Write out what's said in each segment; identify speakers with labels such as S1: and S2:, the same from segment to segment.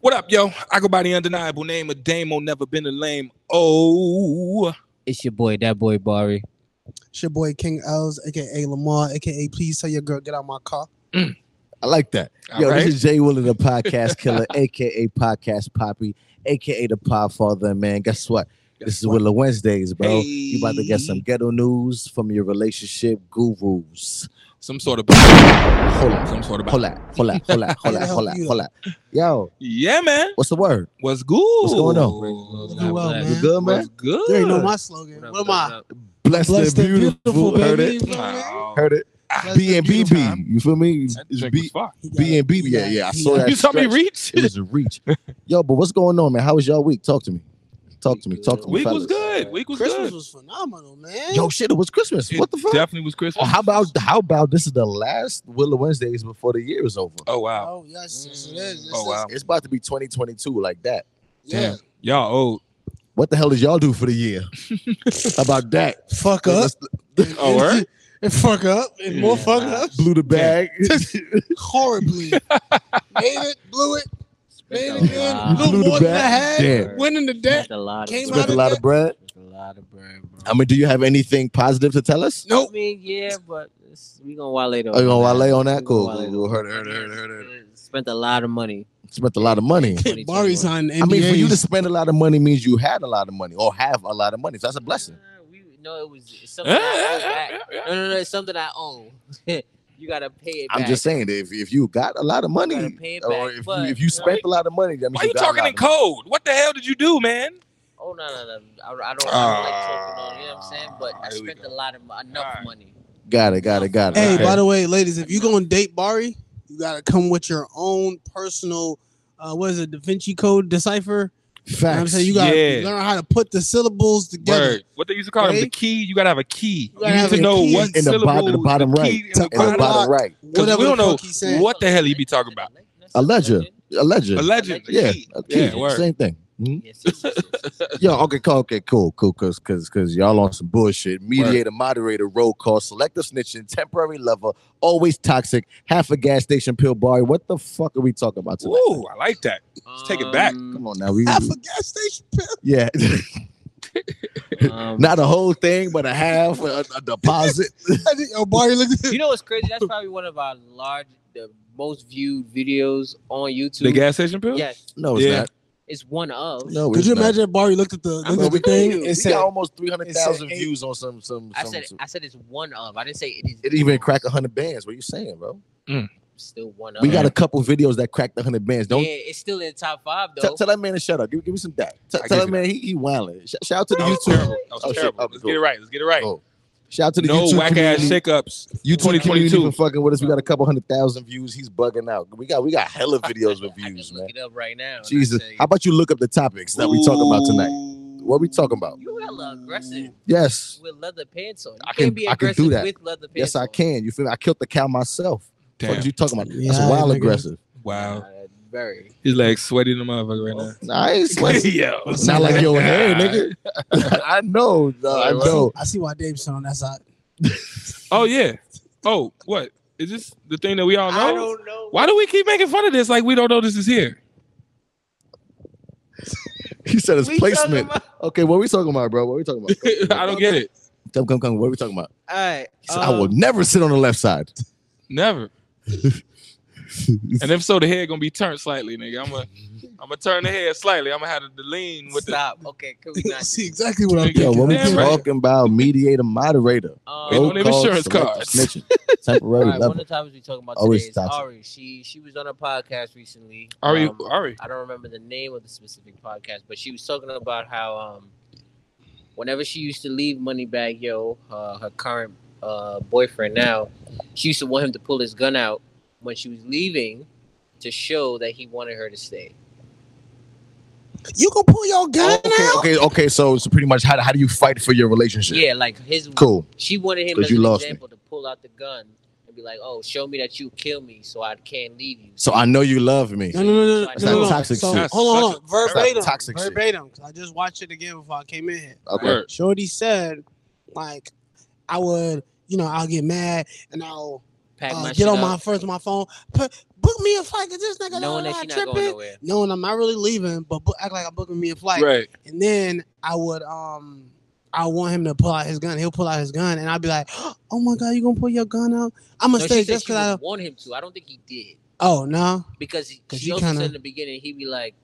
S1: What up, yo? I go by the undeniable name of Damo, never been a lame. Oh,
S2: It's your boy, that boy Bari.
S3: It's your boy King Els, aka Lamar, aka please tell your girl get out my car.
S4: I like that.
S1: all
S4: Yo,
S1: right.
S4: this is Jay Willer, the podcast killer, aka Podcast Poppy, aka the Podfather. And man, guess what? this is Willow Wednesdays, bro. You about to get some
S1: Hey.
S4: ghetto news from your relationship gurus.
S1: some sort of
S4: Hold on.
S1: some sort of
S4: Hold up, hold up, hold up, hold up, hold up, hold up. Yo,
S1: yeah, man.
S4: what's the word?
S1: What's good?
S4: What's going
S2: on?
S3: Do well,
S4: You
S3: man.
S1: What's
S4: good, man?
S1: good?
S3: You already know my slogan. What, am I?
S4: Blessed,
S3: Blessed
S4: and beautiful. Heard
S3: baby.
S4: it.
S3: You know what I mean?
S1: Wow.
S4: Heard it.
S3: Blessed
S4: B and
S3: and
S4: BB.
S1: beautiful.
S4: You feel me?
S1: That
S4: It's
S1: drink
S4: B
S1: was fire.
S3: He got
S4: B
S3: it.
S4: and BB.
S3: He
S4: Yeah,
S3: got
S4: yeah. I
S3: it. He
S4: saw
S3: got
S4: that.
S1: You saw me
S4: stretch.
S1: reach.
S4: It was a reach. Yo, but what's going on, man? How was y'all week? Talk to me. Talk to me. Talk to me.
S1: Week
S4: fellas.
S1: was good. Week was
S3: Christmas
S1: good.
S3: was phenomenal, man.
S4: Yo, shit, it was Christmas.
S1: It
S4: what the fuck?
S1: Definitely was Christmas.
S4: Oh, how about how about this is the last Willow Wednesdays before the year is over?
S1: Oh wow.
S3: oh yes, yes it is. Yes,
S1: Oh,
S3: it
S1: wow.
S3: is.
S4: It's about to be 2022 like that.
S3: Yeah.
S1: Y'all old.
S4: What the hell did y'all do for the year? about that?
S3: Fuck up.
S1: Oh, word?
S3: and fuck up and more
S1: Yeah.
S3: fuck up
S4: Blew the bag.
S3: horribly. Made it, blew it, made it again,
S2: Wow.
S3: a little
S4: Blew the
S3: more than I
S4: bag.
S3: had,
S4: Damn.
S2: Damn.
S3: went in the debt.
S2: That's a lot
S3: Came
S2: of
S4: Spent
S3: out
S4: a
S2: bread.
S4: lot of bread.
S2: That's a lot of bread, bro.
S4: I mean, do you have anything positive to tell us?
S2: I
S3: Nope.
S2: mean, yeah, but it's, we gonna wale though.
S4: Oh, you gonna wale on that? Cool.
S2: Wale
S4: cool,
S2: on
S4: cool.
S2: it.
S4: Heard, it, heard, it, heard, it, heard, it.
S2: Spent a lot of money.
S4: Spent a lot of money.
S3: Barry's on NBA.
S4: I mean, for you to spend a lot of money means you had a lot of money or have a lot of money. So that's a blessing.
S2: Uh, we, no, it was it's something
S1: Yeah,
S2: I
S1: yeah,
S2: owe
S1: yeah,
S2: back.
S1: yeah, yeah.
S2: No, no, no, it's something I own. you gotta pay it back.
S4: I'm just saying that if, if you got a lot of money,
S2: gotta pay it
S4: or
S2: back,
S4: Oh, if,
S2: but-
S4: you, if you spent a lot of money, that means
S1: Why you
S4: got a
S1: talking
S4: lot
S1: in
S4: of-
S1: code? What the hell did you do, man?
S2: Oh no, no, no. I, I don't. I don't like talking on. You know what I'm saying? But
S1: Ah,
S2: I
S1: here we
S2: spent
S1: go.
S2: a lot of mo- enough
S1: Alright.
S2: money.
S4: Got it, got it, got it.
S3: hey,
S4: Got it.
S3: by the way, ladies, if you gonna date Barry, you gotta come with your own personal. Uh, what is it? Da Vinci Code decipher. You know what I'm
S4: Facts.
S3: saying you gotta
S1: Yeah.
S3: learn how to put the syllables together.
S1: Word. What they used to call them, the
S3: Right?
S1: key. You gotta have a key.
S3: You
S1: You,
S3: gotta
S1: need
S3: have
S1: to
S3: a
S1: know
S3: key.
S1: what
S4: In the
S1: syllable
S4: bottom- the
S1: is
S4: bottom
S1: key
S4: right.
S1: in the
S4: in the
S1: bottom
S4: bottom right.
S3: Whatever
S1: we
S3: the
S1: don't know
S3: fuck he said.
S1: What the hell he be talking about?
S4: A ledger. A ledger.
S1: A legend. a
S4: yeah,
S1: key.
S4: a Uh, key.
S1: Yeah, word.
S4: Same thing. Mhm.
S2: Yes, yes, yes, yes, yes.
S4: Yeah, okay, cool, okay, cool, cool, cause cause cause y'all on some bullshit. Mediator, moderator, roll call, selective snitching, temporary lover, always toxic, half a gas station pill bar. What the fuck are we talking about tonight?
S1: Ooh, I like that. take it back.
S4: Come on now, we
S3: Half a gas station pill.
S4: yeah,
S2: um,
S4: not a whole thing, but a half, a, a deposit.
S3: Yo, Barry, look at
S2: you know what's crazy? That's probably one of our large, the most viewed videos on YouTube.
S1: The gas station pill?
S2: Yes,
S4: No, it's
S1: Yeah.
S4: not.
S2: it's one of.
S4: No,
S3: Could
S4: it's
S3: you
S4: not.
S3: imagine if Barry looked at the looked
S4: Well,
S3: at
S4: we,
S3: the thing
S4: we
S3: and said,
S4: got almost three hundred thousand
S3: it said eight-
S4: views on some some.
S2: I
S4: some,
S2: said.
S4: some-
S2: I said it's one of. I didn't say it is.
S4: it even cracked hundred bands. What are you saying, bro?
S2: Still one of.
S4: We got a couple videos that cracked hundred bands. Don't
S2: Yeah, it's still in the top five though.
S4: Tell, tell that man to shut up. Give, give me some that. Tell,
S1: I give
S4: tell that
S1: you
S4: man he, he wilding. Shout, shout out to the
S1: That was
S4: YouTube.
S1: terrible. That was
S4: Oh, shit.
S1: terrible.
S4: Oh,
S1: Let's
S4: cool.
S1: get it right. Let's get it right.
S4: Oh, Shout out to the
S1: no
S4: YouTube
S1: whack ass
S4: community.
S1: shakeups.
S4: YouTube
S1: 2022.
S4: community for fucking with us. We got a couple hundred thousand views. He's bugging out. We got we got hella videos with
S2: I can
S4: views,
S2: look
S4: man.
S2: it up right now. and I
S4: Jesus,
S2: tell you.
S4: how about you look up the topics that we talking about tonight? What we talking about?
S2: You hella aggressive
S4: Yes,
S2: with leather pants on. You
S4: I
S2: I
S4: can-
S2: can, not be
S4: I can do
S2: aggressive
S4: that.
S2: with leather pants
S4: yes, I
S2: on.
S4: can. You feel me? I killed the cow myself. What
S1: Damn.
S4: you talking about? That's
S3: Yeah,
S4: wild
S3: nigga.
S4: aggressive.
S2: Nah,
S1: Wow.
S2: that's very.
S1: His legs sweaty in the motherfucker right now.
S4: I ain't sweating.
S1: Yo.
S4: It's not like your hair, nigga. I know. I
S3: I,
S4: know.
S3: see, I see why Dave's on that side.
S1: Oh yeah. Oh, what? Is this the thing that we all know?
S2: I don't know.
S1: Why do we keep making fun of this like we don't know this is here?
S4: He said it's
S2: We
S4: placement.
S2: talking about-
S4: Okay, what we talking about, bro? What we talking about? Come,
S1: I don't get it.
S4: Come, come, come. What are we talking about?
S2: All right.
S4: He said, I will
S2: um,
S4: never sit on the left side.
S1: Never. And if so, the head gonna be turned slightly, nigga. I'm gonna, I'm gonna turn the head slightly. I'm gonna have to lean with the.
S2: um, Stop. Okay, can we not?
S3: see exactly what I'm
S1: Yo,
S4: Yo,
S3: thinking.
S4: when we
S1: Damn
S3: That's
S1: right.
S4: talking about mediator, moderator,
S2: Um,
S1: We don't
S4: roll
S1: need
S4: call,
S1: insurance
S4: selector,
S1: cards.
S4: snitching, temporary
S2: all right, one
S4: level.
S2: of the topics we talking about
S4: Always
S2: today is
S4: toxic.
S2: Ari. She she was on a podcast recently.
S1: Ari,
S2: Um,
S1: Ari.
S2: I don't remember the name of the specific podcast, but she was talking about how um, whenever she used to leave money back, yo, uh, her current uh, boyfriend now, she used to want him to pull his gun out when she was leaving to show that he wanted her to stay.
S3: You gonna pull your gun
S4: Okay,
S3: out?
S4: okay, okay. So, so pretty much, how, how do you fight for your relationship?
S2: Yeah, like his.
S4: Cool.
S2: She wanted him
S4: 'Cause
S2: as
S4: you
S2: an
S4: lost me.
S2: example to pull out the gun and be like, "Oh, show me that you kill me, so I can't leave you."
S4: So I know you love me.
S3: No, no, no, no,
S2: That's
S3: no, no,
S4: not
S3: no.
S4: toxic
S3: So,
S4: shit.
S3: hold on, hold on.
S1: That's not
S3: Verbatim,
S4: toxic shit.
S3: verbatim. 'cause I just watched it again before I came in here.
S4: Okay.
S1: Word.
S3: Shorty said, like, I would, you know, I'll get mad and I'll
S2: pack
S4: Oh,
S3: uh,
S2: my
S3: get
S2: shit
S3: on
S2: up,
S3: my first my phone. Put, book me a flight because this nigga knowing
S2: knowing that
S3: I
S2: she's not going
S3: tripping.
S2: nowhere.
S3: Knowing I'm not really leaving, but book, act like I'm booking me a flight.
S1: right.
S3: And then I would um I want him to pull out his gun. He'll pull out his gun, and I'd be like, "Oh my god, you gonna pull your gun out?" I'm
S2: No,
S3: gonna
S2: she
S3: stay
S2: said
S3: just
S2: she
S3: because I.
S2: would want him to. I don't think he did
S3: Oh no,
S2: because he-
S3: 'Cause
S2: she
S3: he
S2: also
S3: kinda-
S2: said in the beginning he'd be like,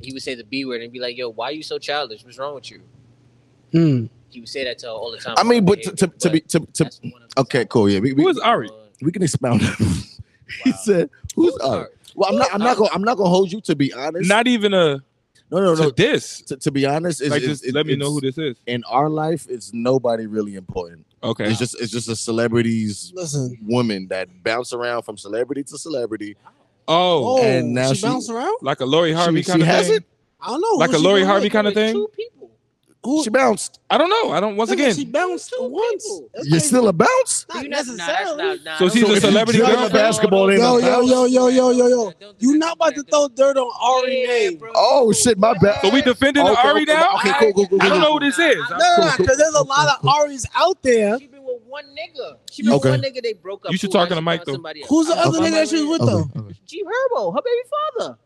S2: he would say the b word and be like, "Yo, why you so childish? What's wrong with you?"
S3: Hmm.
S2: He would say that to her all the time.
S4: I mean, but to, to, to be to, to
S2: That's one of the Uh,
S4: okay,
S2: times.
S4: cool. Yeah, we,
S1: Who
S4: we,
S1: is Ari?
S4: we can expound. he
S2: Wow.
S4: said, "Who's up?"
S2: Ari?
S4: Well, I'm not. I'm not gonna. I'm not gonna hold you to be honest.
S1: Not even a
S4: no, no, no.
S1: to this.
S4: To, to be honest, it's,
S1: Like,
S4: it's-
S1: just
S4: it-
S1: let me
S4: it's-
S1: know who this is.
S4: In our life, it's nobody really important.
S1: Okay.
S4: It's just it's just a celebrity's
S3: listen.
S4: woman that bounce around from celebrity to celebrity.
S1: Oh,
S3: Oh,
S4: and now
S3: she,
S4: she-
S3: bounced around.
S1: like a Lori Harvey
S4: she,
S1: kind
S4: she
S1: of
S4: has
S1: thing.
S4: it.
S3: I don't know.
S1: Like
S3: who
S1: a
S3: she
S1: Lori
S3: bounced
S1: Harvey
S3: with.
S1: kind of
S2: There was
S1: thing.
S2: Two people.
S3: Who-
S4: She bounced.
S1: I don't know. I don't. Once
S3: Nigga,
S1: again,
S3: she bounced
S2: Two
S3: once.
S2: people.
S3: That's
S4: You're
S3: crazy.
S4: still a bounce.
S3: not
S2: You not- nah, that's
S3: necessarily.
S2: not- nah,
S1: So
S2: don't
S1: she's
S2: do
S1: a
S2: that.
S1: celebrity
S2: Don't do
S1: girlfriend?
S2: that.
S4: Basketball ain't
S3: Yo,
S4: no
S3: yo,
S4: bounce.
S3: yo, yo, yo, yo, yo.
S2: Don't do that.
S3: You not about to
S2: Don't do
S3: throw dirt on
S2: that.
S3: Ari's
S2: Yeah,
S3: name.
S2: bro.
S4: Oh shit, my bad.
S1: so we defending
S4: Okay,
S1: Ari
S4: okay,
S1: now.
S4: Okay, cool, cool, cool.
S1: I
S4: cool.
S1: don't know who this is.
S2: Nah,
S3: No,
S4: Cool, cool,
S3: because there's a lot of Ari's out there.
S2: She been with one nigga. She been
S4: Okay.
S2: with one nigga. They broke up.
S1: You should
S2: Ooh,
S1: talk
S2: now
S1: in
S2: she
S1: the mic,
S2: found
S1: though.
S2: somebody else.
S3: Who's the
S2: I
S3: other
S2: don't
S3: nigga
S2: know
S3: that she was with
S4: Okay,
S3: though?
S4: okay.
S2: G Herbo, her baby father.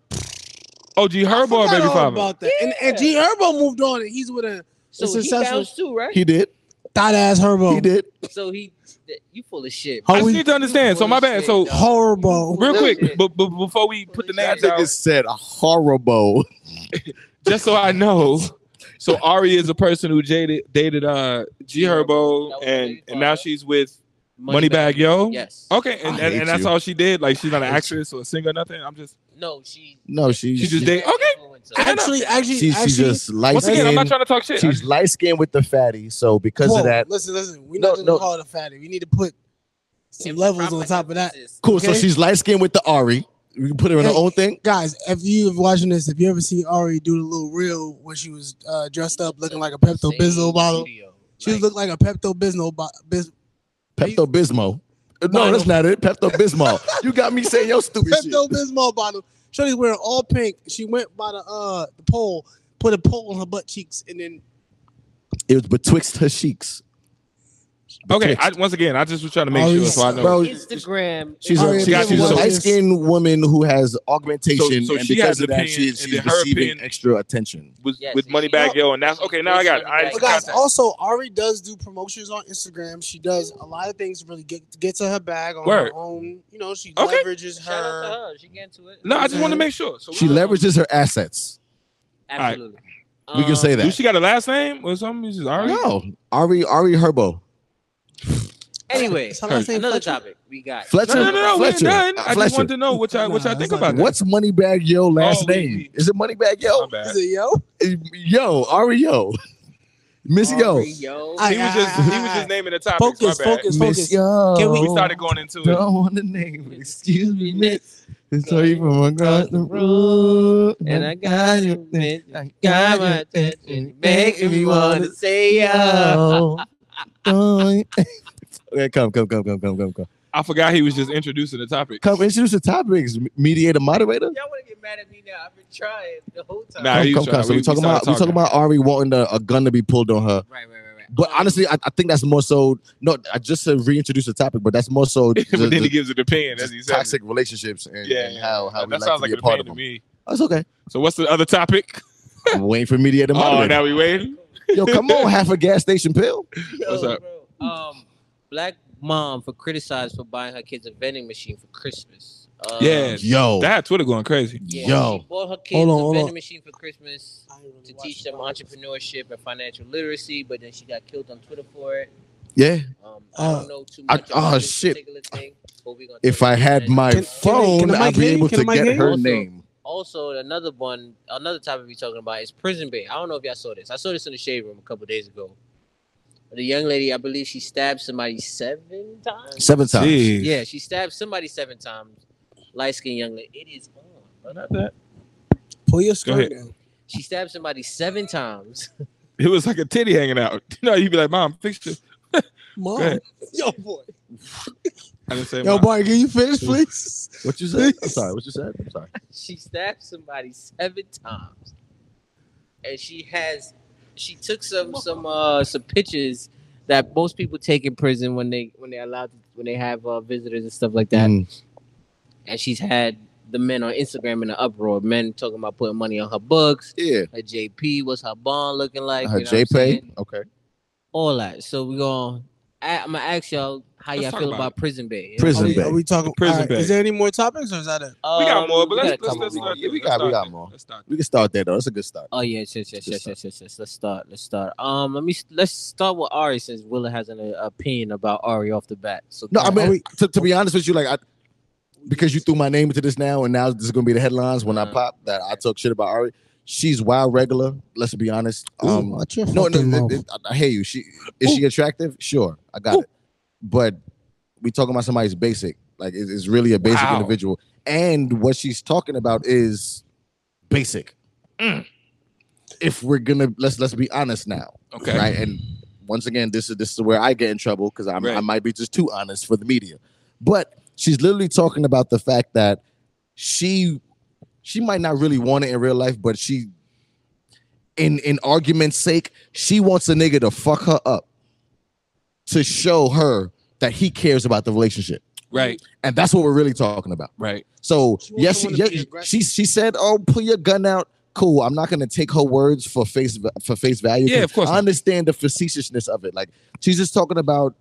S1: Oh, G
S3: I
S1: Herbo,
S3: forgot
S1: baby
S3: all
S1: father.
S3: About that. And, and G Herbo moved on and he's with a
S2: So he
S3: successful-
S2: bounced too, right?
S4: He did.
S3: thought ass
S4: He
S1: Oh.
S3: Herbo.
S4: did.
S2: so he, th- you full of shit.
S3: How
S1: I just
S3: we-
S1: need to understand. So my bad. So
S2: Bullshit.
S3: Horrible.
S1: real quick,
S2: Bullshit.
S1: but, but before we put the names
S4: That
S2: Bullshit.
S1: out,
S4: nigga said horrible.
S1: just so I know. So Ari is a person who jaded, dated uh G Herbo,
S2: That was
S1: and
S2: Lady
S1: and now
S2: Gaga.
S1: she's with Moneybag Yo.
S2: Yes.
S1: Okay, and, and,
S4: I hate
S1: and that's
S4: you.
S1: all she did. Like she's not
S4: I
S1: an
S4: hate
S1: actress or a singer, or nothing. I'm just
S2: No, she.
S4: No, she,
S1: She
S4: she
S1: just did- okay.
S2: influencer.
S1: I don't know.
S3: Actually, actually,
S4: she's,
S3: actually.
S4: she's just light
S1: once again, I'm not
S4: skinned.
S1: trying to talk shit. I
S4: She's light skinned with the fatty. So because
S3: Whoa,
S4: of that,
S3: Listen, listen. We're
S4: No,
S3: not just
S4: no.
S3: gonna call it a fatty. We need to put some levels on top of that.
S4: cool. So
S3: Okay.
S4: she's light skinned with the Ari. We can put her in her
S3: Hey.
S4: own thing.
S3: Guys, if you're watching this, if you ever seen Ari do the little reel where she was uh, dressed up looking like a Pepto Bismol bottle, she
S2: Like,
S3: looked like a Pepto Bismol bo- bis-
S4: Pepto Bismol. No,
S3: Vinyl.
S4: that's not it. Pepto Bismol. you got me saying your stupid shit.
S3: Pepto Bismol bottle. Shorty's wearing all pink. She went by the uh the pole, put a pole on her butt cheeks, and then
S4: It was betwixt her cheeks.
S1: Okay,
S4: Betwixt.
S1: I, once again, I just was trying to make
S3: Ari-
S1: sure so I know.
S4: Bro,
S2: Instagram.
S4: She's
S3: Ari,
S4: a,
S1: if you
S4: she's,
S1: ever
S4: a
S1: watch
S4: light
S3: this-
S4: skinned woman who has augmentation,
S1: So- so
S4: and
S1: she has
S4: because
S1: an
S4: of that,
S1: opinion,
S4: she,
S1: and
S4: she's
S1: then her
S4: receiving
S1: opinion-
S4: extra attention.
S1: was
S2: Yes,
S1: with
S2: and
S1: Money
S2: she-
S1: Back Yo, and now
S2: she
S1: okay, now I got it.
S2: basically
S1: I
S2: got
S3: But
S2: Like
S1: got
S3: guys,
S2: contact.
S3: also Ari does do promotions on Instagram. She does a lot of things to really get get to her bag on
S1: Word.
S3: her own. You know, she
S1: Okay.
S3: leverages
S2: Shout out
S3: her.
S2: to her. She get into it.
S1: No, I just
S3: Mhm.
S1: want to make sure. So
S4: She
S1: we-
S4: leverages her assets.
S2: Absolutely. Um,
S4: We can say
S1: Do
S4: that.
S1: she got a last name or something? She's Ari.
S4: No, Ari Ari Herbo.
S2: Anyway,
S3: Is her last name
S2: another
S3: Fletcher?
S2: topic we
S1: No,
S2: got.
S4: Fletcher.
S1: no, no, no. We ain't
S4: Fletcher.
S1: done. I just
S4: Fletcher.
S1: wanted to know what y'all what y'all
S3: Nah,
S1: think
S3: it's
S1: about
S3: not-
S1: that. Oh,
S4: What's Moneybag Yo last
S1: we-
S4: name?
S1: we-
S4: Is it Moneybag
S1: My
S4: Yo?
S1: bad.
S3: Is it yo?
S4: Yo, Ari Yo. Miss Yo.
S2: Ari, yo.
S3: I-
S1: He was just he was just naming the topics.
S3: Focus,
S1: my bad.
S3: focus,
S4: Miss
S3: focus.
S4: Yo.
S3: Can
S1: We started going into it.
S4: Don't want the name. Excuse me, miss. It's all you from across the road.
S2: And I got
S4: your
S2: you, man. I got my attention. Making me want to say, uh.
S4: Yo. Okay, come, come, come, come, come, come, come.
S1: I forgot he was just introducing the topic.
S4: Come introduce the topics. Mediator, moderator.
S2: Y'all want to get mad at me now? I've been trying the whole time.
S1: Nah,
S4: Come,
S1: he was
S4: come,
S1: trying-
S4: come. So
S1: we-
S4: we
S1: we
S4: talking
S1: started
S4: about we talking
S1: talking.
S4: about Ari wanting a, a gun to be pulled on her.
S2: Right, right, right, right.
S4: But honestly, I, I think that's more so. No, I just to reintroduce the topic, but that's more so the,
S1: but then he
S4: the
S1: gives it opinion as he said.
S4: toxic relationships and,
S1: Yeah,
S4: and
S1: yeah.
S4: how how
S1: That
S4: we like
S1: sounds
S4: to
S1: like
S4: be
S1: an
S4: a
S1: opinion
S4: part of
S1: to
S4: them.
S1: me.
S4: That's okay.
S1: So what's the other topic?
S4: I'm waiting for media to
S1: Oh,
S4: moderate.
S1: now we waiting.
S4: Yo, come on, half a gas station pill.
S1: What's
S2: Yo,
S1: up?
S2: bro. Um, black mom for criticized for buying her kids a vending machine for Christmas. Uh,
S1: Yeah.
S4: Yo,
S1: That Twitter going crazy.
S2: yeah,
S4: Yo.
S2: She bought her kids
S3: Hold on,
S2: a
S3: hold
S2: vending
S3: on.
S2: machine for Christmas
S3: I ain't really
S2: to
S3: watched
S2: teach them
S3: it.
S2: entrepreneurship and financial literacy, but then she got killed on Twitter for it.
S4: yeah.
S2: Um, I
S3: Uh,
S2: don't know too
S4: I-
S2: much about
S4: oh,
S2: this
S4: shit.
S2: particular thing. But we gonna
S4: If
S2: talk
S4: I
S2: about
S4: had
S2: that.
S4: my
S3: Can- can I-
S4: phone,
S3: can I
S4: I'd be
S3: hear you?
S4: able
S3: Can
S4: to
S3: I
S4: get
S3: hear you?
S4: her
S2: Also-
S4: name.
S2: Also, another one, another topic we're talking about is prison bay. I don't know if y'all saw this. I saw this in the shade room a couple days ago. The young lady, I believe she stabbed somebody seven times.
S4: Seven times.
S1: Jeez.
S2: Yeah, she stabbed somebody seven times. Light skinned young lady. It is on. bro.
S1: Not that.
S3: Pull your
S1: Go
S3: skirt
S1: ahead.
S3: down.
S2: She stabbed somebody seven times.
S1: It was like a titty hanging out. You know, you'd be like, Mom, fix it. Go
S3: Mom.
S1: ahead.
S3: Yo, boy.
S1: I didn't say
S3: Yo,
S1: Mom.
S3: boy, can you finish, please?
S4: What you said? I'm sorry. What you said? I'm sorry.
S2: she stabbed somebody seven times. And she has she took some some uh some pictures that most people take in prison when they when they're allowed to when they have uh, visitors and stuff like that.
S4: Mm.
S2: And she's had the men on Instagram in an uproar. Men talking about putting money on her books,
S4: Yeah.
S2: her JP, what's her bond looking like,
S4: Her
S2: you know what I'm saying?
S4: JPay. Okay.
S2: all that. So we gonna, I, I'm gonna ask y'all how
S1: Let's
S2: y'all
S1: talk
S2: feel
S1: about
S2: about, prison bait. you know?
S3: Are
S4: Prison
S3: we,
S4: bait.
S3: are we talking?
S1: The prison
S3: all right,
S1: bag.
S3: is there any more topics or is that it?
S1: We got
S2: Um,
S1: more, but
S2: we
S1: let's
S2: got a
S1: let's
S2: couple
S1: let's
S2: more.
S1: start.
S4: Yeah, we
S1: there. Let's
S4: got- we
S1: start
S4: got
S1: there.
S4: more.
S1: Let's start. there.
S4: We can start there though. That's a good start.
S2: Oh yes, yes, yes,
S4: Good
S2: yes,
S4: stuff.
S2: yes, yes, yes. Let's start. Let's start. Um, let me let's start with Ari since Willa has an uh, opinion about Ari off the bat. So
S4: No, I
S3: Are
S4: mean
S3: we-
S4: to, to be honest with you, like I, because you threw my name into this now, and now this is gonna be the headlines when I
S2: Uh-huh.
S4: pop that I talk shit about Ari. She's wild regular. Let's be honest.
S3: Um,
S4: Um,
S3: Watch your
S4: no, no,
S3: fucking
S4: no,
S3: mouth.
S4: I, I hear you. She is she attractive? Sure, I got
S3: Ooh.
S4: it. But we talking about somebody's basic. Like it's, it's really a basic
S1: Wow.
S4: individual, and what she's talking about is basic.
S3: Mm.
S4: If we're gonna let's let's be honest now,
S1: Okay.
S4: right? And once again, this is this is where I get in trouble because I'm I
S1: Right.
S4: might be just too honest for the media. But she's literally talking about the fact that she she might not really want it in real life, but she in in argument's sake, she wants a nigga to fuck her up to show her that he cares about the relationship.
S1: Right.
S4: And that's what we're really talking about.
S1: Right.
S4: So
S3: She wants
S4: yes, she,
S3: someone to
S4: yeah,
S3: be aggressive.
S4: she she said, "Oh, pull your gun out." Cool. I'm not gonna take her words for face va- for face value.
S1: Yeah, of course
S4: I
S1: not.
S4: understand the facetiousness of it. Like she's just talking about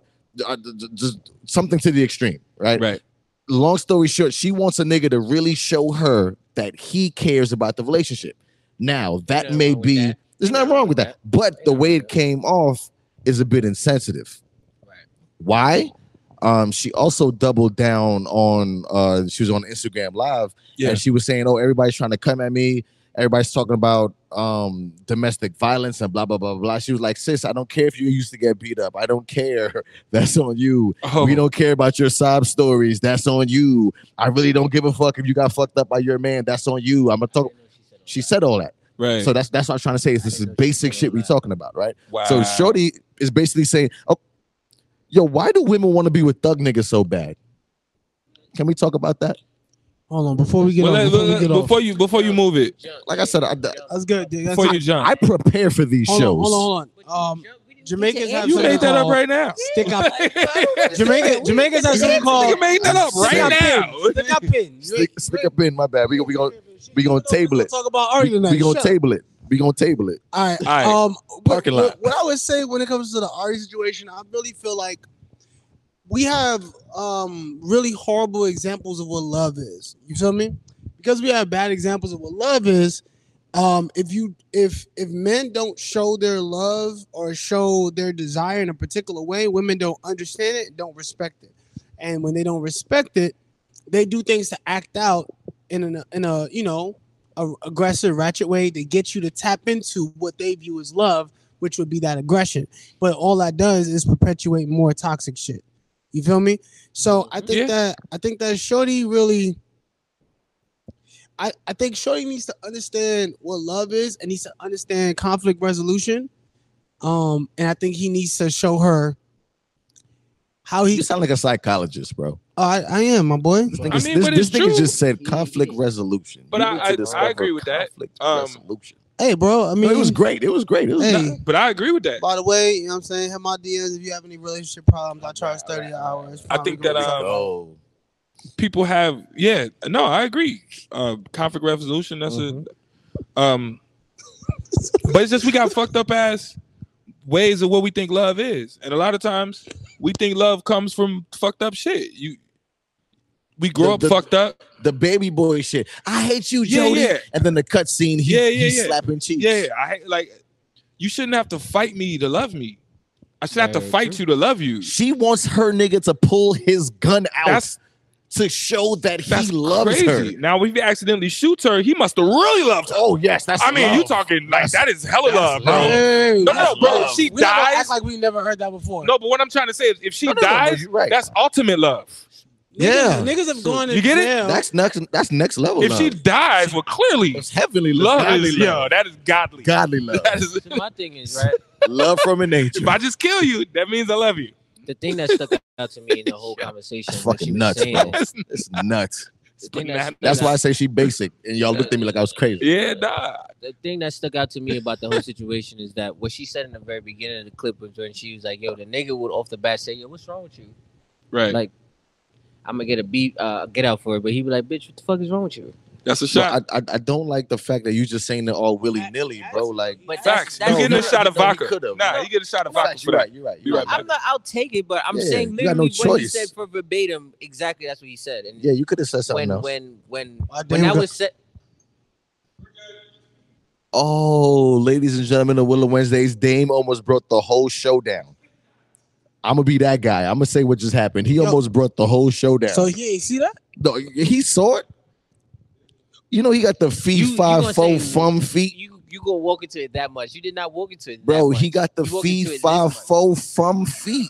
S4: uh, d- d- just something to the extreme, right?
S1: Right.
S4: Long story short, she wants a nigga to really show her that he cares about the relationship. Now that
S2: nothing
S4: may
S2: wrong with
S4: be
S2: that.
S4: there's nothing wrong with that, but the way it came off is a bit insensitive.
S2: Right.
S4: Why? Um, she also doubled down on uh, she was on Instagram Live
S1: Yeah.
S4: and she was saying, "Oh, everybody's trying to come at me. Everybody's talking about um, domestic violence and blah blah blah blah." She was like, "Sis, I don't care if you used to get beat up. I don't care. That's on you.
S1: Oh.
S4: We don't care about your sob stories. That's on you. I really don't give a fuck if you got fucked up by your man. That's on you. I'm gonna talk." She said all that.
S1: Right.
S4: So that's that's what I'm trying to say is this is basic shit we talking about, right?
S1: wow.
S4: So Shorty is basically saying, "Oh, yo, why do women want to be with thug niggas so bad?" Can we talk about that?
S3: Hold on, before we get
S1: Well,
S3: on,
S1: let-
S3: before
S1: let-
S3: we get off.
S1: before you before you move it.
S4: Like I said, I-
S3: That's good, dude. That's
S1: Before you jump.
S4: I prepare for these
S3: hold, on,
S4: shows.
S3: hold on, hold on. Um, Jamaicans have
S1: you
S3: something
S1: made that up
S3: called
S1: right now.
S3: stick up. Jamaica, Jamaicans have something
S1: You
S4: Oh,
S3: called
S1: made that up
S4: Stick
S1: right
S4: up
S1: now.
S3: stick up in.
S4: Stick, stick up in my bad. We we gonna we gonna table it.
S3: Talk about Ari
S4: we,
S3: tonight.
S4: we gonna
S3: Shut up.
S4: table it. We gonna table it.
S3: All right.
S1: All right.
S3: Um,
S4: Parking
S3: what,
S4: lot.
S3: What, what I would say when it comes to the Ari situation, I really feel like we have um really horrible examples of what love is. You feel me? Because we have bad examples of what love is. Um, if you if if men don't show their love or show their desire in a particular way, women don't understand it, don't respect it, and when they don't respect it, they do things to act out in an in a you know a aggressive ratchet way to get you to tap into what they view as love, which would be that aggression. But all that does is perpetuate more toxic shit. You feel me? So
S4: Mm-hmm.
S3: I think
S1: Yeah.
S3: that I think that Shorty really I, I think Shorty needs to understand what love is and needs to understand conflict resolution. Um and I think he needs to show her how he
S4: You sound like a psychologist, bro.
S3: Oh, I, I am my boy.
S4: This nigga,
S1: I mean,
S4: this,
S1: but
S4: this
S1: it's
S4: nigga
S1: true.
S4: just said conflict resolution.
S1: But
S4: You
S1: I-
S4: need to
S1: I- I
S4: discover
S1: agree with that.
S4: conflict
S1: Um,
S4: resolution.
S3: Hey bro, I mean
S4: No, it was great. It was great. It was
S3: Hey.
S4: not-
S1: But I agree with that.
S3: By the way, you know what I'm saying? Hit my DMs if you have any relationship problems. I charge 30 hours.
S1: I think that, um,
S4: Oh,
S1: People have yeah. No, I agree. Uh, conflict resolution. That's
S4: Mm-hmm.
S1: a um. But it's just we got fucked up ass ways of what we think love is, and a lot of times we think love comes from fucked up shit. You. We grow
S4: The-
S1: up
S4: the-
S1: fucked up.
S4: the baby boy shit. I hate you,
S1: Yeah,
S4: Jody.
S1: yeah.
S4: And then the cut scene. He,
S1: Yeah, yeah,
S4: he
S1: yeah.
S4: slapping cheeks.
S1: Yeah, I like. You shouldn't have to fight me to love me. I should have to
S2: Very
S1: fight
S2: true.
S1: you to love you.
S4: She wants her nigga to pull his gun out
S1: That's-
S4: to show that he
S1: That's
S4: loves
S1: crazy.
S4: her.
S1: Now, if he accidentally shoots her, he must have really loved her.
S4: Oh yes, that's.
S1: I mean,
S4: love.
S1: you talking like
S4: That's-
S1: that is hella love,
S4: that's
S1: bro.
S4: love.
S1: uh, No, no,
S4: That's
S1: bro.
S4: love.
S1: If she
S3: we never
S1: dies,
S3: act like we never heard that before.
S1: no. But what I'm trying to say is, if she
S4: No, no, no, no,
S1: dies,
S4: you're right.
S1: that's ultimate love.
S3: Niggas,
S4: Yeah.
S3: niggas have gone.
S1: You get it?
S4: That's next. That's next level.
S1: if
S4: love.
S1: she dies, well, clearly
S4: it's heavenly
S1: love
S4: love,
S1: is yo. That is godly.
S4: godly love,
S1: That is,
S2: My thing is right.
S4: love from a nature.
S1: if I just kill you, that means I love you.
S2: The thing that stuck out to me in the whole conversation,
S4: That's
S2: what she
S4: fucking
S2: was
S4: nuts,
S2: saying,
S4: bro.
S2: the
S1: That's,
S4: It's nuts.
S2: thing that stuck
S4: That's why I
S2: out-
S4: say she basic, and y'all looked at me like I was crazy.
S1: yeah, nah.
S2: the thing that stuck out to me about the whole situation is that what she said in the very beginning of the clip was when she was like, "Yo, the nigga would off the bat say, yo, what's wrong with you?"
S1: Right.
S2: Like, I'm gonna get a beat, uh, get out for it. But he'd be like, "Bitch, what the fuck is wrong with you?"
S1: That's a
S4: No,
S1: shot.
S4: I, I I don't like the fact that you just saying it all willy nilly, bro. Like
S2: But that's-
S1: Facts.
S2: that's-
S1: you getting
S4: no,
S1: a shot of
S4: no, he
S1: vodka.
S4: could've.
S1: Nah,
S4: No.
S1: you get a shot of vodka
S4: Facts,
S1: for
S4: you're
S1: that.
S4: right. You're right.
S1: You're
S4: You're right.
S1: right.
S2: I'm not. I'll take it, but I'm
S4: Yeah,
S2: saying
S4: you got no
S2: literally what he
S4: choice.
S2: said for verbatim. Exactly, that's what he said. And
S4: Yeah, you could have said something
S2: when,
S4: else.
S2: when when
S3: Why damn
S2: when that
S3: go-
S2: was said,
S4: Oh, ladies and gentlemen of Willow Wednesdays, Dame almost brought the whole show down. I'm gonna be that guy. I'm gonna say what just happened. He
S3: Yo.
S4: almost brought the whole show down.
S3: So he ain't see that.
S4: No, he saw it. You know, he got the fee
S2: You- you
S4: fi
S2: gonna
S4: fo
S2: say-
S4: fum feet.
S2: you you gonna walk into it that much? You did not walk into it, that
S4: Bro,
S2: much.
S4: he got the
S2: You walk
S4: fee
S2: into it this
S4: fi
S2: much.
S4: fo fum feet.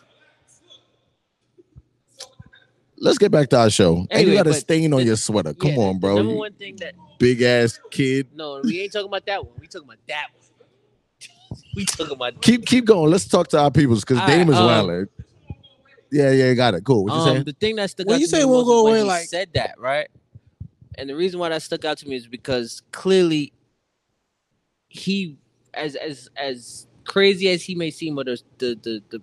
S4: Let's get back to our show. and you
S2: Anyway,
S4: got a
S2: but
S4: stain on
S2: the-
S4: your sweater.
S2: Yeah,
S4: Come on,
S2: the
S4: bro.
S2: Number
S4: you
S2: one thing that
S4: Big ass kid.
S2: no, we ain't talking about that one. We talking about that one. we talking about
S4: Keep keep going. Let's talk to our peoples because
S2: All right,
S4: Dame is
S2: um,
S4: wilding. Yeah, yeah, got it. Cool. What you
S2: um,
S4: saying?
S2: the thing that stuck
S3: When
S2: out
S3: you
S2: to
S3: say
S2: me
S3: it won't
S2: was
S3: go
S2: when
S3: away,
S2: he
S3: like-
S2: said that, right? And the reason why that stuck out to me is because clearly he as as as crazy as he may seem or the the the the,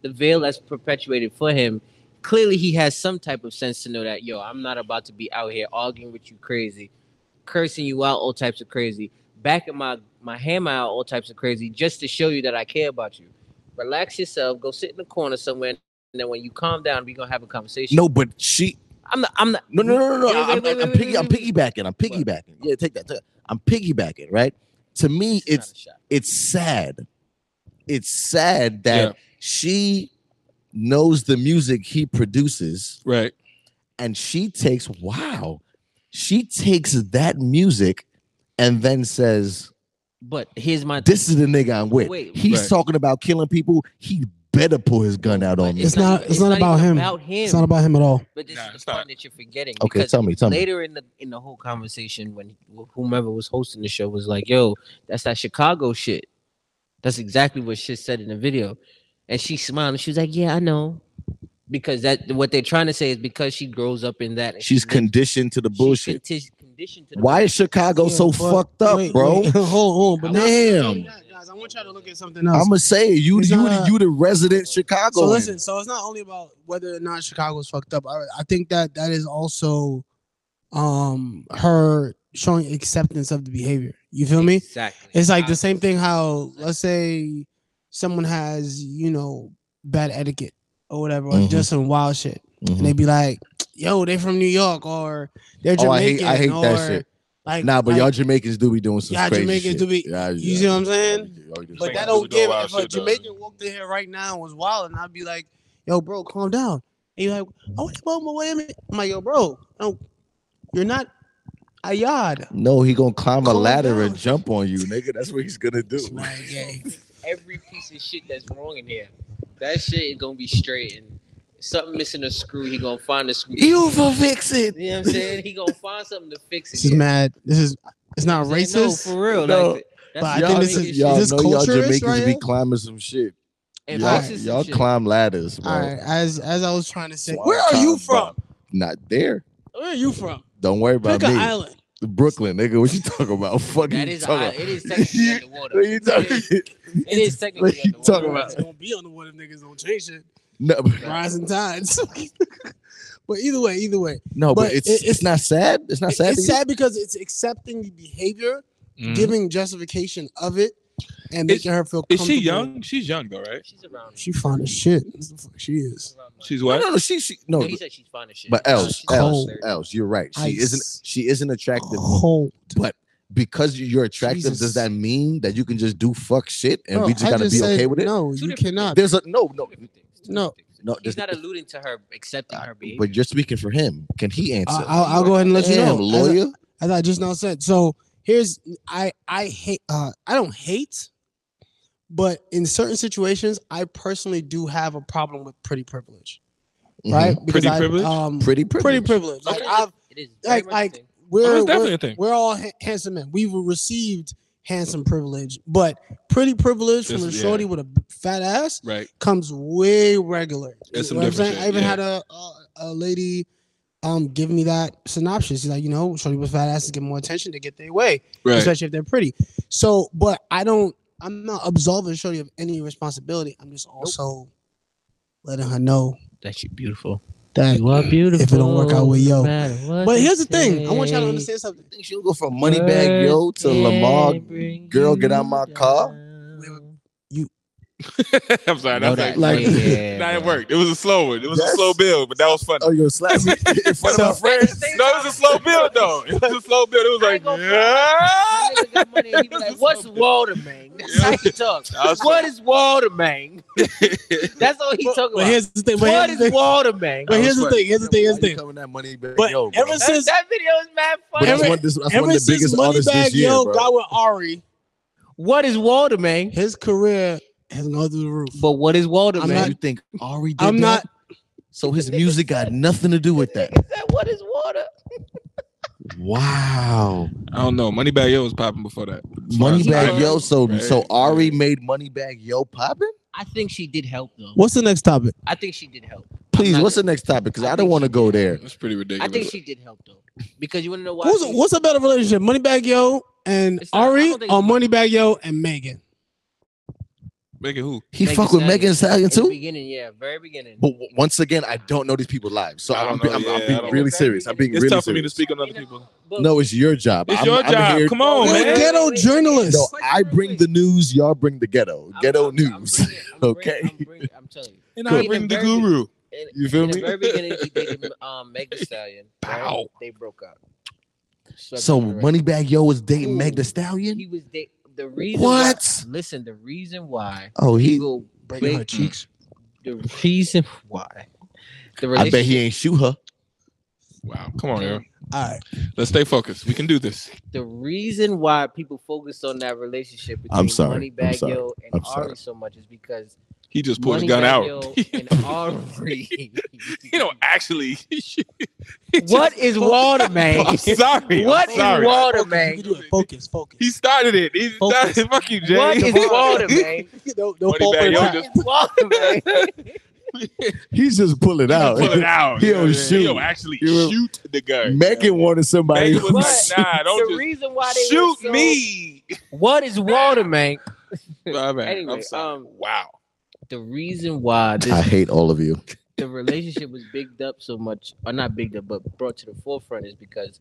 S2: the veil that's perpetuated for him, clearly he has some type of sense to know that yo, I'm not about to be out here arguing with you crazy, cursing you out all types of crazy, backing my my hammer out all types of crazy just to show you that I care about you. Relax yourself, go sit in the corner somewhere and then when you calm down, we're gonna have a conversation.
S4: No, but she.
S2: I'm not. I'm not.
S4: No, no, no, no, no.
S2: Wait,
S4: I'm,
S2: wait,
S4: I'm, I'm
S2: wait,
S4: piggy, I'm
S2: wait, wait,
S4: piggybacking. I'm piggybacking. Yeah, take that. Take that. I'm piggybacking. Right. To me,
S2: It's not
S4: it's
S2: a shot.
S4: it's sad. It's sad that
S1: Yeah.
S4: she knows the music he produces,
S1: Right.
S4: and she takes wow, she takes that music, and then says,
S2: But here's my.
S4: "This is the nigga I'm with."
S2: Wait,
S4: He's
S1: Right.
S4: talking about killing people. He better pull his gun out
S2: but
S4: on me.
S3: It's not- it's not about
S2: even
S3: him.
S2: About him.
S3: It's not about him at all.
S2: but this
S1: Nah,
S2: is
S1: it's
S2: the
S1: not.
S2: part that you're forgetting.
S4: Okay,
S2: because
S4: tell me, tell me.
S2: later in the in the whole conversation, when whomever was hosting the show was like, "Yo, that's that Chicago shit." That's exactly what shit said in the video, and she smiled and she was like, "Yeah, I know," because that what they're trying to say is because she grows up in that. and she
S4: She's
S2: lives-
S4: conditioned to the
S2: she's
S4: bullshit.
S2: conti- conditioned to the
S4: Why is Chicago so
S3: Yeah, but-
S4: fucked up,
S3: wait,
S4: bro?
S3: wait, hold on, but now-
S4: Damn.
S3: guys, I want y'all to look at something else.
S4: I'm gonna say it. you,
S3: It's
S4: you,
S3: not-
S4: you the resident Chicago.
S3: So listen, so it's not only about whether or not Chicago's fucked up. I, I think that that is also um her showing acceptance of the behavior. You feel me?
S2: Exactly.
S3: It's like the
S2: I-
S3: same thing how let's say someone has, you know, bad etiquette or whatever, or
S4: Mhm.
S3: just some wild shit.
S4: Mm-hmm.
S3: And they be like, yo, they from New York or they're
S4: Oh,
S3: Jamaican.
S4: I hate- I hate
S3: or,
S4: that shit.
S3: Like,
S4: Nah, but
S3: like,
S4: y'all Jamaicans do be doing some
S3: Y'all
S4: crazy
S3: Jamaicans
S4: shit.
S3: do be-
S4: Yeah,
S3: you
S4: yeah.
S3: see what I'm saying?
S4: Y'all do-
S3: But that
S1: Jamaicans
S3: don't
S1: do
S3: give
S1: wild
S3: if a
S1: shit, though.
S3: Jamaican walked in here right now and was wild, and I'd be like, "Yo, bro, calm down." And you're like, "Oh, wait, wait, wait a minute." I'm like, "Yo, bro, no, you're not Ayad."
S4: no, he gonna climb a
S3: Calm
S4: ladder and
S3: down.
S4: jump on you, nigga. That's what he's gonna do.
S3: Like, yeah.
S2: every piece of shit that's wrong in here. That shit is gonna be straight and something missing a screw, he gonna find a screw. You
S4: You for fix it.
S2: know what I'm saying? He gonna find something to fix it.
S3: This is mad. This is it's not
S2: I'm saying,
S3: racist.
S2: No, for real.
S4: No.
S2: Like, that's
S3: But I
S2: the
S4: y'all,
S3: think
S2: biggest
S3: this is-
S2: issue.
S4: y'all
S3: is
S4: know
S3: this
S4: y'all
S3: culturist
S4: Jamaicans
S3: right
S4: be
S3: here?
S4: climbing some shit.
S2: And
S4: Y'all,
S2: racist and
S4: y'all
S2: shit.
S4: climb ladders, bro.
S3: All right, as as I was trying to say,
S4: Wild
S3: where are you
S4: times,
S3: from?
S4: bro. Not there.
S3: Where are you from?
S4: Don't worry about
S3: Pick an
S4: me.
S3: island.
S4: Brooklyn, nigga. What you talking about? Fuck
S2: That
S4: you
S2: is
S4: talking
S2: uh,
S4: about?
S2: it is technically
S4: You-
S2: underwater.
S4: What you talking?
S2: It is technically
S4: What you
S2: underwater.
S4: talking about?
S3: It's gonna be on the water if niggas don't change it.
S4: No, but-
S3: Rising tides. but either way, either way,
S4: no, but,
S3: But
S4: it's
S3: it-
S4: it's not sad. It's not sad. to
S3: it's
S4: you?
S3: sad because it's accepting the behavior giving justification of it and
S1: Mm-hmm. Is-
S3: making her feel
S1: Is
S3: comfortable.
S1: she young? She's young though, right?
S2: She's around.
S3: She fine as shit. That's the fuck she is.
S1: She's
S2: she's around my-
S4: No,
S1: what?
S4: no, no. She she
S2: no,
S4: no.
S2: he said she's fine as shit.
S4: But else,
S2: She's
S4: else,
S3: cold.
S2: around 30.
S4: else. You're right. She
S3: Ice.
S4: isn't. She isn't attractive.
S3: Cold.
S4: But because you're attractive, does
S3: Jesus.
S4: that mean that you can just do fuck shit and we just
S3: I
S4: gotta be
S3: said
S4: okay with it?
S3: No,
S2: Two
S3: you
S2: different
S3: cannot.
S4: There's a no, no.
S2: Two different things, two
S3: No.
S2: different things.
S4: No,
S2: He's
S4: there's-
S2: not alluding to her accepting her behavior.
S4: But you're speaking for him. Can he answer?
S3: I- I'll, I'll go ahead and let
S4: Damn,
S3: you know. As
S4: lawyer.
S3: I, as I just now said. So here's I I hate uh I don't hate, but in certain situations I personally do have a problem with pretty privilege. Right?
S1: Mm-hmm. Pretty
S3: I,
S1: privilege?
S3: Um,
S4: Mhm. Pretty privilege.
S3: pretty privilege.
S2: It
S3: Like
S2: is-
S3: I've
S2: it is very
S3: like
S2: much a
S3: like
S2: thing.
S1: Oh,
S3: we're
S1: that's definitely
S3: we're,
S1: a thing.
S3: we're all ha- handsome men. We've received handsome privilege, but pretty privilege from a
S1: This- yeah.
S3: shorty with a b- fat ass
S1: Right.
S3: comes way regular. You
S1: It's some
S3: know what I'm
S1: different
S3: saying?
S1: shit,
S3: I even
S1: yeah.
S3: had a, a a lady um give me that synopsis. She's like, you know, shorty with fat asses get more attention to get their way,
S1: Right.
S3: especially if they're pretty. So, but I don't. I'm not absolving shorty of any responsibility. I'm just also letting her know
S2: that you're beautiful.
S3: That
S2: You are beautiful.
S3: If it don't work out with yo.
S2: no matter what
S3: But
S2: they
S3: here's the thing.
S2: say.
S3: I want y'all to understand something.
S4: think she'll go from Moneybag Yo to Lamar.
S2: Birthday bring
S4: girl, get out
S2: you
S4: my car.
S2: down.
S1: I'm sorry.
S2: Know
S1: That's
S2: that.
S1: like,
S4: like-
S2: yeah,
S1: nah, it
S2: bro.
S1: worked. It was a slow one. It was
S4: That's-
S1: a slow build, but that was funny.
S4: Oh, you're slapping in front of my friends.
S1: No, it was a slow build though. It was a slow build. It was
S2: I
S1: like,
S2: ain't gonna-
S1: yeah.
S2: That nigga got money and he be like, What's Walter Mang? That's how he talks.
S1: I was-
S2: What is Walter Mang? That's all he talking
S3: But
S2: about.
S3: here's the thing. But
S2: What
S3: here's the
S2: is
S3: thing.
S2: Walter Mang?
S3: But here's the thing. Here's the thing. Here's the thing.
S4: Coming that Moneybag
S3: But
S4: Yo, bro.
S3: ever
S2: That,
S3: since
S2: that video is mad
S4: But that's
S3: ever-
S2: funny.
S4: one, this, that's one
S3: ever
S4: of the
S3: since
S4: biggest artists
S3: Moneybag
S4: this year,
S3: Yo
S4: bro.
S3: got with Ari,
S2: What is Walter Mang?
S3: his career has gone through the roof.
S2: But what is Walter
S3: I'm
S2: Mang?
S3: not-
S4: you think Ari did
S3: I'm
S4: that?
S3: not.
S4: So his music got nothing to do with that.
S2: Nigga said, What is Walter?
S4: Wow.
S1: I don't know. Moneybag Yo was popping before that.
S4: Moneybag
S2: Right.
S4: Yo. So
S1: Right.
S4: so Ari made Moneybag Yo popping?
S2: I think she did help though.
S3: What's the next topic?
S2: I think she did help.
S4: Please,
S2: not-
S4: what's the next topic? Because
S2: I
S4: I don't
S2: think
S4: want to
S2: she
S4: go
S2: did.
S4: there.
S1: That's pretty
S2: I
S1: ridiculous.
S2: think she did help though. Because you wanna know why?
S3: Who's, what's a better relationship, Moneybag Yo and
S2: It's not- I
S3: Ari,
S2: don't think-
S3: or Moneybag Yo and Megan?
S1: Make it who?
S4: He
S2: Megan
S4: fuck with
S2: Thee
S4: Megan Thee Stallion
S2: in the
S4: too?
S2: beginning, yeah, very beginning.
S4: But w- once again, I don't know these people's lives. So
S1: I
S4: I'm,
S1: don't
S4: be-
S1: know.
S4: I'm, I'm
S1: Yeah, I
S4: being
S1: don't
S4: really
S2: know.
S4: serious. I'm being
S1: It's
S4: really
S1: tough for me to
S4: serious.
S1: speak on other people.
S2: But-
S4: No, it's your job.
S1: It's
S4: I'm-
S1: your
S4: I'm
S1: job.
S4: here-
S1: Come on,
S3: You're a
S1: man.
S3: ghetto journalist.
S4: No, I bring the news, y'all bring the ghetto.
S2: I'm-
S4: Ghetto
S2: I'm- I'm
S4: news.
S2: bringing- I'm bringing-
S4: Okay.
S2: I'm bringing- I'm telling you.
S1: And
S2: Cool.
S1: I bring the
S2: Very good.
S1: guru.
S2: In,
S4: You feel
S2: in the
S4: me?
S2: very beginning, he dated um, Meg Thee Stallion. right?
S1: Pow.
S2: They broke up. Swept
S4: So
S2: under the rug.
S4: Moneybag Yo was dating
S2: Ooh.
S4: Meg Thee Stallion?
S2: he was da- the reason.
S4: What?
S2: Why, listen, the reason why
S4: Oh,
S2: he
S4: he.
S2: will
S4: breaking her
S2: break The reason why. The
S4: I bet
S2: relationship.
S4: he ain't shoot her.
S1: Wow. Come on, Aaron.
S3: All right.
S1: Let's stay focused. We can do this.
S2: The reason why people focus on that relationship between
S4: I'm sorry. I'm
S2: Moneybag
S4: sorry.
S2: Yo and
S4: I'm
S2: Ari
S4: sorry.
S2: so much is because
S1: He just pulled his
S2: Moneybag
S1: gun
S2: Yo
S1: out.
S2: and Ari.
S1: You know, actually.
S2: what is Walter
S1: I'm
S2: Man?
S1: sorry.
S2: What
S1: I'm
S2: is
S1: sorry.
S2: water,
S3: You
S2: man?
S3: can do it. Focus, focus.
S1: He started it. He
S3: Focus.
S1: started. Fuck you, Jay.
S2: What is water, man?
S3: no, no
S1: Moneybag
S3: fall for
S1: Yo
S3: trap.
S1: just-
S2: Water, man.
S4: He's just pulling out.
S1: Pull it out.
S4: He
S1: You know
S4: don't
S1: what I mean? He
S4: shoot.
S1: don't actually
S4: You know-
S1: shoot the gun.
S4: Megan wanted somebody.
S1: Megan was
S4: who-
S1: like,
S2: What?
S1: nah,
S2: the
S1: don't just
S2: reason why they
S1: shoot
S2: were so-
S1: me.
S2: What is water, man?
S1: My bad.
S2: Anyway,
S1: I'm sorry.
S2: um,
S1: wow.
S2: The reason why
S4: I
S2: this,
S4: hate all of you.
S2: the relationship was bigged up so much, or not bigged up, but brought to the forefront is because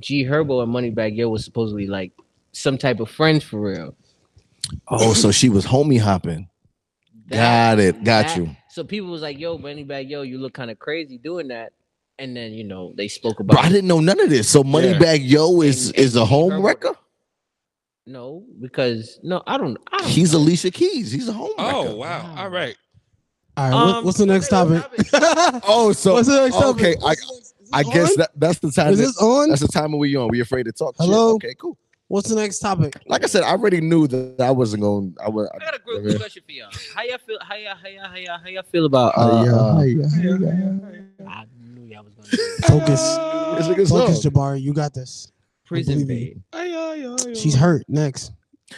S2: G Herbo and Moneybag Yo was supposedly like some type of friends for real.
S4: Oh, so she was homie hopping.
S2: That-
S4: got it. Got
S2: that-
S4: you.
S2: So people was like, "Yo, Moneybag Yo, you look kind of crazy doing that," and then you know they spoke
S4: Bro, I
S2: about. it.
S4: didn't know none of this. So Moneybag Yo is
S2: And-
S4: is a
S2: and
S4: home
S2: Herbo-
S4: wrecker.
S2: No, because no, I don't. I don't
S4: He's Alicia Keys. He's a home wrecker.
S1: Oh, wow.
S2: Wow.
S1: All right.
S3: All right. what-
S2: Um,
S3: what's the next topic?
S4: Oh, so
S3: what's the next topic?
S4: okay, I- I guess that, that's the time.
S3: Is
S4: That,
S3: this on?
S4: that's the time when we on. We afraid to talk. shit.
S3: Hello?
S4: Okay, cool.
S3: What's the next topic?
S4: Like I said, I already knew that I wasn't going. I was.
S2: I got a
S4: I
S2: group
S4: mean-
S2: question for y'all. How y'all feel? How y'all? How y'all? How y'all? How y'all feel about? Uh,
S4: Uh,
S2: uh,
S1: It's
S2: I knew y'all was gonna do this.
S3: Focus.
S4: It's a good
S3: Focus,
S4: song.
S3: Jabari. You got this.
S2: prison
S3: believe you.
S2: bait.
S3: She's hurt. Next.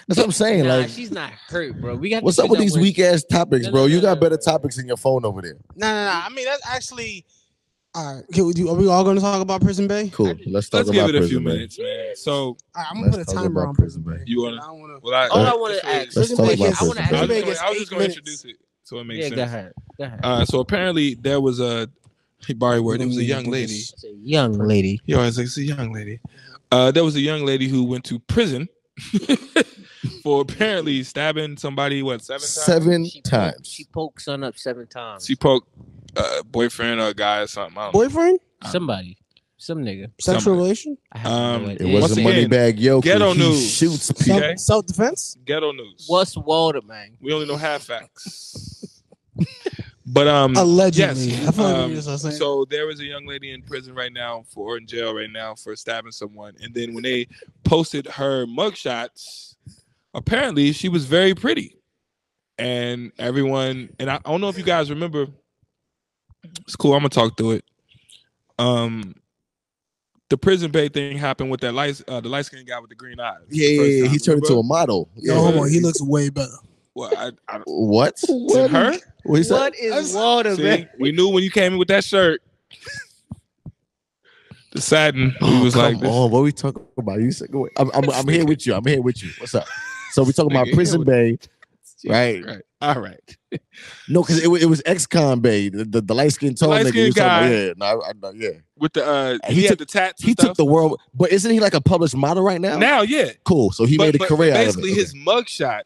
S4: That's what I'm saying.
S2: Nah,
S4: like,
S2: she's not hurt, bro. We got. to
S4: what's up
S2: figure
S4: with
S2: out
S4: these
S2: where-
S4: weak ass topics,
S2: No,
S4: bro?
S2: no,
S4: You
S2: no,
S4: got
S2: no,
S4: better
S2: no, no.
S4: topics in your phone over there.
S3: No, no, no. I mean, that's actually. All right. Okay, would you- are we all going to talk about Prison Bay?
S4: Cool. Let's talk
S1: Let's give
S4: about
S1: it a few
S4: prison, man.
S1: minutes, man. So
S3: All right, I'm going
S4: Let's
S3: to put a
S4: talk
S3: timer
S4: about
S3: on Prison
S4: Prison
S3: Bay.
S1: you wanna?
S3: I don't want to.
S1: Well, I,
S2: All I want to ask.
S4: Let's
S2: Prison
S4: talk
S2: bait
S4: about
S2: is- I want to
S1: I
S4: prison
S1: was just
S2: ask.
S3: bait.
S1: gonna- I was just going to
S3: Minutes.
S1: introduce it so it makes
S2: Yeah,
S1: sense.
S2: go ahead. Go ahead.
S1: Uh, so apparently there was a Barry word. There was a young lady.
S2: It's a young lady.
S1: He always like, it's a young lady. Uh, there was a young lady who went to prison for apparently stabbing somebody. What seven times?
S4: Seven
S2: She poked-
S4: times.
S2: She poked son up seven times.
S1: She poked uh, boyfriend or a guy or something. I don't know.
S3: Boyfriend?
S2: Somebody. Some nigga.
S3: Sexual
S1: Somebody.
S3: relation?
S2: I have no
S1: Um,
S2: idea.
S4: It
S1: Once
S4: wasn't
S1: again,
S4: Moneybag Yo. 'cause
S1: ghetto
S4: he
S1: news.
S4: Shoots people.
S3: Self,
S1: Okay.
S3: self-defense?
S1: Ghetto news.
S2: What's Walter, man?
S1: We only know half facts. but um,
S3: Allegedly. I feel like
S1: um,
S3: we just are saying.
S1: so there is a young lady in prison right now for or in jail right now for stabbing someone. And then when they posted her mugshots, apparently she was very pretty. And everyone, and I, I don't know if you guys remember. It's cool. I'm gonna talk through it. Um, the prison pay thing happened with that light, uh, the light skinned guy with the green eyes.
S4: Yeah, yeah, yeah, he turned into a model.
S3: no
S4: Yeah.
S3: homo. He looks way better.
S1: Well, I, I, don't-
S4: What?
S1: is it her?
S4: What he said?
S2: What is Walter, man?
S1: See, we knew when you came in with that shirt. The satin. We
S4: Oh,
S1: was
S4: come
S1: like, this,
S4: on, what we talking about? You said, go ahead. I'm, I'm, I'm here with you. I'm here with you. What's up? So we talking about
S1: Nigga,
S4: Prison Bay Right.
S1: Right. All right.
S4: No, because it, wa- it was ex-con Bay, the, the, the light-skinned tall
S1: light-skinned
S4: nigga. You was talking
S1: guy.
S4: about, yeah, no, I, I, no, yeah.
S1: With the uh,
S4: He
S1: he, had
S4: took-
S1: the tats. and
S4: He
S1: stuff.
S4: took the world, but isn't he like a published model right now?
S1: now, yeah.
S4: cool. So he
S1: but,
S4: made a
S1: but
S4: career out of it.
S1: Basically,
S4: Okay.
S1: his mugshot.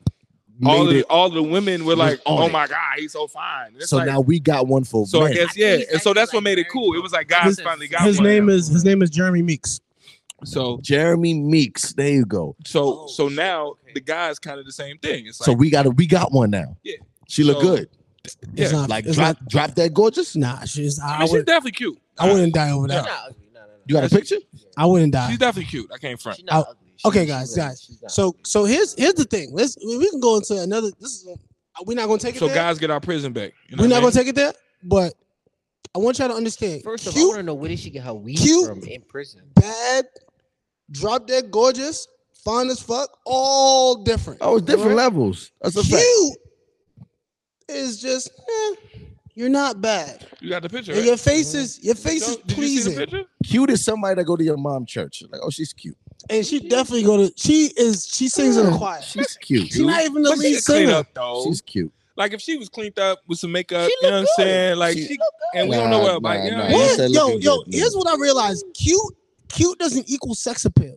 S4: Made
S1: All the
S4: it.
S1: all the women were
S4: was
S1: like,
S4: on
S1: "Oh
S4: it.
S1: my god, he's so fine." It's
S4: So
S1: like-
S4: now we got one for
S1: so I
S4: men.
S1: guess
S2: I
S1: yeah,
S2: think he's
S1: and so that's
S2: actually,
S1: what
S2: like,
S1: made it
S2: very
S1: cool. It was like guys
S2: His-
S1: finally got
S3: His
S1: one.
S3: name is his name is Jeremy Meeks.
S1: so
S4: Jeremy Meeks. There you go.
S1: so
S2: Oh,
S1: so
S2: shit.
S1: now
S2: Okay.
S1: the guy's kind of the same thing. It's like
S4: so we got a, we got one now.
S1: Yeah.
S4: She
S1: So-
S4: look good.
S1: yeah,
S3: It's not,
S4: Like
S3: it's
S4: drop drop that gorgeous.
S3: not, nah. She's, I,
S1: I mean, she's
S3: would,
S1: definitely cute.
S3: I wouldn't die over that.
S2: She's not ugly. No, no, no.
S4: You got a
S1: That's-
S4: picture? Oh,
S3: I wouldn't die.
S4: Ah.
S1: She's definitely cute. I came from.
S2: She's not
S3: I-
S2: ugly. She-
S3: okay,
S2: she's
S3: guys,
S2: not-
S3: guys.
S2: she's not
S3: So
S2: ugly.
S3: so here's here's the thing. Let's we can go into another. This is we're not gonna take it.
S1: So
S3: there.
S1: guys get our prison back. You know
S3: we're
S1: what I
S3: not
S1: mean?
S3: gonna take it there. But I want y'all to understand.
S2: First of all, I
S3: cute,
S2: want to know where did she get her weed
S3: Cute.
S2: from in prison?
S3: bad, drop dead, gorgeous, fine as fuck, all different.
S4: Oh, it's different levels. That's a fact.
S3: Cute is just eh, you're not bad,
S1: You got the picture.
S3: and
S1: right?
S3: your face is your face
S1: Yo,
S3: is
S1: Mm-hmm. did you see the
S3: pleasing,
S1: picture?
S4: Cute is somebody that go to your mom church. Like, oh, she's cute.
S3: and she definitely go to. She is she sings in a
S4: Yeah,
S3: choir.
S4: She's cute.
S3: She's not even the
S1: But she
S3: lead
S1: clean
S3: singer.
S1: up though.
S4: She's cute.
S1: like if she was cleaned up with some makeup,
S2: She
S1: you know what
S2: look
S1: I'm saying? Like
S4: She-
S1: she, and we don't know
S4: Nah,
S1: what like
S4: nah,
S1: you know
S4: nah.
S1: what I mean?
S4: Ain't that
S3: What? Yo,
S4: looking
S3: yo,
S4: good,
S3: here's
S4: nigga?
S3: what I realized. Cute, cute doesn't equal sex appeal.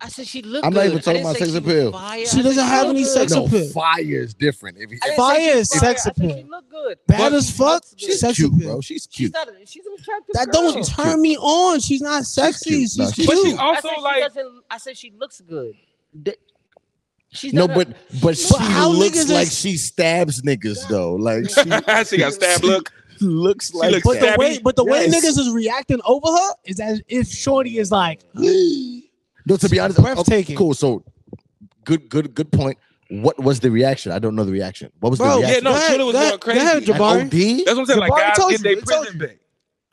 S2: I said she looked.
S4: I'm not
S2: good.
S4: even
S2: I
S4: talking
S2: didn't
S4: about
S2: say
S4: sex
S2: she was
S4: appeal.
S2: fire.
S3: She
S2: I
S3: doesn't
S2: said
S3: have
S2: looked
S3: any
S2: good.
S3: sex
S4: no,
S3: appeal.
S4: fire is different. If, if
S2: I didn't
S3: Fire
S2: say she was
S3: is
S2: fire.
S3: sex
S2: I said
S3: appeal.
S2: She looked good.
S3: Bad
S2: But
S3: as
S2: she
S3: fuck.
S2: looks good.
S4: she's
S3: She's sex
S4: cute,
S3: appeal.
S4: bro. She's
S2: She's
S4: cute.
S2: not. A, she's an attractive
S3: That
S2: girl.
S3: don't turn me on. She's not sexy.
S4: cute.
S3: She's,
S4: Nah, she's
S3: cute.
S1: But she
S2: I said
S1: also
S2: she
S1: like
S2: doesn't- I said she looks good. D- She's
S4: No,
S2: not a-
S4: but but she
S3: how
S4: looks
S3: niggas
S4: like
S3: is-
S4: she stabs niggas though. Like she
S1: she got stabbed look.
S4: uh, looks like
S1: looks
S3: but the
S1: stabby.
S4: that.
S3: way, but the way
S4: Yes.
S3: niggas is reacting over her is as if Shorty is like,
S4: No, to be honest, okay,
S3: breathtaking.
S4: cool. So good, good, good point. What was the reaction? I don't know the reaction. What was
S3: Bro,
S4: the
S3: yeah,
S1: Yeah,
S4: reaction?
S1: no,
S3: Go ahead,
S1: Twitter was
S3: go
S1: going
S3: ahead, go ahead,
S1: crazy.
S3: Jabari.
S4: An OD?
S1: That's what I'm saying. Like
S3: Jabari
S1: guys
S3: told
S1: get
S3: you,
S1: their
S3: he told
S1: prison back.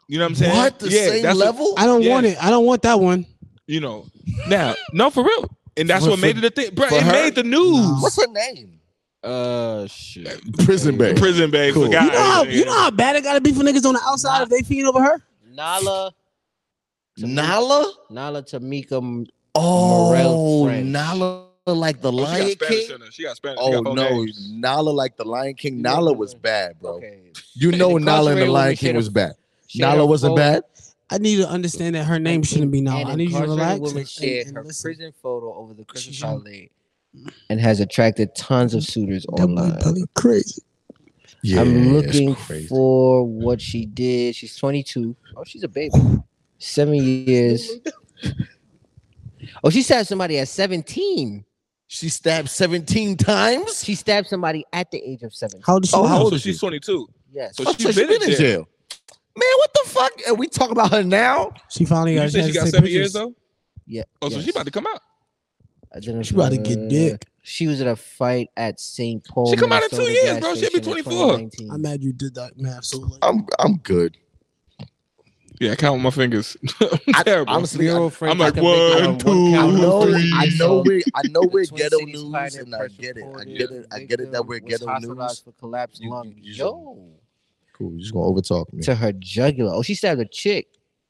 S1: You know what I'm saying?
S4: What the
S1: yeah,
S4: same
S1: that's what-
S4: level?
S3: I don't
S1: Yeah.
S3: want it. I don't want that one.
S1: you know. Now, no, for real. And that's
S4: For-
S1: what made
S4: for-
S1: it a thing. Bro,
S4: for
S1: it
S4: her?
S1: made the news.
S4: What's her name?
S5: Uh, shit.
S4: Prison Bay.
S1: Prison babe
S4: Cool.
S1: for
S4: You
S1: guys.
S3: You know how you know how bad it gotta be for niggas on the outside if they feed over her.
S2: Nala,
S4: Nala.
S2: Nala Tamika. M- Morel
S4: Oh,
S2: French.
S4: Nala like the
S1: Oh, she
S4: Lion
S1: got Spanish
S4: King.
S1: in her. She got Spanish. She
S4: Oh
S1: got four
S4: no,
S1: names.
S4: Nala like the Lion King.
S2: You
S4: Nala
S2: know-
S4: was bad, bro.
S2: Okay.
S4: You know Nala and the
S2: incarcerated
S4: Lion
S2: woman
S4: King
S2: should
S4: was
S2: have-
S4: bad.
S2: Share
S4: Nala
S2: her
S4: wasn't
S2: photo-
S4: bad.
S3: I need to understand that her name shouldn't be Nala.
S2: an
S3: I need you to
S2: incarcerated
S3: relax.
S2: Woman
S3: and-
S2: shared
S3: and
S2: her
S3: listen.
S2: prison photo over the Christmas
S3: should-
S2: holiday, and has attracted tons of suitors
S3: That boy
S2: online.
S3: Belly crazy.
S4: Yeah,
S2: I'm
S4: it's
S2: looking
S4: crazy.
S2: for what she did. She's 22. Oh, she's a baby. Seven years. Oh, she stabbed somebody at 17.
S4: She stabbed 17 times.
S2: She stabbed somebody at the age of 17.
S3: How old is she?
S4: Oh,
S1: Oh,
S4: how old
S1: so
S4: is she?
S1: she's 22.
S2: Yes.
S1: So
S4: Oh,
S1: she's
S4: so
S1: been in jail.
S4: Man, what the fuck? And we talk about her now?
S3: she finally got.
S1: You said
S3: had
S1: she
S3: to
S1: got
S3: take
S1: seven
S3: pictures.
S1: years though?
S2: Yeah.
S1: Oh, so she
S2: yes.
S1: about to come out.
S2: I didn't-
S3: She about to get dick.
S2: She was at a fight at St. Paul.
S1: She come out in two
S2: Minnesota
S1: years,
S2: gas
S1: bro. She'll be
S2: station in
S1: 24.
S2: 2019.
S3: I'm mad you did that, man. Absolutely.
S1: Oh,
S4: I'm I'm good.
S1: Yeah, I count with my fingers. I'm
S4: I-
S1: terrible.
S4: honestly, I,
S5: Frank
S1: I'm like,
S5: Capablanca
S1: one,
S5: on
S1: two,
S4: I
S5: count.
S4: know
S1: three.
S4: I know we I know
S2: The
S4: we're
S2: Twin
S4: ghetto
S2: Cities
S4: news
S2: fired
S4: and I
S2: press
S4: get it. I
S2: reported
S4: get it. I get it that
S2: victim
S4: we're
S2: was
S4: ghetto
S2: hospitalized
S4: news.
S2: For collapsed
S4: You-
S2: lung.
S4: you-
S2: Yo.
S4: Cool. You're just gonna overtalk me.
S2: to her jugular. Oh, she stabbed a chick.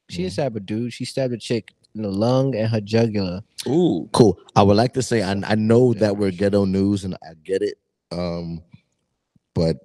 S2: She
S4: Mhm.
S2: didn't stab a dude. She stabbed a chick in the lung and her jugular.
S1: Ooh.
S4: Cool. I would like to say I I know that we're ghetto news and I get it. Um but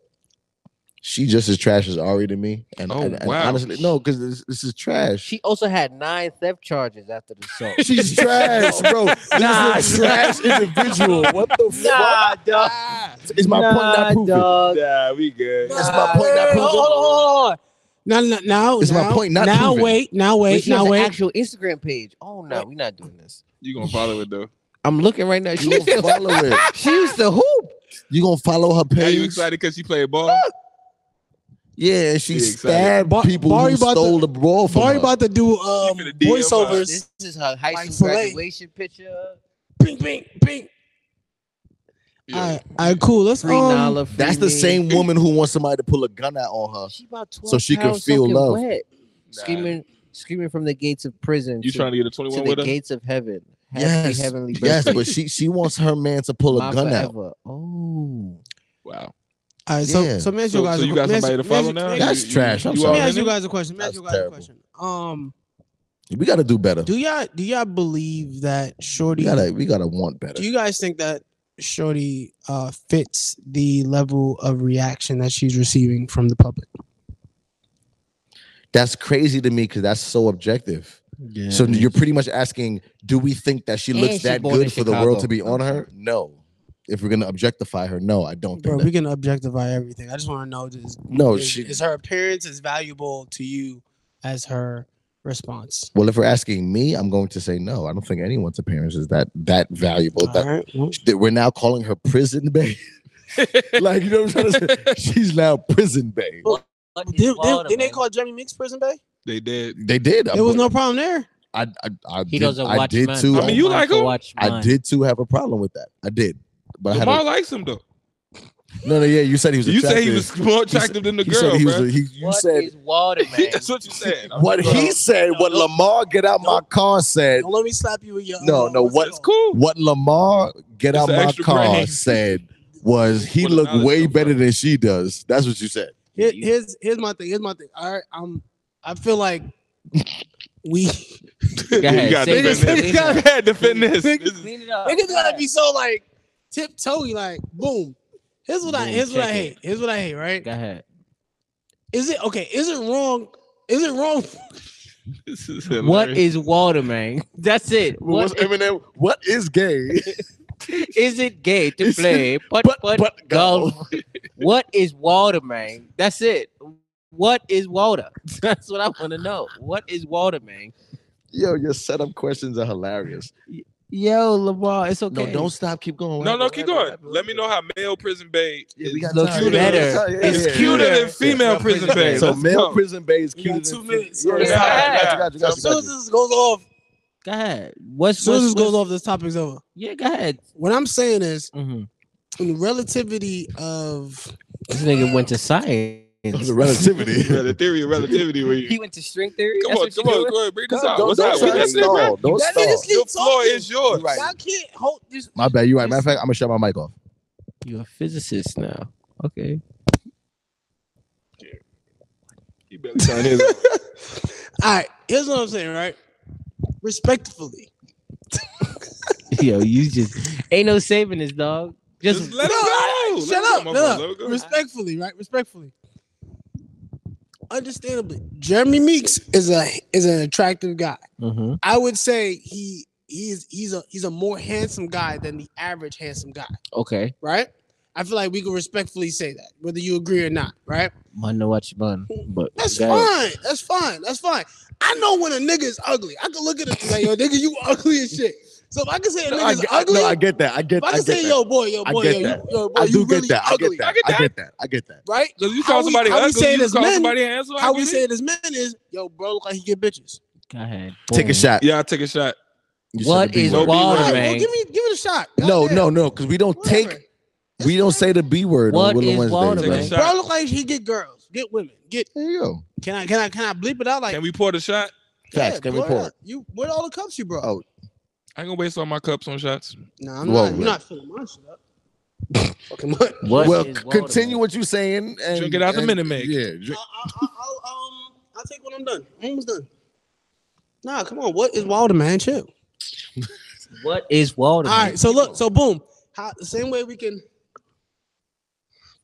S4: she just as trash as Ari to me. And,
S1: Oh,
S4: and, and
S1: wow.
S4: honestly, no, because this, this is trash.
S2: She also had nine theft charges after the assault.
S4: She's trash, bro.
S2: Nah,
S4: This is a trash individual. What the fuck?
S2: dog.
S4: Is my point not proven?
S2: dog.
S1: Nah, we good.
S4: That's my point not
S2: Hold on, hold
S4: proven.
S2: on, hold on.
S3: No, no, no.
S4: It's my
S3: now-
S4: point, not
S3: now.
S4: proven.
S3: Wait, now
S2: Wait,
S3: wait,
S2: oh, she has
S3: now
S2: an
S3: wait.
S2: actual Instagram page. Oh no, we're not doing this.
S1: You gonna follow it though?
S2: I'm looking right now. She
S4: You
S2: used
S4: gonna
S2: to,
S4: follow it.
S2: she used to hoop.
S4: You gonna follow her
S1: Are you
S4: page? Uh,
S1: excited because she played ball?
S4: Yeah, she
S1: You excited?
S4: stabbed
S3: Bar-
S4: people
S3: Barry
S4: who
S3: about
S4: stole
S3: to-
S4: the ball from
S3: Barry
S4: her.
S3: about to do um,
S1: finna DM her.
S3: voiceovers.
S2: This is her high
S3: Like
S2: school
S3: Filet.
S2: graduation picture.
S3: Bing, bing, bing.
S1: Yeah.
S3: All right, all right, cool. Let's
S2: Free
S3: um,
S2: Nala, free
S4: That's the
S2: me.
S4: same woman who wants somebody to pull a gun out on her.
S2: She about 12
S4: So she can
S2: pounds
S4: feel
S2: soaking
S4: love.
S2: Wet.
S1: Nah.
S2: Screaming, screaming from the gates of prison.
S1: You
S2: to-
S1: trying to get a
S2: to
S1: 21
S2: the
S1: with her?
S2: gates of heaven. Happy
S4: Yes,
S2: heavenly
S4: yes,
S2: birthday,
S4: but she she wants her man to pull
S2: my
S4: a gun out.
S2: forever. Oh,
S1: Wow.
S3: all right, so
S4: Yeah.
S3: so let me ask you
S1: So,
S3: guys.
S1: so
S3: a
S1: you
S3: que-
S1: got
S3: let me
S1: somebody to
S3: ask- let me ask
S1: follow
S3: you-
S1: now?
S3: let me
S4: That's
S1: You- you-
S4: trash. I'm
S1: you
S3: Let
S1: all
S4: sorry.
S3: me
S1: in
S3: ask
S1: it?
S3: you guys a question. Let me ask you
S4: That's
S3: guys a
S4: terrible.
S3: question. Um,
S4: We gotta do better.
S3: do y'all do y'all believe that
S4: We
S3: Shorty?
S4: gotta we gotta want better.
S3: Do you guys think that Shorty uh, fits the level of reaction that she's receiving from the public.
S4: That's crazy to me because that's so objective.
S5: Yeah.
S4: so you're pretty much asking, do we think that she
S5: And
S4: looks
S5: she's
S4: that
S5: born in
S4: good for the world
S5: Chicago.
S4: to be on her? No. If we're gonna objectify her, no, I don't
S3: Bro,
S4: think.
S3: we
S4: That.
S3: can objectify everything. I just want to know is,
S4: No,
S3: is,
S4: she.
S3: is her appearance as valuable to you as her response?
S4: Well, if we're asking me, I'm going to say no. I don't think anyone's appearance is that that valuable.
S3: All
S4: That,
S3: right. well,
S4: that we're now calling her prison bay. like you know what I'm trying to say? She's now prison bay.
S2: What
S3: Didn't,
S2: is wrong
S3: didn't-
S2: with
S3: didn't
S2: him,
S3: they
S2: man?
S3: call Jeremy Mix prison bay?
S1: They did.
S4: They did.
S3: There was no problem there.
S4: I, I, I
S2: He
S4: did,
S2: doesn't
S4: I
S2: watch
S4: did
S2: mine.
S4: too.
S1: I mean, you like
S2: to
S1: him?
S2: watch
S4: I
S2: mine.
S4: did too have a problem with that. I did, but I had
S1: Lamar
S4: a,
S1: likes him though.
S4: no, no, yeah. You said he was.
S1: You say he
S4: attractive.
S1: was more
S4: said-
S1: attractive than the
S4: He said
S1: girl,
S4: he was.
S1: bro.
S4: a- he, you
S2: What
S4: said
S2: is Water Man?
S1: That's what you said.
S4: what
S1: Bro,
S4: he said. What
S2: Nope.
S4: Lamar get out my car said.
S3: Don't let me slap you with your.
S4: No, no,
S3: what's it
S4: what-
S1: It's
S3: called?
S1: cool.
S4: What Lamar get
S1: It's
S4: out
S1: an
S4: my
S1: extra
S4: car
S1: brain.
S4: said was he
S1: What a
S4: looked
S1: knowledge
S4: way
S1: though, bro.
S4: better than she does. That's what you said.
S3: Here, here's here's my thing. Here's my thing. All right, I'm. I feel like we.
S5: Go
S1: Yeah,
S5: ahead,
S1: you gotta
S5: say
S1: defend this.
S5: this, say
S1: Go
S5: this.
S1: ahead, defend this. This is-
S2: Clean it up.
S3: Niggas gotta be so like tiptoey, like boom. Here's what I
S5: Boom,
S3: here's what I
S5: check
S3: hate.
S5: it.
S3: Here's what I hate, right?
S5: Go ahead.
S3: Is it okay? Is it wrong? Is it wrong?
S1: This is
S5: What
S1: hilarious.
S5: is water, man? That's it.
S4: What's
S5: What is,
S4: Eminem? What is gay?
S5: is it gay to
S4: Is it-
S5: play putt
S4: But
S5: putt
S4: but
S5: golf?
S4: golf.
S5: What is water, man? That's it. What is water? That's what I want to know. What is water, man?
S4: Yo, your setup questions are hilarious.
S5: Yo, Lamar, it's okay.
S4: No, don't stop. Keep going.
S1: No, no, keep going. Let me know how male prison bay
S4: Yeah,
S1: is
S4: we got
S5: Looks
S4: time.
S5: better.
S4: Yeah, yeah,
S1: It's
S4: yeah,
S1: cuter
S4: yeah.
S1: than female prison bay.
S4: So
S1: Let's
S4: male
S1: go.
S4: prison bay is
S3: We
S4: cuter
S3: got
S4: than
S3: two minutes.
S4: Yeah,
S3: Yeah.
S4: yeah, Got you,
S3: As
S4: got you,
S3: soon
S4: got
S3: as
S4: you.
S3: this goes off,
S5: Go ahead. What's
S3: as soon as this
S5: what's,
S3: goes
S5: what's
S3: off, this topic's over.
S5: yeah? Go ahead.
S3: What I'm saying is,
S5: Mhm.
S3: in the relativity of
S5: This nigga went to science.
S4: The relativity.
S1: Yeah, the theory of relativity where you
S2: He went to string theory.
S1: Come
S2: That's
S1: on,
S2: what you
S1: come on,
S2: doing?
S1: go ahead, bring this
S4: Go-
S1: out.
S4: go-
S1: What's
S4: don't
S1: up?
S4: try
S1: We
S4: to
S1: listening, bro.
S4: stall. Don't
S3: That
S4: stall.
S3: nigga's-
S1: Your floor
S3: talking.
S1: is yours.
S4: Right.
S3: I can't hold this.
S4: My bad. You right. Matter of fact, I'm gonna shut my mic off.
S5: You're a physicist now. Okay.
S1: He better turn his off.
S3: All right, here's what I'm saying, right? Respectfully,
S5: Yo, you just ain't no saving this dog. Just,
S1: Just let
S3: No,
S1: it go.
S3: shut
S1: Let it
S3: up,
S1: go, my
S3: shut
S1: brother. Go
S3: up.
S1: ahead.
S3: Respectfully, right? Respectfully. Understandably, Jeremy Meeks is a is an attractive guy.
S5: Mhm.
S3: I would say he he's he's a he's a more handsome guy than the average handsome guy,
S5: okay.
S3: right? I feel like we can respectfully say that, whether you agree or not, right?
S5: I know what you bun, but
S3: That's
S5: go ahead.
S3: fine. That's fine. That's fine. I know when a nigga is ugly. I can look at it like, yo, nigga, you ugly as shit. So if I can say a
S4: No, I,
S3: nigga's
S4: get-
S3: ugly,
S4: no, I get that. I get.
S3: if I
S4: I
S3: can
S4: get
S3: say,
S4: that.
S3: yo, boy, yo,
S4: I
S3: boy,
S4: get
S3: yo, you,
S4: that.
S3: yo, boy,
S4: I
S3: you
S4: do
S3: really
S4: get that. I
S3: ugly,
S4: get that. I get that. I get that.
S3: right?
S1: Because you
S3: How
S1: call
S3: we-
S1: somebody
S3: how we
S1: ugly,
S3: saying
S1: you
S3: as
S1: call
S3: men-
S1: somebody handsome.
S3: How we
S1: ugly?
S3: say it as men is, yo, bro, look like he get bitches.
S5: Go ahead.
S4: Take a
S5: Boom.
S4: shot.
S1: Yeah, I take a shot.
S4: You
S5: What
S4: said the
S5: is
S4: B-word.
S1: wrong?
S5: water,
S3: Alright,
S5: man?
S3: well, give me, give it a shot.
S4: No,
S3: Goddamn.
S4: no, no. Because we don't
S3: Whatever.
S4: take. We don't say the B word on
S5: What
S4: Willow
S5: is
S4: Wednesdays.
S5: water,
S4: bro.
S1: man?
S5: man?
S1: shot.
S3: Bro, look like he get girls, get women, get.
S4: There you go.
S3: Can I, can I, can I bleep it out? Like
S1: Can we pour the shot?
S4: Facts. Can we
S3: blow it
S4: pour?
S3: up. You, what all the cups you brought?
S4: Oh.
S1: I ain't gonna waste all my cups on shots.
S3: No, I'm
S4: Whoa,
S3: not.
S4: whoa.
S3: You're not filling my shit up. Fucking what?
S5: What
S4: well,
S5: is
S4: c-
S5: water,
S4: continue
S5: man?
S4: what you're saying. And,
S1: Drink it out the
S4: and-
S1: Minute Maid.
S4: Yeah. drink-
S3: I'll, I'll, um, I'll take when I'm done. I'm almost done. Nah, come on. What is Wilder, man? Chill.
S5: What is water?
S3: All
S5: man?
S3: right. So look. So boom. How, the same way we can.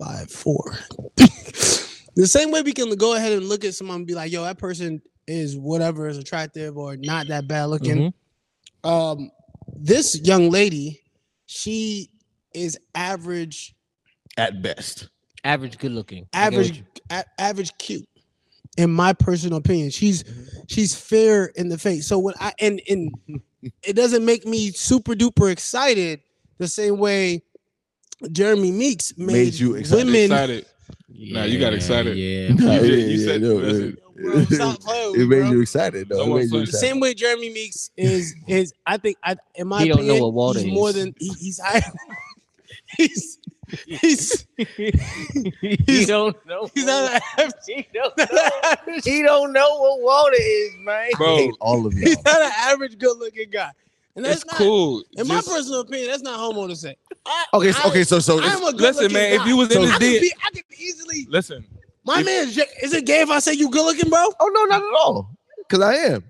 S3: Five four. the same way we can go ahead and look at someone and be like, "Yo, that person is whatever is attractive or not that bad
S5: Mm-hmm.
S3: looking."
S1: Mm-hmm.
S3: Um, this young lady, she is average,
S4: At best.
S5: Average, good looking. I get what
S3: average, a- average cute. In my personal opinion, she's
S4: Mm-hmm.
S3: she's fair in the face. So when I and and it doesn't make me super duper excited the same way Jeremy Meeks made,
S4: Made you excited.
S3: women.
S1: Excited.
S5: you-
S1: Nah, you got excited.
S5: Yeah.
S1: You
S4: Nah, yeah,
S1: did- you
S4: yeah,
S1: said-
S4: no,
S1: that's
S4: no.
S1: it.
S3: Bro, stop playing with
S4: It
S3: me,
S4: made
S3: bro.
S4: you excited. No,
S1: Don't
S4: it
S1: want
S4: made you
S1: fun.
S3: The
S4: excited.
S3: same way Jeremy Meeks is is I think I in my
S5: He don't know
S3: opinion
S5: what water
S3: he's more
S5: is.
S3: than he, he's higher. he's he's
S5: he don't know.
S3: he's not an
S5: he, don't,
S3: average.
S5: he don't know what water is, man.
S4: I
S1: Bro,
S4: hate all of you.
S3: He's not an average good looking guy. And that's
S1: it's
S3: not
S1: cool.
S3: in
S1: Just-
S3: my personal opinion, that's not homo to say.
S4: Okay, so, okay, so so
S3: I'm
S4: it's,
S3: a good
S1: Listen, man, if you was in
S3: I
S1: his
S3: could
S1: dick-
S3: be, I could easily
S1: Listen,
S3: my
S1: If-
S3: man is is it gay if I say you good looking, bro?
S4: oh no, not at all. Because I am.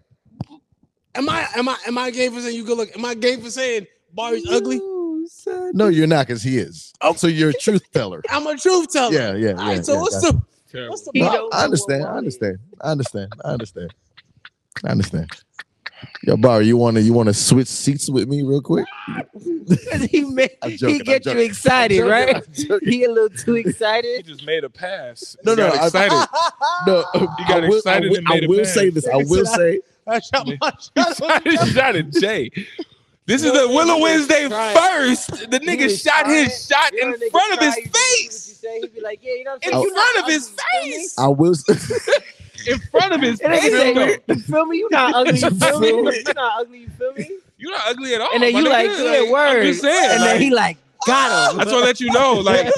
S3: Am I am I am I gay for saying you good looking? Am I gay for saying Barry's ugly?
S4: No,
S5: you said.
S4: No, you're not, because he is. So you're a truth teller.
S3: I'm a truth teller.
S4: Yeah, yeah,
S3: All
S4: yeah.
S3: right. so
S4: yeah,
S3: what's
S4: gotcha.
S3: the
S1: Terrible.
S3: what's the
S2: He
S4: No,
S3: problem?
S2: don't
S4: I
S2: know
S4: understand.
S2: what
S4: I
S2: one
S4: understand. I understand. I understand. I understand. Yo, Bar, you wanna you wanna switch seats with me real quick?
S5: he make,
S4: I'm joking,
S5: he
S4: I'm
S5: get you
S4: joking.
S5: excited,
S4: I'm joking,
S5: right?
S4: I'm joking.
S5: He a little too
S1: He
S5: excited.
S1: just made a pass.
S4: No,
S1: He
S4: no,
S1: got
S4: I-
S1: excited.
S4: No,
S1: You got
S4: I will, I
S1: excited
S4: will,
S1: and made
S4: I
S1: a
S4: will
S1: pass.
S4: say this. I will say
S3: I shot my
S1: He
S3: shot.
S1: shot his shot at Jay. This is the Willow Wednesday first. The nigga
S5: was
S1: shot his shot
S5: You know,
S1: in
S5: nigga
S1: front of
S5: try,
S1: his
S5: you do
S1: face.
S5: What you say? He be like, yeah, you know.
S1: In
S5: what I'm saying?
S1: front
S5: You're
S1: of his
S5: not ugly, you
S1: face.
S4: I will
S1: In front of his
S5: And they
S1: face.
S5: say,
S1: though.
S5: You feel me? You not ugly. You feel me? You not ugly. You feel me?
S1: You're not ugly at all.
S5: And then
S1: my
S5: you
S1: nigga.
S5: like, good
S1: I'm
S5: word.
S1: just saying,
S5: And then
S1: like,
S5: he like, got him.
S1: I just want to let you know, like,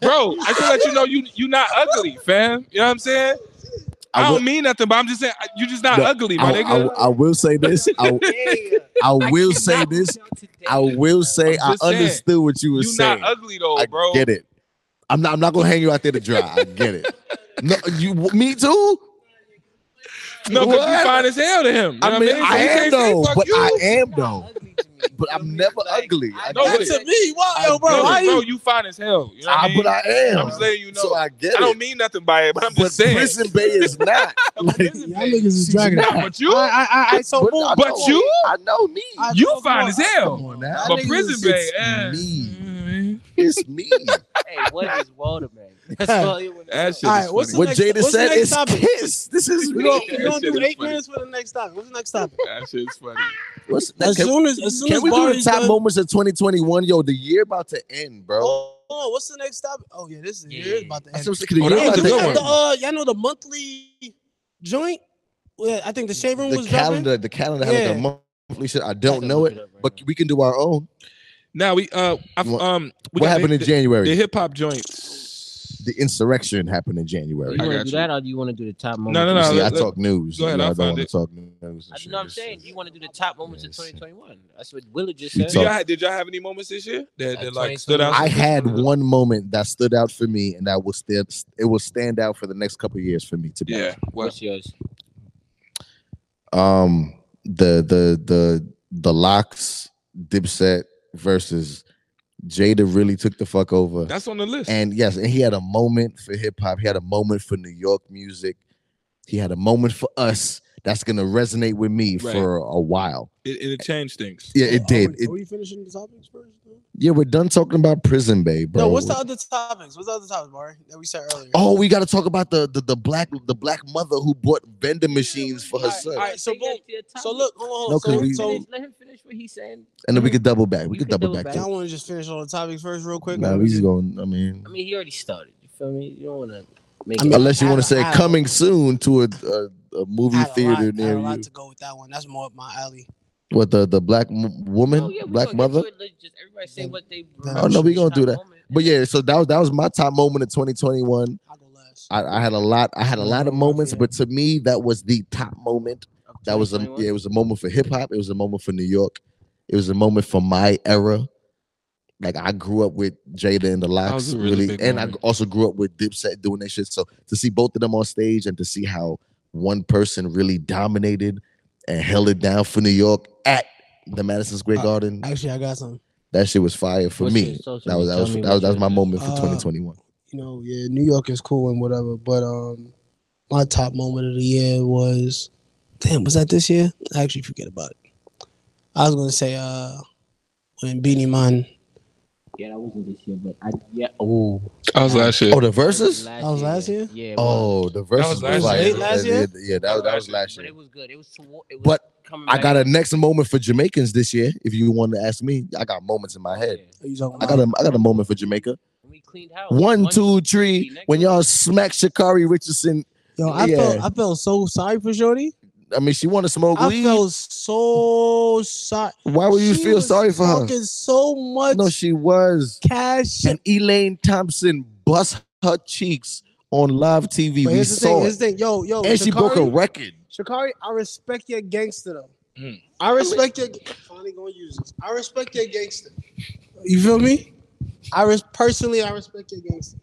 S1: bro, I just want to let you know you you not ugly, fam. You know what I'm saying? I,
S4: I
S1: don't
S4: will,
S1: mean nothing, but I'm just saying uh, you just not
S4: No,
S1: ugly, my
S4: I, I,
S1: nigga.
S4: I will say this. I,
S5: Yeah.
S4: I will
S5: cannot
S4: say this.
S5: tell today.
S4: I will say
S1: I'm
S4: I
S1: just saying,
S4: understood what you were
S1: you
S4: saying.
S1: not ugly though,
S4: I
S1: bro.
S4: get it. I'm not. I'm not gonna hang you out there to dry. I get it. No, you. Me too.
S1: No, because you
S4: What?
S1: fine as hell to him. You know
S4: I mean,
S1: what
S4: I
S1: So he
S4: am
S1: can't say
S4: though,
S1: fuck
S4: but
S1: you.
S4: I am
S5: You're not
S4: though.
S5: ugly to me, you
S4: But
S5: feel
S4: I'm
S5: me?
S4: never
S5: Like,
S4: ugly. I,
S5: No,
S1: know
S3: Not
S1: it.
S3: to me. Wow, yo, bro.
S1: No,
S3: How
S1: bro,
S3: you?
S1: you fine as hell. You know what I
S4: I,
S1: mean?
S4: Ah, but I am.
S1: I'm just letting you know.
S4: So I get
S1: I
S4: it.
S1: don't mean nothing by it, but I'm
S4: but
S1: just saying.
S4: Prison Bay is not. like,
S1: Prison
S3: Y'all
S1: Bay.
S3: niggas is dragging.
S1: Nah, but you,
S3: I, I, I, I so
S4: but, I
S3: moved.
S1: But
S4: know-
S1: you?
S4: I know me.
S3: I-
S1: you fine as
S4: Come
S1: hell.
S4: on now.
S1: But Prison Bay,
S4: it's
S1: eh.
S3: Mm-hmm.
S4: me.
S1: Mm,
S4: It's me.
S5: Hey, what is Walter, man? That's all you want to
S1: That
S5: know.
S1: shit
S3: All
S1: is
S3: right, what's
S1: funny.
S3: the
S4: what
S3: next-
S4: Jada
S3: what's the
S4: said
S3: next
S4: is
S3: topic?
S4: kiss. This is
S3: We gonna, we
S1: That
S3: gonna
S1: shit
S3: do
S1: is
S3: eight
S1: funny.
S3: minutes for the next topic. What's the next topic?
S1: That shit's funny.
S4: What's
S3: As
S4: can,
S3: soon as, as soon
S4: can
S3: as
S4: we do the
S3: Barry's
S4: top
S3: done-
S4: moments of 2021? Yo, the year about to end, bro.
S3: Oh, oh, what's the next topic? Oh yeah, this is here is about to
S4: I
S3: end.
S4: said, the
S1: Oh,
S4: year
S1: that
S3: Yeah,
S1: was
S4: about
S1: a
S3: because
S1: good
S4: to
S3: they
S4: end.
S3: have
S1: one.
S3: the uh, y'all know the monthly joint. Well, I think the shave room
S4: the
S3: was
S4: calendar, the calendar had like a monthly shit. I don't know it, but we can do our own.
S1: Now we uh I,
S4: What-
S1: um we
S4: what
S1: got
S4: happened
S1: the,
S4: in January?
S1: The
S4: The,
S1: hip hop joints.
S4: insurrection happened in January.
S5: You
S1: I
S5: want
S1: got
S5: to do
S1: you.
S5: that, or do you want to do the top moment?
S1: no,
S4: You
S1: no,
S4: see,
S1: let-
S4: I
S1: let-
S4: talk news.
S1: go ahead,
S4: You know,
S1: I
S4: I don't
S1: found
S4: want to
S1: it.
S4: talk news. and
S5: I
S4: shit.
S5: know what I'm
S4: It's-
S5: saying.
S4: it's-
S5: You want to do the top moments of
S4: Yes.
S5: 2021. That's what Willa just said.
S1: Did
S4: So-
S1: y'all, did y'all have any moments this year that, that like stood out?
S4: I had one moment that stood out for me, and that will stand. It will stand out for the next couple of years for me. To be
S1: yeah. What?
S5: What's yours?
S4: um the the the the locks dipset versus Jada really took the fuck over.
S1: That's on the list.
S4: and yes, and he had a moment for hip hop. He had a moment for New York music. He had a moment for us that's gonna resonate with me
S1: Right.
S4: for a while.
S1: it, it changed things.
S4: Yeah, it
S3: Are
S4: did.
S3: we,
S4: It,
S3: are we finishing the topics first? though?
S4: yeah, we're done talking about prison, Bay, bro.
S3: No, what's the other topics? What's the other topics, Barry, that we said earlier?
S4: Oh, we gotta talk about the, the the black the black mother who bought vending machines for her
S3: Alright,
S4: son,
S3: alright, so
S5: Take that
S3: boom.
S5: to your top
S3: So
S5: moment.
S3: look, hold on.
S4: No, 'cause
S3: so,
S4: we-
S3: so
S5: Let him finish what he's saying.
S4: and then we could double back. We could
S5: You could
S4: double,
S5: double
S4: back.
S5: back.
S4: to it.
S3: y'all want to just finish all the topics first, real quick?
S4: Nah,
S3: Or
S4: we just
S3: just-
S4: going. I mean,
S5: I mean, he already started. You feel me? You don't want to make
S3: I mean,
S5: it.
S4: unless you
S3: I
S4: want to
S3: had a-
S4: say
S3: I had a-
S4: coming soon to a, a, a
S3: I
S4: movie
S3: had a
S4: theater
S3: lot, I had
S4: near
S3: a lot
S4: you.
S3: to go with that one. That's more up my alley.
S4: What the the black m- woman,
S5: Oh, yeah, we
S4: black
S5: gonna get
S4: mother?
S5: to it. Let's Just everybody say
S3: Then-
S5: what they.
S3: then-
S4: Oh, no, we gonna do
S5: Top
S4: that.
S5: moment.
S4: But yeah, so that was that was my top moment in 2021.
S3: I'll go last.
S4: I, I had a lot. I had a lot of
S3: Mhm,
S4: moments,
S3: yeah.
S4: but to me, that was the top moment.
S5: Of
S4: That was a
S5: 2021?
S4: yeah, it was a moment for hip hop. It was a moment for New York. It was a moment for my era. Like I grew up with Jada and the Locks,
S1: was a really
S4: really,
S1: big
S4: and
S1: moment.
S4: I also grew up with Dipset doing that shit. So to see both of them on stage and to see how one person really dominated and held it down for New York at the Madison Square
S3: Uh,
S4: Garden,
S3: Actually, I got some.
S4: that shit was fire for
S5: What's
S4: me.
S5: your social
S4: That was
S5: media?
S4: that was that was,
S5: Tell me what
S4: that was
S5: yours
S4: my
S5: is.
S4: moment for
S3: Uh,
S4: 2021.
S3: You know, yeah, New York is cool and whatever, but um, my top moment of the year was, damn, was that this year? I actually forget about it. I was gonna say uh, when Beanie Man.
S5: Yeah, that wasn't this year, but I yeah. Oh,
S1: I was last year.
S4: Oh, the verses.
S5: That
S3: That was last year?
S5: Yeah. it was.
S4: Oh, the
S1: was
S4: verses.
S1: last
S4: fire.
S3: year. Last
S4: Yeah,
S3: year?
S4: Yeah, yeah, that, was- that was last
S5: But
S4: year.
S5: it was good. It was. Toward, it was
S4: But
S5: coming
S4: I
S5: back
S4: got a next moment for Jamaicans this year. If you want to ask me, I got moments in my
S5: Yeah.
S4: head.
S3: Are you talking
S4: I
S3: about?
S4: got a I got a moment for Jamaica.
S5: And we cleaned house.
S4: One,
S5: Money.
S4: two, three. When y'all smack Shakari Richardson,
S3: Yo, I
S4: Yeah.
S3: felt I felt so sorry for Shorty.
S4: I mean, she want to smoke
S3: I
S4: weed.
S3: felt so sorry.
S4: Why would you
S3: She
S4: feel
S3: was
S4: sorry for her?
S3: Talking so much
S4: No, she was.
S3: cash.
S4: And Elaine Thompson bust her cheeks on live TV.
S3: But
S4: we
S3: here's the thing.
S4: saw
S3: Here's
S4: it.
S3: the thing. Yo, yo,
S4: And she broke a
S3: Sha'Carri-
S4: record.
S3: Shakari, I respect your gangster though.
S1: Mm.
S3: I respect your finally gonna use this. I respect your gangster. You feel me? I res- personally I respect your gangster.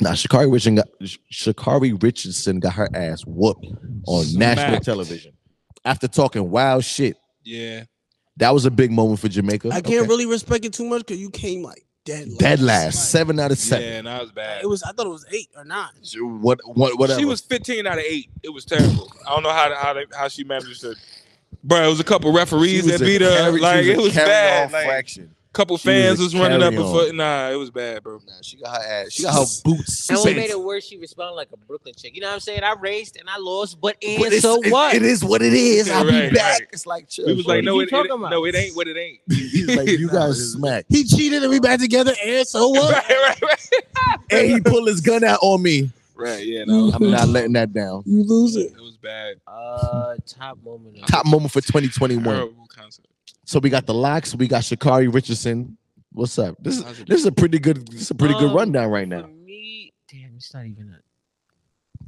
S4: Nah, Shakari Richardson got, Sha'Carri Richardson got her ass whooped on national
S1: Smacked.
S4: television after talking wild shit.
S1: Yeah.
S4: That was a big moment for Jamaica.
S3: I can't really respect it too much because you came like dead last.
S4: Dead last,
S3: Like,
S4: seven out of
S1: Yeah,
S4: seven.
S1: and I was bad.
S3: It was. I thought it was eight or nine.
S4: What? What? Whatever.
S1: She was 15 out of eight. It was terrible. I don't know how how they, how she managed to. Bro, it was a couple referees that beat her. like it was bad. Like,
S4: fraction.
S1: couple
S4: She was a
S1: fans was running up and
S4: carry-on.
S1: foot. Nah, it was bad, bro.
S4: Nah, she got her ass. She got her boots.
S2: And what
S4: bent.
S2: made it worse, she responded like a Brooklyn chick. You know what I'm saying? I raced and I lost, but and
S4: But it's-
S2: so
S4: it-
S2: what?
S4: It is what it is. I'll
S1: Right,
S4: be back.
S1: right.
S4: It's like chill.
S1: We was
S4: shorty.
S1: like, no,
S5: you
S1: it, it
S5: talking about?
S1: no, it ain't what it ain't.
S4: He's like, you
S1: Nah,
S4: got
S1: it's-
S4: smacked.
S3: He cheated and we back together, and so what?
S1: right, right, right.
S4: And he pulled his gun out on me.
S1: Right, yeah, no.
S4: I'm not letting that down.
S3: you lose it.
S1: It was bad.
S2: Uh, top moment. Of
S4: Top moment for 2021.
S1: Terrible concert.
S4: So we got the locks. We got Shakari Richardson. What's up? This is this is a pretty good. This is a pretty good
S2: Um,
S4: rundown right
S2: For
S4: now.
S2: me, damn, it's not even. A,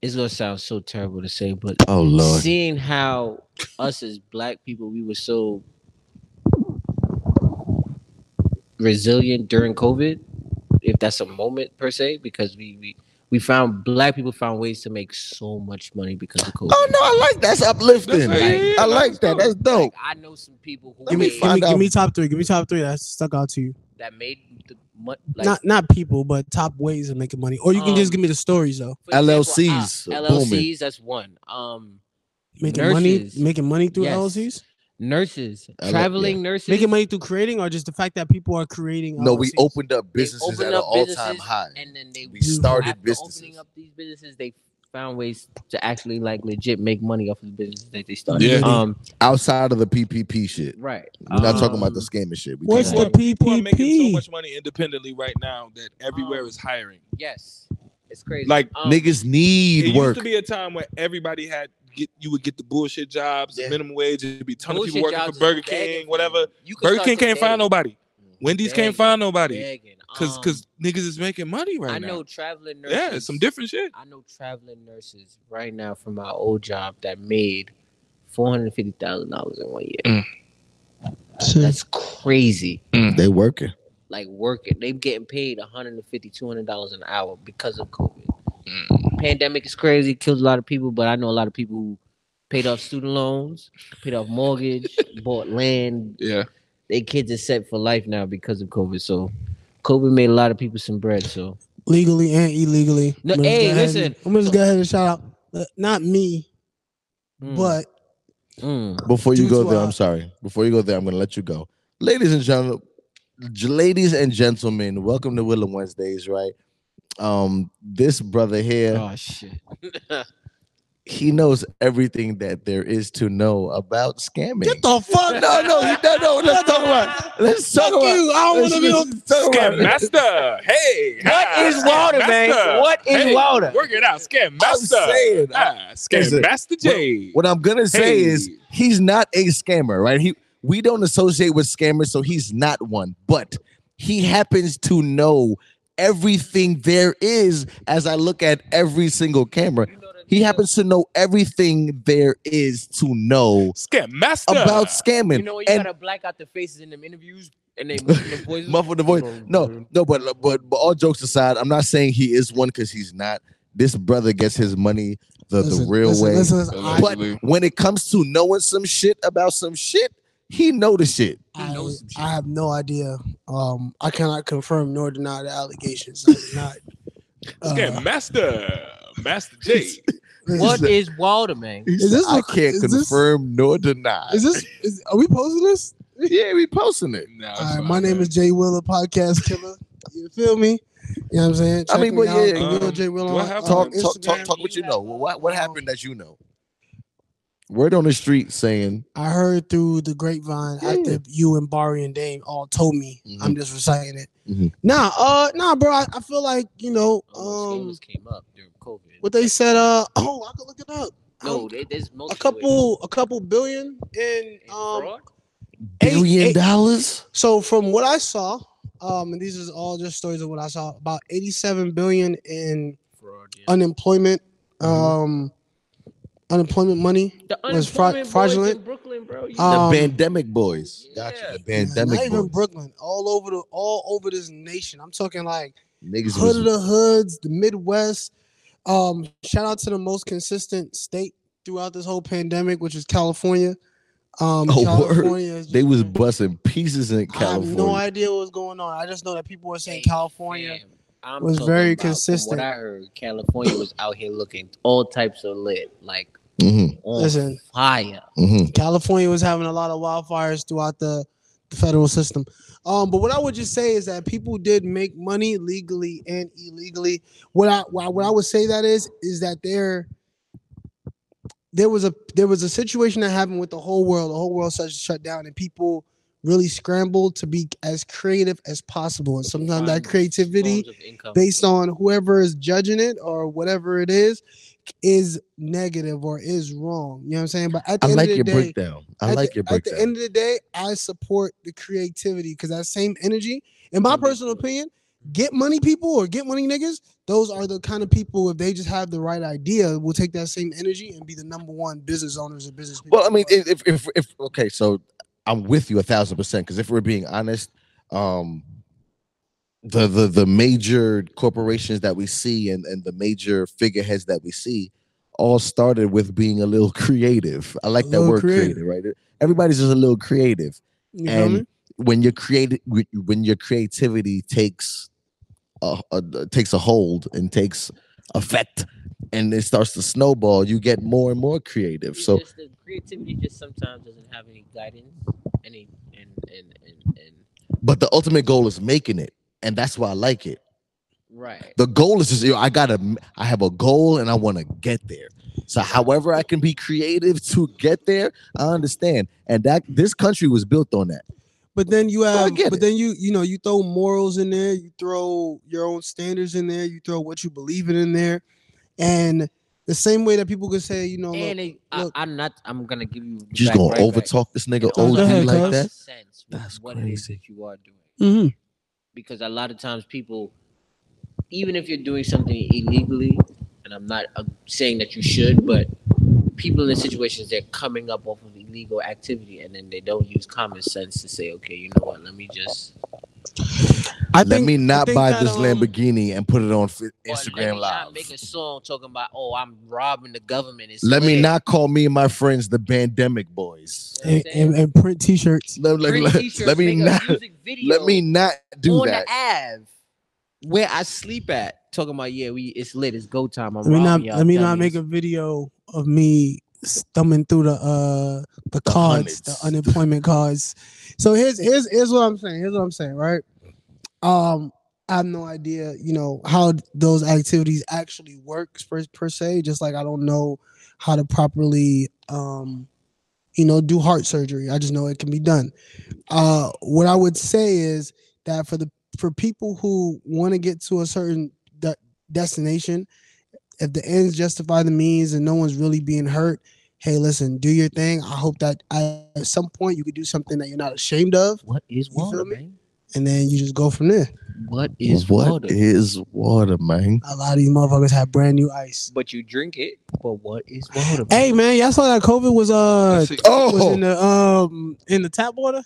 S2: it's gonna sound so terrible to say, but
S4: Oh
S2: seeing how us as black people we were so resilient during COVID, if that's a moment per se, because we we, we found black people found ways to make so much money because of COVID.
S4: Oh no, I like that. That's uplifting.
S1: That's- yeah, yeah,
S4: I
S1: that's
S4: like that.
S1: dope.
S4: That's dope.
S2: Like, I know some people who
S4: Let me
S2: made,
S3: Give me,
S4: Find out.
S3: give me top three. Give me top three that stuck out to you.
S2: that made the mon- like
S3: not not people, but top ways of making money. Or you can just
S2: Um,
S3: give me the stories though.
S2: for example, ah,
S4: LLCs
S2: I-
S4: booming.
S2: LLCs, that's one. Um,
S3: Making money,
S2: Nurses.
S3: making money through
S2: Yes.
S3: LLCs,
S2: nurses,
S4: I like-
S2: traveling nurses,
S3: making money through creating, or just the fact that people are creating.
S4: No, we
S3: LLCs?
S4: opened up businesses
S2: opened
S4: at an
S2: up
S4: all time
S2: businesses
S4: high.
S2: and then they
S4: We started
S2: after
S4: businesses.
S2: Opening up these businesses, they found ways to actually like legit make money off of the businesses that they started.
S1: Yeah.
S2: Um.
S4: Outside of the PPP shit,
S2: Right.
S4: we're not talking about
S2: Um,
S4: the scamming shit. We
S3: What's
S4: can't-
S3: the
S1: People People are making so
S3: PPP?
S1: much money independently right now that everywhere is hiring.
S2: Yes. It's crazy.
S1: Like,
S2: um,
S4: niggas
S1: It
S4: need work?
S1: used to be a time where everybody had get you would get the bullshit jobs,
S4: Yeah.
S1: the minimum wage. It'd be a ton of people
S2: bullshit
S1: working
S2: jobs
S1: for
S2: is
S1: Burger
S2: begging
S1: King,
S2: for
S1: whatever.
S2: them. You can
S1: Burger
S2: start
S1: King can't
S2: today.
S1: find nobody. Wendy's
S2: Begging,
S1: can't find nobody
S2: begging.
S1: because
S2: Um,
S1: because niggas is making money right
S2: I
S1: now.
S2: know traveling nurses.
S1: Yeah, some different shit.
S2: I know traveling nurses right now from my old job that made four hundred fifty thousand dollars in one year. That's crazy.
S4: They working.
S2: like working. They getting paid 150 dollars an hour because of COVID. Pandemic is crazy, kills a lot of people, but I know a lot of people who paid off student loans, paid off mortgage, bought land.
S1: Yeah,
S2: They kids is set for life now because of COVID. So COVID made a lot of people some bread. So
S3: legally and illegally.
S2: No,
S3: I'm gonna just
S2: hey,
S3: go ahead
S2: listen.
S3: and- I'm gonna just go ahead and shout out, uh, not me,
S2: mm,
S3: but
S2: mm,
S4: Before you
S3: Due
S4: go
S3: to
S4: there,
S3: our-
S4: I'm sorry. Before you go there, I'm gonna let you go. Ladies and gentlemen, ladies and gentlemen, welcome to Willow Wednesdays, right? Um, this brother here,
S2: oh shit.
S4: he knows everything that there is to know about scamming.
S3: get the fuck
S4: no, no, he- no, no, let's talk about let's talk
S3: Fuck
S4: about
S3: you! I don't want to be on.
S1: Scam Master. Hey, ah,
S5: What is Walter, man? What is
S1: Hey.
S5: Walter?
S1: Work it out, Scam
S4: I'm
S1: Master.
S4: saying, uh, I-
S1: Ah, Scam
S4: Listen,
S1: Master J.
S4: What I'm gonna say
S1: Hey.
S4: is he's not a scammer, right? He we don't associate with scammers, so he's not one. But he happens to know everything there is as I look at every single camera.
S2: You know the
S4: He
S2: nigga-
S4: happens to know everything there is to know
S1: Scam Master.
S4: about
S2: You
S4: scamming.
S2: know when you
S4: and
S2: gotta black out the faces in them interviews and they muffle the voices.
S4: muffle the voice. No, no, but but but all jokes aside, I'm not saying he is one because he's not. This brother gets his money the, the real way.
S3: Listen, listen, I,
S4: But when it comes to knowing some shit about some shit, he know the shit.
S3: I,
S2: knows some shit.
S3: I have no idea. Um, I cannot confirm nor deny the allegations. I did not. uh,
S1: Scam Master. Master J.
S3: listen,
S2: What is Walter, man?
S4: He
S3: Is
S4: said,
S3: this
S4: I
S3: look-
S4: can't
S3: is this-
S4: confirm nor deny.
S3: Is this? Is, are we posting this?
S4: yeah, we posting it.
S1: Nah,
S3: All
S1: it's
S3: right,
S1: fine,
S3: my name
S1: man.
S3: is Jay Wheeler, podcast killer. You feel me? You know what I'm saying?
S4: I mean,
S3: me
S4: but
S3: out,
S4: yeah,
S3: the
S1: um,
S3: real Jay Wheeler
S1: do I
S3: on,
S1: have-
S4: Talk,
S3: on
S4: talk, talk,
S3: Instagram.
S4: talk. What you know? What what happened that you know? Word on the street saying
S3: I heard through the grapevine
S4: Yeah.
S3: after you and Barry and Dame all told me.
S4: Mhm.
S3: I'm just reciting it.
S4: Mhm.
S3: Nah, uh, nah, bro. I, I feel like you know,
S2: Oh,
S3: um,
S2: scammers came up during COVID.
S3: what they said. Uh, oh, I could look it up.
S2: No,
S3: Um,
S2: they, there's multiple
S3: a
S2: ways.
S3: couple, a couple billion in
S2: And
S3: um.
S2: fraud?
S3: eight-
S4: billion
S3: eight-
S4: dollars.
S3: So from what I saw, um, and these is all just stories of what I saw. About 87 billion in
S2: Fraud, yeah. Mm-hmm.
S3: unemployment, um, unemployment money.
S2: the
S3: was fra-
S2: unemployment boys
S3: fraudulent.
S2: in Brooklyn, bro. You-
S3: Um,
S4: the pandemic boys.
S2: yeah.
S4: Gotcha. The
S3: Not
S4: pandemic
S3: even
S4: boys.
S3: Brooklyn, all over the all over this nation. I'm talking like
S4: Niggas
S3: hood
S4: was,
S3: of the hoods, the Midwest. Um, shout out to the most consistent state throughout this whole pandemic, which is California. Um,
S4: Oh, word.
S3: California. is
S4: They was
S3: just-
S4: busting pieces in California.
S3: I have no idea what was going on. I just know that people were saying
S2: Hey,
S3: California.
S2: Damn, I'm
S3: was
S2: talking
S3: very
S2: about, from
S3: consistent.
S2: What I heard, California was out here looking all types of lit, like
S4: Mhm,
S2: on
S3: Listen,
S2: fire.
S4: mhm.
S3: California was having a lot of wildfires throughout the, the federal system. Um, but what I would just say is that people did make money legally and illegally. What I what I- what I would say that is is that there there was a there was a situation that happened with the whole world. The whole world started to shut down, and people really scrambled to be as creative as possible. And sometimes that creativity
S2: Forms of income.
S3: based on whoever is judging it or whatever it is is negative or is wrong. You know what I'm saying? But at the
S4: I
S3: end
S4: like
S3: of the
S4: your
S3: day,
S4: breakdown. I
S3: at
S4: like
S3: the-
S4: your
S3: At
S4: breakdown.
S3: the end of the day, I support the creativity because that same energy, in my personal opinion, get money people or get money niggas, those are the kind of people, if they just have the right idea, will take that same energy and be the number one business owners and business people.
S4: Well, I mean, if, if if if okay, so I'm with you a thousand percent because if we're being honest, um, the the the major corporations that we see and and the major figureheads that we see all started with being a little creative. I like that
S3: little
S4: word creative.
S3: creative.
S4: right? Everybody's just a little creative,
S3: you feel
S4: and
S3: me?
S4: when you're creative, when your creativity takes a, a takes a hold and takes effect. And it starts to snowball. You get more and more creative.
S2: It's
S4: So
S2: just the creativity just sometimes doesn't have any guidance, any and and and, and
S4: but the ultimate goal is making it and that's why i like it
S2: right.
S4: the goal is just yo, i gotta i have a goal and i want to get there so however i can be creative to get there i understand and that this country was built on that
S3: But then you
S4: I
S3: have,
S4: get
S3: but
S4: it.
S3: then you you know you throw morals in there, you throw your own standards in there, you throw what you believe in in there, and the same way that people could say, you know, look,
S2: And it, I,
S3: look.
S2: I'm not. I'm gonna give you.
S4: just
S2: back
S4: gonna
S2: right
S4: over
S2: back.
S4: talk this nigga
S2: It all
S4: od
S3: ahead,
S4: like
S3: cuz.
S4: that
S2: makes sense with
S4: That's
S2: what it is
S4: crazy.
S2: that you are doing.
S4: Mm-hmm.
S3: mhm,
S2: because a lot of times people, even if you're doing something illegally, and I'm not uh, saying that you should, but people in situations they're coming up off of illegal activity, and then they don't use common sense to say, okay, you know what, let me just
S3: I
S4: let me
S3: I
S4: not
S3: think
S4: buy
S3: that,
S4: this
S3: um,
S4: lamborghini and put it on fi-
S2: Or let
S4: instagram
S2: me not
S4: live
S2: make a song talking about, oh, I'm robbing the government. It's
S4: let me
S2: lit."
S4: not call me and my friends the pandemic boys
S2: You know
S3: And,
S2: what I'm saying?
S3: and, and print T-shirts.
S4: let, let-
S2: Print
S4: let-
S2: t-shirts,
S4: let me
S2: make a
S4: not
S2: music video
S4: let me not do
S2: on
S4: that
S2: the Ave where I sleep at, talking about yeah, we it's lit, it's go time. I'm
S3: Let me not
S2: robbing y'all.
S3: let me not
S2: dummies."
S3: make a video of me thumbing through the uh the cards, the
S4: hundreds.
S3: unemployment cards. So here's here's here's what I'm saying. Here's what I'm saying, right? Um, I have no idea, you know, how those activities actually works per, per se. Just like I don't know how to properly um you know do heart surgery. I just know it can be done. Uh what I would say is that for the for people who want to get to a certain de- destination if the ends justify the means and no one's really being hurt, hey, listen, do your thing. I hope that I, at some point you could do something that you're not ashamed of,
S2: What is
S3: You feel
S2: water,
S3: me?
S2: man?
S3: and then you just go from there.
S2: What is
S4: what
S2: water?
S4: is water man
S3: A lot of these motherfuckers have brand new ice.
S2: but you drink it. But what is water?
S3: Hey man, y'all saw that COVID was uh
S1: Let's see.
S3: was in
S4: oh
S3: the um in the tap water.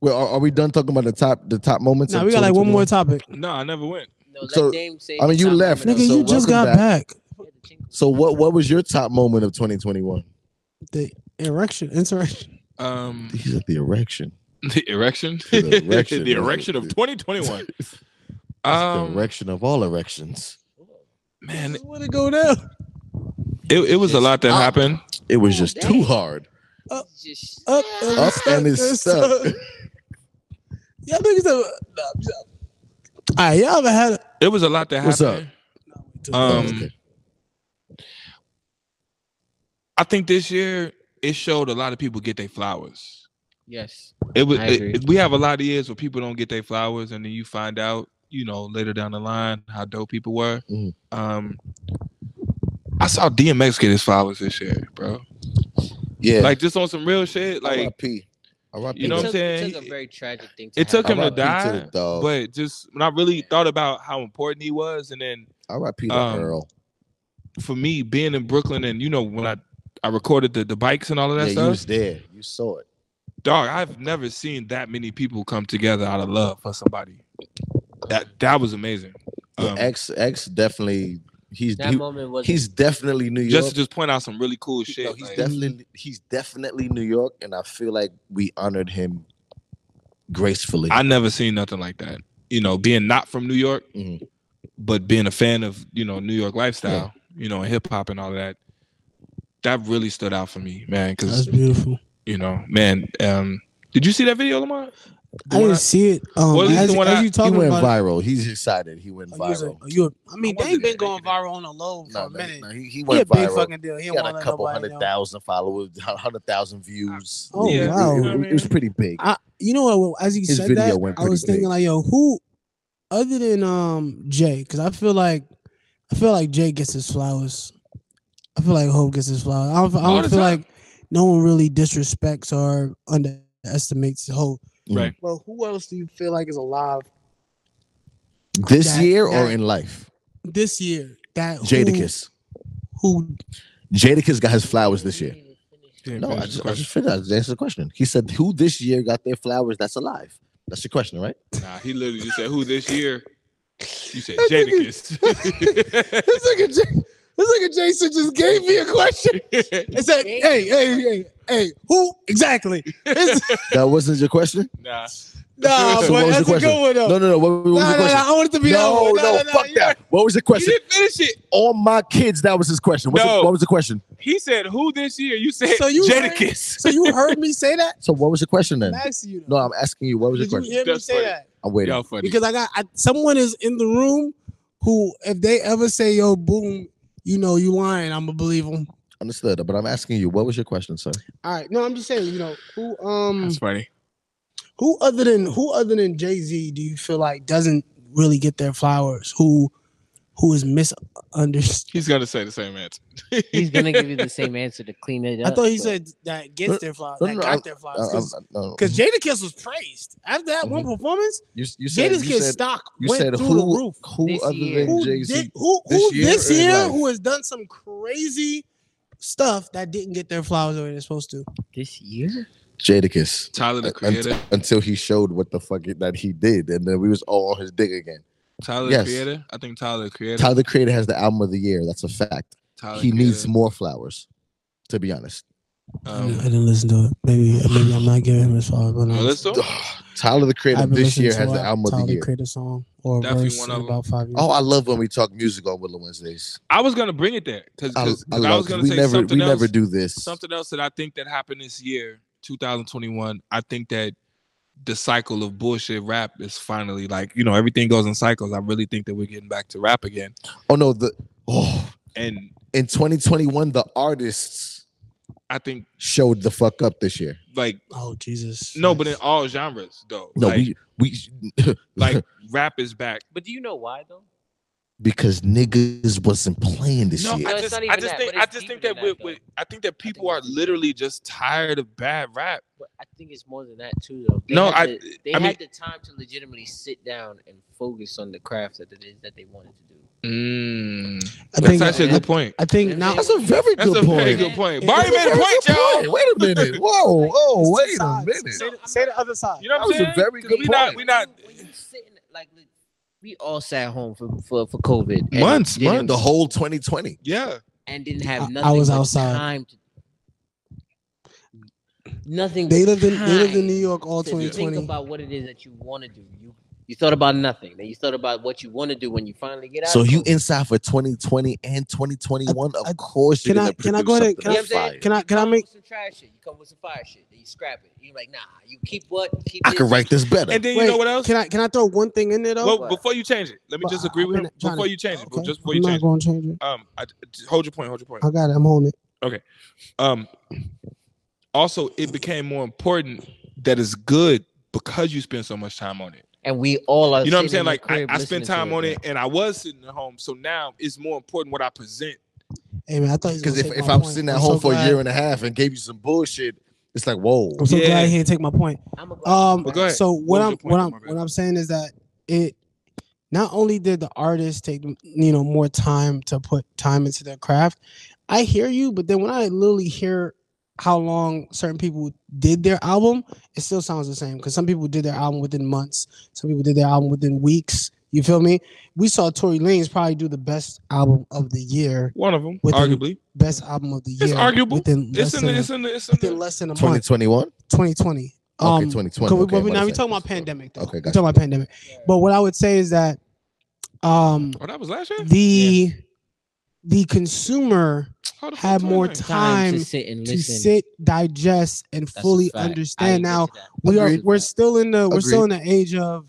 S4: Well, are, are we done talking about the top the top moments?
S3: Nah,
S4: of
S3: we got like one more
S4: 2021?
S3: topic.
S1: No, I never went.
S2: No, let
S4: So,
S2: Dame say
S4: I mean,
S2: the
S4: you
S2: top
S4: left.
S2: number
S3: Nigga,
S2: that
S4: So
S3: you
S2: was-
S3: just got
S4: welcome
S3: back.
S4: So what what was your top moment of 2021?
S3: The erection, insurrection.
S1: Um,
S4: He's at the erection.
S1: the erection,
S4: The erection.
S1: the erection of 2021.
S4: the
S1: Um,
S4: erection of all erections.
S1: man,
S3: Just want to go down.
S1: it, it was a lot
S4: Ah.
S1: that
S2: Oh.
S1: happened.
S4: It was just
S2: damn.
S4: too hard.
S2: Just-
S3: Up and,
S4: Up
S3: it's
S4: and it's
S3: stuck.
S4: stuck.
S3: y'all niggas have. Nah, I'm just- all right, y'all ever had? A,
S1: It was a lot that
S4: What's
S1: happened. Um,
S4: Okay.
S1: I think this year it showed a lot of people get their flowers.
S2: yes.
S1: It was.
S2: I
S1: it-
S2: agree.
S1: it- we have a lot of years where people don't get their flowers, and then you find out, you know, later down the line how dope people were.
S4: Mhm.
S1: Um, I saw DMX get his flowers this year, bro.
S4: Yeah.
S1: Like just on some real shit. Like
S4: RIP. RIP.
S1: You know
S2: it
S1: what
S2: took,
S1: I'm saying?
S2: It took a very tragic thing. To
S1: it took him
S2: happen.
S1: to
S4: RIP
S1: die,
S4: to the dog.
S1: but just when I really thought about how important he was, and then
S4: RIP to
S1: um,
S4: Earl.
S1: for me being in Brooklyn, and you know when I I recorded the, the bikes and all of
S4: Yeah,
S1: that
S4: you
S1: stuff,
S4: was there. You saw it.
S1: dog. I've never seen that many people come together out of love for somebody. That that was amazing.
S4: Yeah,
S1: Um,
S4: X X definitely He's
S2: That
S4: he-
S2: moment was
S4: he's definitely New York.
S1: Just to just point out some really cool
S4: He-
S1: shit.
S4: no, he's
S1: like-
S4: definitely he's definitely New York, and I feel like we honored him gracefully.
S1: I never seen nothing like that. You know, being not from New York,
S4: Mhm.
S1: but being a fan of you know New York lifestyle, you know, and hip hop and all of that. That really stood out for me, man. Because
S3: That's beautiful.
S1: you know, man. Um, did you see that video, Lamar? The
S3: I
S1: one I-
S3: didn't see it. Um,
S1: Well, at least
S3: as,
S1: the one
S3: as
S1: I-
S3: you
S4: he
S3: talking
S4: went
S3: about, Oh,
S4: viral. He's excited. He went
S3: it, I use it.
S4: viral.
S3: I use it. I mean,
S1: I
S3: they've
S1: wonder
S3: been
S1: that.
S3: going viral on the low for
S4: No, no,
S3: a minute.
S4: no, he, he
S3: He a
S4: went
S3: big
S4: viral.
S3: fucking deal. He,
S4: he
S3: don't
S4: had
S3: wanna
S4: a
S3: let
S4: couple
S3: nobody
S4: hundred
S3: know.
S4: thousand followers, hundred thousand views.
S3: Oh,
S4: It-
S3: wow.
S4: it, it- it was pretty big.
S3: I, you know what? As he
S4: His
S3: said
S4: video
S3: that,
S4: went
S3: I was
S4: pretty big.
S3: thinking like, yo, who other than um Jay? Because I feel like I feel like Jay gets his flowers. I feel like Hope gets his flowers. I don't, I
S1: All
S3: don't
S1: the
S3: feel
S1: time.
S3: like no one really disrespects or underestimates Hope.
S4: Mm.
S1: Right.
S3: Well, who else do you feel like is alive
S4: This
S3: That-
S4: year or
S3: that-
S4: in life,
S3: this year? That who-
S4: Jadakiss.
S3: who,
S4: Jadakiss got his flowers this year.
S1: Damn,
S4: No,
S1: finish
S4: I
S1: the
S4: just, I
S1: question.
S4: just figured out. Answer the question. He said, "Who this year got their flowers that's alive?" That's your question, right?
S1: Nah, he literally just said, "Who this year?" You said
S4: That nigga-
S1: Jadakiss.
S4: nigga, J- this nigga Jason just gave me a question.
S3: It's like, hey, hey, hey, hey, who exactly? It's,
S4: That wasn't your question.
S1: nah,
S3: nah,
S4: So what was
S3: but that's
S4: your
S3: a good
S4: question?
S3: one though.
S4: No, no, no. What, what was your
S3: nah, nah,
S4: question?
S3: nah, I want it to be that
S4: no,
S3: one.
S4: no, fuck
S3: yeah.
S4: that. What was the
S1: you
S4: question?
S1: didn't finish it.
S4: All my kids. That was his question. What's the-
S1: No.
S4: what was the question?
S1: He said, "Who this year?" You said
S3: So you-
S1: Jadakiss.
S3: So you heard me say that?
S4: So what was the question then?
S3: I'm asking you.
S4: No,
S3: though.
S4: I'm asking you. What was your
S3: Did you
S4: question?
S3: hear me
S1: That's
S3: say
S1: funny.
S3: that?
S4: I'm waiting.
S1: Y'all funny.
S3: Because I got I, someone is in the room who, if they ever say "Yo, boom," you know you lying. I'm gonna believe them.
S4: Understood. But I'm asking you. What was your question, sir?
S3: All right. No, I'm just saying. You know who um
S1: That's funny.
S3: who other than who other than Jay Z do you feel like doesn't really get their flowers? Who who is misunderstood?
S1: He's gonna say the same answer.
S2: he's gonna give you the same answer to clean it up.
S3: I thought he
S2: but-
S3: said that gets their flowers,
S4: No,
S3: that
S4: no, no,
S3: got
S4: I'm-
S3: their
S4: Uh,
S3: flowers.
S4: I'm-
S3: Because
S4: uh, no.
S3: Jadakiss was praised after that one performance.
S4: you, you said, you
S3: Jadakiss
S4: said,
S3: stock
S4: you
S3: went
S4: said
S3: through
S4: who,
S3: the roof.
S4: who
S2: This
S4: other
S2: year.
S4: than
S3: who
S4: Jay Z?
S3: did who
S4: this
S3: who
S4: year
S3: this
S4: or in
S3: year
S4: life?
S3: who has done some crazy stuff that didn't get their flowers the way they're supposed to.
S2: this year.
S4: Jadakiss.
S1: Tyler the
S4: Un-
S1: Creator.
S4: Until he showed what the fuck it, that he did, and then we was all on his dig again.
S1: Tyler
S4: Yes.
S1: the Creator. I think Tyler the Creator.
S4: Tyler the Creator has the album of the year. That's a fact.
S1: Tyler
S4: he
S1: the
S4: needs
S1: Creator.
S4: more flowers, to be honest.
S1: Um,
S3: didn't listen to it. Maybe maybe I'm not giving him his flowers. But um,
S1: well, let's do it.
S4: Tyler the Creator this year has the album of the year.
S3: Create a song or a
S1: Definitely
S3: verse
S1: one
S3: in
S1: of 'em.
S3: about five years.
S4: Oh, I love when we talk music on Willow Wednesdays.
S1: I was gonna bring it there because
S4: I,
S1: I,
S4: I, love
S1: was gonna
S4: we
S1: say
S4: never
S1: something
S4: we
S1: else.
S4: never do this.
S1: something else that I think that happened this year, 2021. I think that the cycle of bullshit rap is finally like you know everything goes in cycles. I really think that we're getting back to rap again.
S4: Oh no, the oh
S1: And
S4: in 2021 the artists
S1: I think
S4: showed the fuck up this year.
S1: like
S3: Oh, Jesus.
S1: no, but in all genres though.
S4: No,
S1: like,
S4: we we
S1: like rap is back.
S2: But do you know why though?
S4: because niggas wasn't playing this
S1: No,
S4: year.
S1: I
S2: No, it's
S1: just,
S2: not
S1: I
S2: even
S1: just
S2: that,
S1: think,
S2: but
S1: I
S2: it's
S1: just think
S2: deeper
S1: that,
S2: than
S1: we
S2: that,
S1: we-
S2: though.
S1: I think that people
S2: it's
S1: are
S2: deeper than
S1: literally just tired of bad rap.
S2: But I think it's more than that too, though. They
S1: No,
S2: had
S1: I-
S2: the, they
S1: I
S2: had
S1: mean-
S2: the time to legitimately sit down and focus on the craft that it is that they wanted to do.
S3: I
S1: That's
S3: think
S1: actually a
S3: I,
S1: good point.
S3: I think now
S4: That's a very
S1: That's
S4: good
S1: a
S4: point.
S1: very good point.
S3: Yeah.
S1: Barry made a point, y'all.
S4: Wait a minute. Whoa, whoa, Oh, wait a minute.
S3: Say, the- say the other side.
S1: You know what I'm
S4: That was a
S1: saying?
S4: very
S1: 'Cause
S4: good
S1: we Not,
S4: point.
S1: we not
S2: When you sitting like look, we all sat home for for, for COVID and
S1: Months,
S2: didn't-
S1: months.
S4: The whole 2020.
S1: yeah.
S2: and didn't have
S3: I- I
S2: nothing.
S3: was
S2: but
S3: outside.
S2: Time to, nothing.
S3: They
S2: but
S3: lived in they lived in
S2: time
S3: New York all
S2: to
S3: 2020.
S2: Think about what it is that you want to do. You you thought about nothing. Then you thought about what you want to do when you finally get out.
S4: So
S2: of
S4: you
S2: COVID.
S4: inside for 2020 and 2021.
S3: I-
S4: Of course, you're
S3: can I-
S4: gonna
S3: can
S4: produce
S3: I go ahead-
S4: something
S3: can I-
S4: that's fire.
S3: Can I can I
S2: come
S3: make
S2: with some trash shit? You come with some fire shit. Then you scrap it. You like nah. You keep what? Keep
S4: I can
S2: this.
S4: write this better.
S1: And then
S3: wait,
S1: you know what else?
S3: Can I can I throw one thing in there though?
S1: well,
S2: What?
S1: before you change it, let me
S3: But
S1: just
S3: I-
S1: agree
S3: I've
S1: with
S3: been
S1: him.
S3: trying
S1: Before
S3: to-
S1: you change it,
S3: Okay,
S1: just before you
S3: I'm not
S1: change it.
S3: gonna change it.
S1: Um, I, hold your point. Hold your point.
S3: I got it. I'm holding it.
S1: Um, also, it became more important that it's good because you spend so much time on it.
S2: And we all are.
S1: You know what I'm
S2: sitting
S1: saying?
S2: in the
S1: Like I,
S2: crib
S1: I spent
S2: listening to
S1: time on
S2: man.
S1: it, and I was sitting at home. So now it's more important what I present.
S3: Hey man, I thought he was
S4: Because
S3: gonna
S4: if,
S3: take
S4: if
S3: my
S4: I'm
S3: point.
S4: sitting at
S3: I'm
S4: home
S3: so
S4: for a
S3: glad-
S4: year and a half and gave you some bullshit, it's like whoa.
S3: I'm so
S1: Yeah.
S3: glad he didn't take my point.
S2: I'm a glad-
S3: Um,
S1: But go ahead.
S3: so
S1: What
S3: what
S1: was
S3: I'm
S1: your point,
S3: what I'm
S1: my bad?
S3: what I'm saying is that it not only did the artist take you know more time to put time into their craft, I hear you, but then when I literally hear how long certain people did their album, it still sounds the same because some people did their album within months, some people did their album within weeks, You feel me? We saw Tory Lanez probably do the best album of the year,
S1: One of them,
S3: Within-
S1: arguably.
S3: best album of the year.
S1: It's arguable.
S3: Within less
S1: It's in
S3: than
S1: the,
S3: a-
S1: it's in the, it's in
S3: within
S1: the.
S3: less than a month.
S4: 2021?
S3: Twenty twenty.
S4: Okay, 2020.
S3: Cause Um, we,
S4: Okay,
S3: but we,
S4: my
S3: now we
S4: bad.
S3: talking about pandemic though.
S4: Okay,
S3: Okay,
S4: gotcha.
S3: talking about pandemic. But what I would say is that um
S1: Oh, that was last year.
S3: the the consumer
S1: How the fuck
S3: had
S1: Tory
S3: more
S1: Lanez?
S2: Time
S3: time
S2: to sit and
S3: to
S2: listen.
S3: sit, digest, and
S2: That's a
S3: fully
S2: fact. I
S3: understand.
S2: agree
S3: Now
S2: to that.
S3: we are
S4: Agreed.
S3: we're still in the we're still in
S4: Agreed.
S3: the age of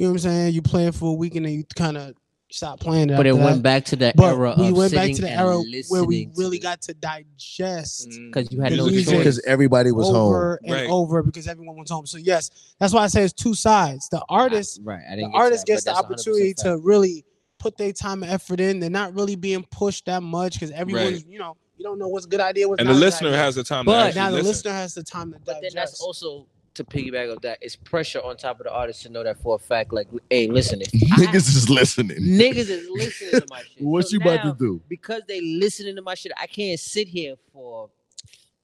S3: you know what I'm saying. You play it for a week and then you kind of stop playing it.
S2: But it
S3: after
S2: went
S3: that.
S2: back to that
S3: But
S2: era.
S3: we
S2: of
S3: went back
S2: sitting
S3: to the
S2: and
S3: era where we
S2: listening to
S3: really
S2: it. Mm.
S3: got to digest
S2: because you had
S3: The
S2: no
S3: music.
S2: choice.
S4: Because everybody was home.
S3: over and
S1: Right.
S3: over because everyone was home. So yes, that's why I say it's two sides. The artist
S2: right? I
S3: the
S2: didn't get to
S3: artist
S2: that,
S3: gets
S2: but
S3: the
S2: that's 100%
S3: opportunity
S2: fact.
S3: to really put their time and effort in. They're not really being pushed that much because everyone's, you know, you don't know what's a good idea, what's
S1: And
S3: not
S1: the
S3: a good
S1: listener
S3: idea.
S1: has the time
S2: But
S1: to
S3: But now
S1: actually
S3: the
S1: listen.
S3: listener has the time to
S2: But then
S3: digest.
S2: that's also to piggyback of that. It's pressure on top of the artist to know that for a fact. Like, hey, listen, if
S4: Niggas is listening.
S2: niggas is listening to my shit.
S4: What
S2: So
S4: you
S2: now,
S4: about to do?
S2: Because they listening to my shit, I can't sit here for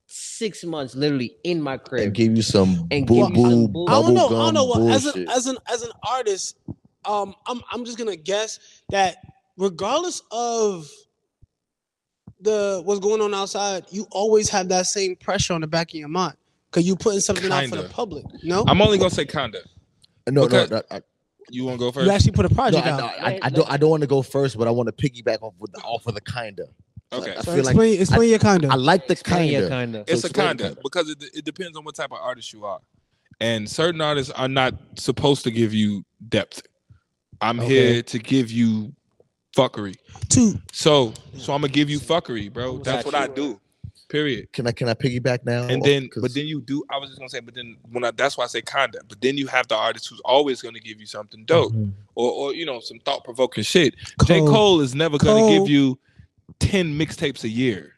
S2: six months, literally in my crib.
S4: And give you some
S2: And
S4: boo
S2: give you some
S4: boo
S2: boo-
S3: I don't know. I don't know. Well, as
S4: bullshit.
S3: an as an as an artist, um, I'm I'm just gonna guess that regardless of the what's going on outside, you always have that same pressure on the back of your mind because you putting something out for
S1: Kinda.
S3: the public. No,
S1: I'm only gonna say kinda.
S4: no, no,
S1: because-
S4: no, I,
S1: You want to go first?
S3: you actually put a
S4: no,
S3: project
S4: I,
S3: out.
S4: no, I, I don't. I don't want to go first, but I want to piggyback off with the off of the kinda.
S1: okay.
S4: I
S3: So
S4: feel like-
S3: explain explain your kinda.
S4: I like the
S2: Explain your
S4: kinda.
S2: kinda.
S4: So
S1: it's a
S4: explain
S1: kinda,
S4: kinda.
S1: because it, it depends on what type of artist you are, and certain artists are not supposed to give you depth. I'm
S4: Okay.
S1: here to give you fuckery.
S3: Two.
S1: So, so I'm gonna give you fuckery, bro. That's what I do. Period.
S4: Can I can I piggyback
S3: Oh,
S4: now?
S1: And then,
S4: 'Cause-
S1: but then you do. I was just gonna say, but then when I that's why I say kinda. But then you have the artist who's always gonna give you something dope,
S3: Mm-hmm.
S1: or or you know some thought provoking shit. J
S3: Cold.
S1: Cole is never
S3: Cole.
S1: gonna give you ten mixtapes a year.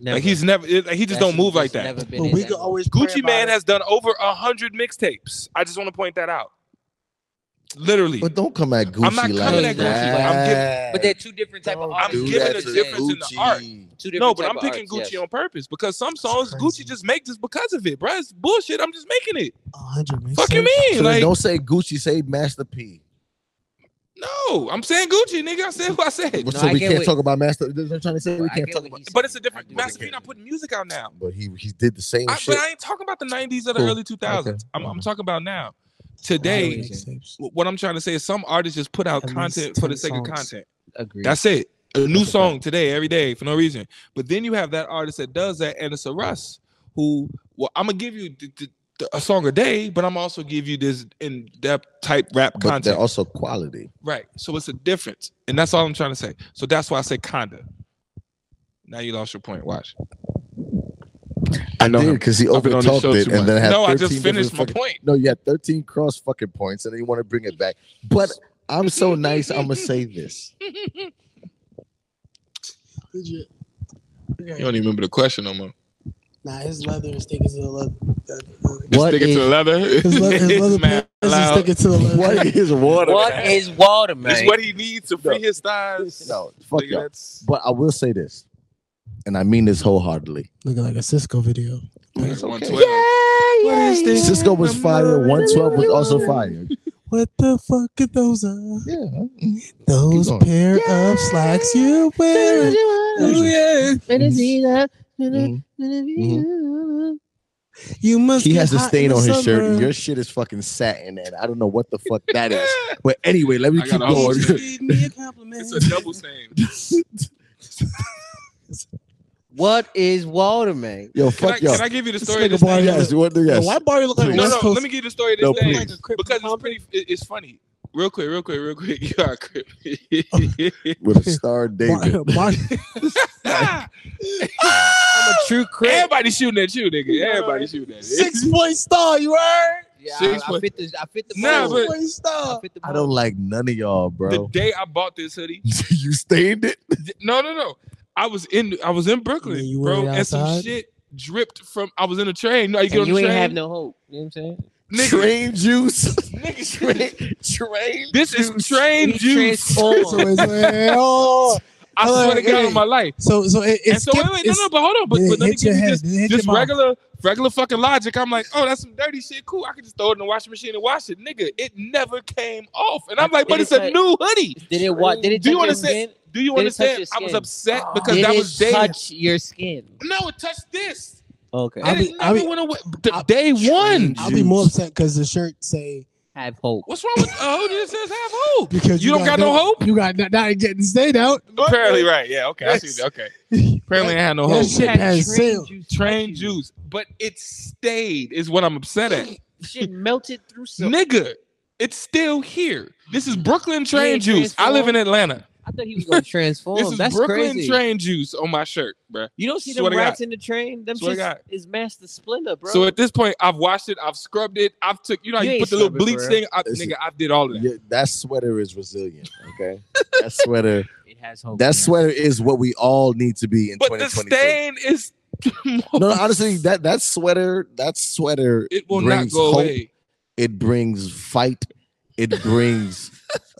S2: Never.
S1: Like he's never. It, like, he just
S2: That's
S1: don't move
S2: just
S1: like that.
S2: never been
S3: But
S2: his
S3: we could
S2: MO.
S3: always pray
S1: Gucci
S3: about
S1: Man
S3: it.
S1: has done over a hundred mixtapes. I just want to point that out. Literally,
S4: But don't come at Gucci
S1: I'm not
S4: like
S1: coming
S2: at Gucci.
S1: I'm giving-
S4: that.
S2: But they're two different type of
S4: Don't
S2: artists.
S1: I'm
S4: do
S1: giving
S4: that
S1: a
S4: to
S1: difference in the
S4: Gucci.
S1: art.
S2: Two different
S1: no, but
S2: type
S1: I'm
S2: of
S1: picking
S2: arts,
S1: Gucci
S2: yes.
S1: on purpose because some
S3: That's
S1: songs
S3: crazy.
S1: Gucci just make just because of it, bruh. It's bullshit. I'm just making it.
S3: A hundred mixtapes.
S1: Fuck you
S4: So
S1: mean?
S4: then
S1: Like
S4: don't say Gucci, say Master P.
S1: no, I'm saying Gucci, nigga. I said what I said.
S2: No,
S4: so
S2: I
S4: we
S2: get
S4: can't
S2: what-
S4: talk about Master. They're trying to say we
S2: I
S4: can't
S2: get
S4: talk
S2: what
S4: about.
S2: he's
S1: But it's a
S2: saying. I
S1: different.
S2: get what
S1: Master
S2: he's
S1: P not
S2: saying.
S1: putting music out now.
S4: But he he did the same
S1: I,
S4: Oh, shit.
S1: but I ain't talking about the '90s or the
S4: Cool.
S1: early 2000s.
S4: Okay.
S1: I'm, I'm talking about now.
S3: Today,
S1: Today, wh- what I'm trying to say is some artists just put out
S3: At least
S1: content for the
S3: 10
S1: sake of
S3: songs.
S1: content.
S2: Agreed.
S1: That's it. A new
S4: That's a
S1: song today, every day, for no reason. But then you have that artist that does that, and it's a Russ who, well, I'm gonna give you th- th- th- a song a day, but I'm also give you this in depth type rap
S4: But they're
S1: content,
S4: also quality.
S1: right? So it's a difference, and that's all I'm trying to say. So that's why I say kinda. Now you lost your point. Watch.
S4: I
S1: know
S4: did
S1: him.
S4: because he
S1: I've been
S4: over
S1: on this
S4: talked
S1: show
S4: it
S1: too
S4: and
S1: much.
S4: then had
S1: No, I
S4: 13
S1: just finished
S4: different
S1: my
S4: fucking-
S1: point.
S4: No, you had 13 cross fucking points and then you want to bring it back. But I'm so nice. I'm gonna say this.
S1: You don't even remember the question no more.
S3: Nah, his leather is sticking to the leather.
S4: What
S1: Stick it to
S4: is-
S1: the leather.
S3: His, le- his
S1: It's
S3: leather
S1: mad
S3: pants is
S1: loud.
S3: sticking to the leather.
S4: What is water?
S2: What is water, man?
S1: It's what he needs to free his thighs.
S4: No, fuck
S1: Nigga,
S4: y'all.
S1: that's-
S4: But I will say this, and I mean this wholeheartedly.
S3: Looking like a Cisco video.
S1: That's 112.
S4: Cisco was fire. 112 was also fire.
S3: What the fuck are those? Are?
S4: Yeah. Mm-hmm.
S3: Those
S4: Keep going.
S3: pair of slacks you wear. Ooh, yeah.
S4: Mhm.
S3: mm-hmm. You must.
S4: He
S3: get
S4: has a
S3: hot in
S4: stain
S3: the
S4: on his shirt.
S3: summer.
S4: and Your shit is fucking satin, and I don't know what the fuck that is. But anyway, let me
S1: I
S4: keep
S1: got a whole
S4: going.
S1: shirt.
S3: Give me a compliment.
S1: It's a double stain.
S5: What is water, man?
S4: Yo,
S1: Can I,
S4: fuck y'all.
S1: can I give you the
S3: This
S1: story of
S3: nigga
S1: this thing?
S3: Barney
S4: Yes, what do
S3: Yo,
S4: yes?
S3: why Barry look like a
S4: Please.
S1: No,
S3: West
S1: no,
S3: Coast?
S1: let me give you the story of this
S4: No,
S1: thing.
S4: please.
S1: Because it's pretty, it- it's funny. Real quick, real quick, real quick. You are a crip.
S4: With a star David.
S3: Bar- Barney-
S5: I'm a true crib.
S1: Everybody shooting at you, nigga. Everybody shooting at you.
S3: six point star. You heard?
S5: Yeah,
S1: Six
S5: I, I
S1: foot-
S5: fit the I fit the
S1: Nah,
S5: mold.
S1: but-
S3: Six point
S5: I
S3: star.
S5: fit the
S4: I
S5: mold.
S4: don't like none of y'all,
S1: The
S4: bro.
S1: day I bought this hoodie,
S4: you stained it.
S1: no, no, no. I was in, I was in Brooklyn,
S3: Yeah, you were
S1: bro, and some
S3: outside?
S1: shit dripped from. I was in a train. No, you get
S2: And
S1: on
S2: you
S1: the
S2: ain't
S1: train,
S2: have no hope. You know what I'm saying?
S1: nigga.
S4: Train juice.
S1: nigga
S4: train, train.
S1: this is train
S2: We
S1: juice.
S3: So
S2: transform.
S3: it's like, oh.
S1: I
S3: Hold
S1: swear
S3: on,
S1: to God,
S3: wait.
S1: on my life.
S3: So so it,
S1: And
S3: it's
S1: so wait, wait, no, no, but hold on, but, but let me give you this, this regular regular fucking logic, I'm like, oh, that's some dirty shit. Cool. I can just throw it in the washing machine and wash it. Nigga, it never came off. And I'm like, but it's a new hoodie.
S2: Did it what? Did it
S1: Do you
S2: touch your
S1: understand-
S2: skin?
S1: Do you
S2: Did it
S1: understand?
S2: touch
S1: I
S2: your
S1: was
S2: skin?
S1: upset because
S2: Did
S1: that
S2: it
S1: was day.
S2: touch your skin?
S1: no, it touched this.
S5: Okay.
S1: And
S3: I'll
S1: it
S3: be- I'll
S1: never
S3: be-
S1: went away. D-
S3: I'll-
S1: day one.
S3: I'll be more upset because the shirt say
S5: Have hope.
S1: What's wrong with oh, a hoodie that says have hope?
S3: because
S1: You don't got no hope?
S3: You got not, not getting stayed out.
S1: Apparently, right. Yeah, okay. I
S3: Yes.
S1: see. Okay. uh, Apparently, I had no hope.
S3: That shit has sailed.
S1: Train juice, but it stayed, is what I'm upset at.
S2: Shit melted through some.
S1: Nigga, it's still here. This is Brooklyn train
S5: ain't
S1: juice. I live in
S5: transformed.
S1: Atlanta.
S5: I thought he was gonna transform.
S1: This is
S5: That's
S1: Brooklyn
S5: crazy.
S1: train juice on my shirt, bruh.
S5: You don't see
S1: Swear
S5: them
S1: to
S5: rats in the train. Them
S1: Swear to
S5: shits
S1: God.
S5: is master splendor, bro.
S1: So at this point, I've washed it, I've scrubbed it, I've took you know how
S5: You
S1: you,
S5: ain't
S1: put the little
S5: scrub it,
S1: bleach
S5: bruh.
S1: thing. I,
S4: Listen.
S1: nigga, I did all of that.
S4: Yeah, that sweater is resilient. Okay, that sweater,
S5: it has hope.
S4: that
S5: Oh, man.
S4: sweater is what we all need to be in
S1: But the
S4: 2022.
S1: stain is
S4: no, no, honestly, that that sweater, that sweater,
S1: it will not
S4: brings
S1: go
S4: hope.
S1: away.
S4: it brings fight. It brings,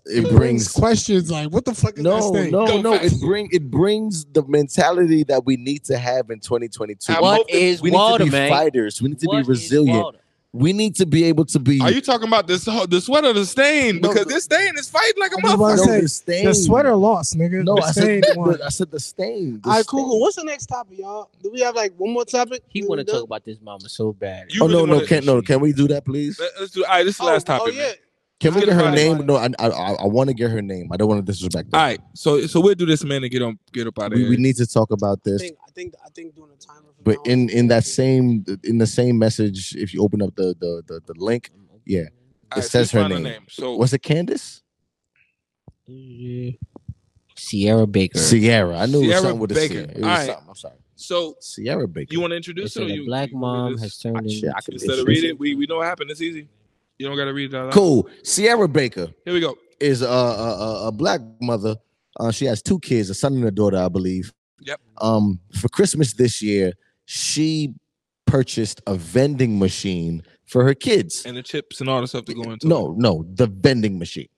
S4: it
S3: Brings
S4: brings.
S3: questions like, what the fuck is
S4: No,
S3: this thing?
S4: no,
S1: Go
S4: no!
S1: fast.
S4: It bring it brings the mentality that we need to have in 2022.
S1: I'm
S5: What
S1: hoping-
S5: is
S4: we need
S5: water,
S4: to be
S5: man?
S4: fighters. We need to
S5: What is
S4: be resilient.
S5: water?
S4: We need to be able to be.
S1: Are you talking about this ho- the sweater, the stain?
S4: No,
S1: Because
S4: the-
S1: this stain is fighting like a
S3: I just wanna
S1: motherfucker.
S3: say,
S4: stain.
S3: The sweater lost, nigga.
S4: No,
S3: the
S4: I said,
S3: stained one.
S4: but I said the stain. the
S3: All right,
S4: stain.
S3: cool, cool. What's the next topic, y'all? Do we have like one more topic?
S5: He
S3: We
S5: want to
S3: done?
S5: talk about this mama so bad.
S1: You
S4: oh no,
S1: really
S4: no,
S1: wanna-
S4: can no, can we do that, please?
S1: Let- Let's do all right. This is the last
S3: Oh,
S1: topic.
S3: Oh,
S1: man.
S3: yeah.
S4: Can we
S1: Let's
S4: get her
S1: get it.
S4: name? No, I I, I, I want to get her name. I don't want to disrespect
S1: All
S4: her.
S1: right, so so we'll do this, man, and get on get up out of
S4: We,
S1: here.
S4: we need to talk about
S3: I
S4: this.
S3: think, I think I think doing a timer. from
S4: But
S3: now
S4: in
S3: on-
S4: in that same in the same message, if you open up the the the, the link, yeah.
S1: All right,
S4: says
S1: so we
S4: her
S1: find
S4: name.
S1: So
S4: Was it Candace?
S5: Sierra Baker.
S4: Sierra. I knew it
S1: Sierra
S4: was something with a
S1: Baker.
S4: Sierra. It was
S1: Alright.
S4: something. I'm sorry.
S1: so
S4: Sierra Baker.
S1: you want to
S5: They
S1: introduce it
S5: said
S1: or
S5: a
S1: you
S5: black
S1: you want me to
S5: mom
S1: just-
S5: has turned
S4: Ah, shit,
S5: into
S4: I could-
S1: Instead of read it, we, we know what happened. It's easy. You don't got to read it out loud.
S4: cool. Sierra Baker.
S1: Here we go.
S4: is a, a, a- a black mother. Uh, she has two kids, a son and a daughter, I believe.
S1: Yep.
S4: Um, for Christmas this year, she purchased a vending machine for her kids.
S1: And the chips and all the stuff that go into it.
S4: No, no, the vending machine.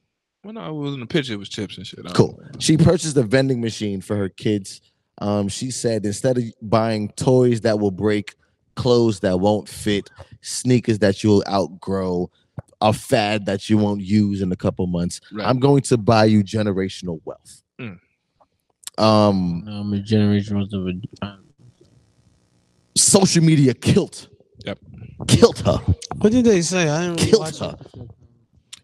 S1: Well, no, it was in the picture. It was chips and shit. I don't
S4: Cool. She purchased a vending machine for her kids. Um, she said instead of buying toys that will break, clothes that won't fit, sneakers that you'll outgrow, a fad that you won't use in a couple months,
S1: know. Right.
S4: I'm going to buy you generational wealth.
S1: Mm.
S4: Um,
S5: I'm a generation of a. um,
S4: social media killed.
S1: Yep.
S4: Killed her.
S3: What did they say? I didn't really
S4: Killed
S3: watch
S4: her.
S3: it.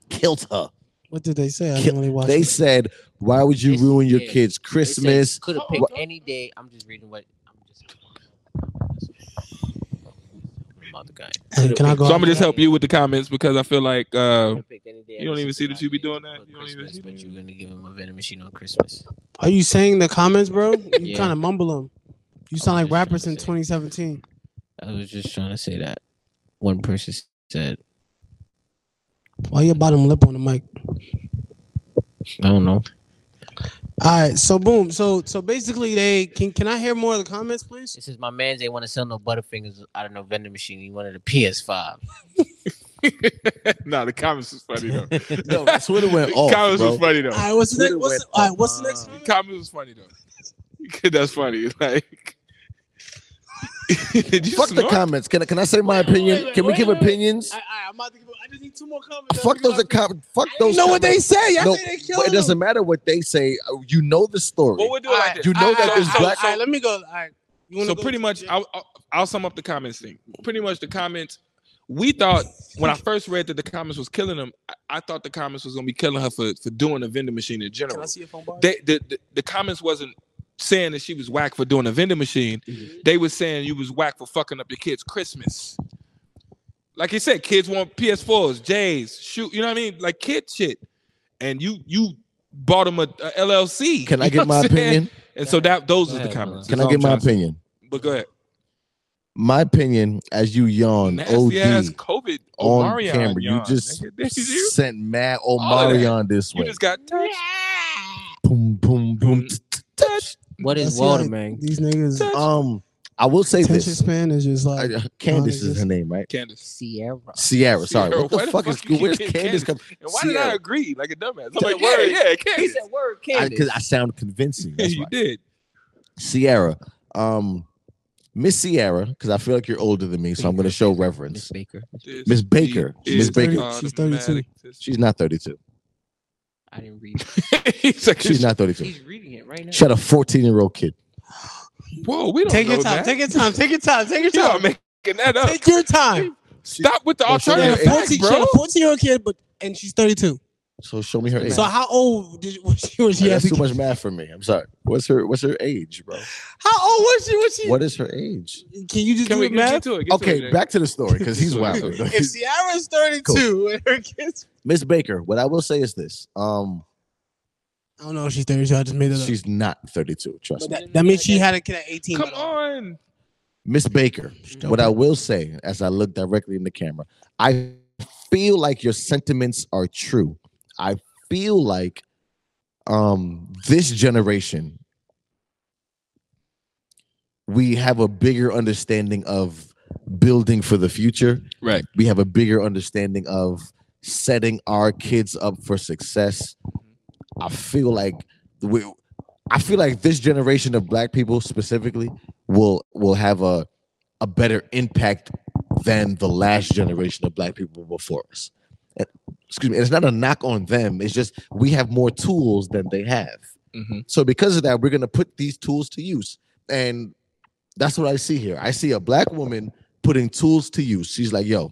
S4: Killed her.
S3: What did they say? I
S4: Kill-
S3: didn't really watch
S4: They
S3: it.
S4: said, "Why would you
S5: It's-
S4: ruin your
S5: yeah.
S4: kids' Christmas?"
S5: Could have picked any day. I'm just reading what. I'm just. Mother guy.
S3: Hey, can I go?
S1: So I'm
S3: out?
S1: gonna just help you with the comments because I feel like uh,
S5: Could've picked any day
S1: You don't
S5: of the
S1: even see that you be doing that.
S5: on
S1: You don't even
S5: Christmas,
S1: see
S5: But
S1: that.
S5: you're gonna give him a vending machine on Christmas.
S3: Are you saying the comments, bro? You
S5: Yeah.
S3: kind of mumble them. You sound
S5: I
S3: like
S5: was just
S3: rappers
S5: trying
S3: in
S5: to say.
S3: 2017.
S5: I was just trying to say that. One person said,
S3: Why your bottom lip on the mic?
S5: "I don't know."
S3: All right, so boom, so so basically they can can I hear more of the comments, please?
S5: This is my man's. They want to sell no Butterfingers out of no vending machine. He wanted a PS5.
S1: nah, the comments was funny though.
S4: No, Twitter went off,
S1: comments
S4: bro.
S1: was funny though.
S3: All right, what's the next?
S4: Twitter
S3: What's
S4: went
S3: the, all right, what's the next?
S5: off.
S3: comment?
S1: comments was funny though. That's funny. Like, did you
S4: Fuck the
S1: snort?
S4: comments. Can I can I say my opinion?
S3: wait,
S4: Can we
S3: wait,
S4: give
S3: wait.
S4: opinions?
S3: I, I, I'm about to give. I just need two more comments.
S4: Fuck those com- Fuck
S3: You
S4: those.
S3: know what they
S4: comments.
S3: say? I
S4: No,
S3: think they
S4: But
S3: killing
S4: it doesn't matter what they say. Uh, You know the story.
S1: Well, we'll do it
S3: All
S1: like
S3: right.
S1: this.
S4: You know that
S1: So-
S4: this
S1: so-
S4: black-
S1: so-
S3: All right, let me go. All right, you wanna
S1: so
S3: go
S1: pretty
S3: to-
S1: much I'll, I'll i'll sum up the comments thing pretty much the comments we thought when i first read that the comments was killing them i, I thought the comments was going to be killing her for, for doing a vending machine in
S3: Can I
S1: general
S3: see your phone bar?
S1: they, the, the, the comments wasn't saying that she was whack for doing a vending machine
S5: Mm-hmm.
S1: they was saying you was whack for fucking up your kids christmas like you said kids want ps4s j's shoot you know what i mean like kid shit and you you bought them a, a llc
S4: Can I
S1: You know
S4: get my
S1: what I'm saying?
S4: opinion?
S1: and so that those
S5: Go
S1: are the
S5: ahead,
S1: comments
S4: Can
S1: That's
S4: I
S1: all
S4: get
S1: I'm
S4: my
S1: trying to say.
S4: opinion?
S1: but go ahead
S4: My opinion, as you yawn,
S1: nasty ass
S4: OD
S1: COVID
S4: on
S1: Omarion
S4: camera,
S1: yawn,
S4: you just
S1: nigga. Did you,
S4: sent mad
S1: All of that.
S4: Omarion this
S1: you
S4: way.
S1: just got Mm-hmm. touched,
S4: boom, boom, boom. t- t-
S1: touched.
S5: What
S3: I
S5: is
S3: see,
S5: water,
S3: like,
S5: man?
S3: These niggas
S1: Touch.
S4: Um, I will say
S3: attention
S4: this.
S3: span is just
S4: I- uh,
S3: like
S4: Candace is
S3: just-
S4: her name, right?
S1: Candace.
S5: Sierra.
S4: Sierra. Sorry.
S1: Sierra,
S4: What the
S1: why the
S4: fuck
S1: fuck
S4: is
S1: you
S4: where's
S1: keep getting
S4: Candace
S1: Candace?
S4: come?
S1: And why did I
S4: Sierra.
S1: agree like a dumbass? I'm
S5: Said
S1: like, yeah,
S5: word.
S1: yeah,
S5: He
S1: Candace.
S5: said, "Word,
S4: Because
S5: Candace."
S4: I, sound convincing. That's
S1: you
S4: why.
S1: did.
S4: Sierra. Um, Miss Sierra, because I feel like you're older than me, so I'm going to show
S5: Miss
S4: reverence.
S5: Baker.
S1: This
S4: Miss Baker.
S1: beat
S4: Miss
S1: is
S4: Baker.
S3: She's 32.
S1: automatic.
S4: She's not 32.
S5: I didn't read.
S1: He's like,
S4: She's not 32.
S2: He's reading it right now.
S4: She had a 14 year old kid.
S1: Whoa, we don't
S3: Take
S1: know
S3: your time.
S1: that.
S3: Take your time. Take your time. Take your
S1: you are
S3: time.
S1: making that up.
S3: Take your time.
S1: Stop with the
S4: Well, she
S3: She had
S1: alternative
S3: a
S4: Yeah,
S1: facts,
S3: 14, she had
S1: bro.
S3: a 14 year old kid, but and she's 32.
S4: So show me her age.
S3: So how old did was she when she had
S4: That's
S3: the
S4: too
S3: kid?
S4: much math for me. I'm sorry. What's her What's her age, bro?
S3: How old was she when she?
S4: What is her age?
S3: Can you just
S1: Can
S3: do
S1: we
S3: it
S1: get
S3: math?
S1: get to it? Get to it,
S4: Okay,
S1: Jay.
S4: back to the story because he's
S1: Sorry,
S4: wild.
S1: sorry.
S3: If Sierra's 32 and her kids,
S4: Miss Baker, what I will say is this: um,
S3: I don't know if she's 32. I just made that up.
S4: she's not 32. Trust
S3: But
S4: me,
S3: That, that means she had a kid at 18.
S1: Come
S3: by the way.
S1: on.
S4: Miss Baker. What I will say, as I look directly in the camera, I feel like your sentiments are true. I feel like um this generation we have a bigger understanding of building for the future
S1: Right.
S4: we have a bigger understanding of setting our kids up for success. I feel like we, I feel like this generation of black people specifically will will have a a better impact than the last generation of black people before us. And- Excuse me. and It's not a knock on them. It's just we have more tools than they have.
S1: Mhm.
S4: So because of that, we're gonna put these tools to use. And that's what I see here. I see a black woman putting tools to use. She's like, yo,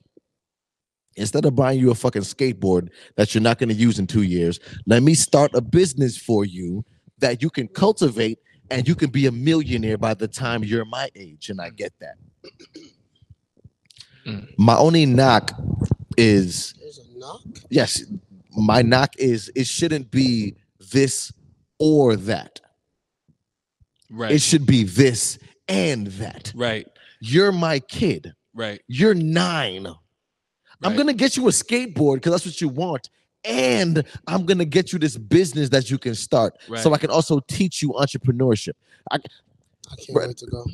S4: instead of buying you a fucking skateboard that you're not going to use in two years, let me start a business for you that you can cultivate and you can be a millionaire by the time you're my age. And I get that.
S1: Mm.
S4: My only knock is
S3: There's a knock.
S4: yes, my knock is it shouldn't be this or that.
S1: Right.
S4: It should be this and that.
S1: right.
S4: You're my kid.
S1: Right.
S4: You're nine. I'm
S1: Right.
S4: gonna get you a skateboard because that's what you want. And I'm gonna get you this business that you can start. So
S1: Right.
S4: I can also teach you entrepreneurship.
S3: I can't
S4: Right.
S3: wait to go.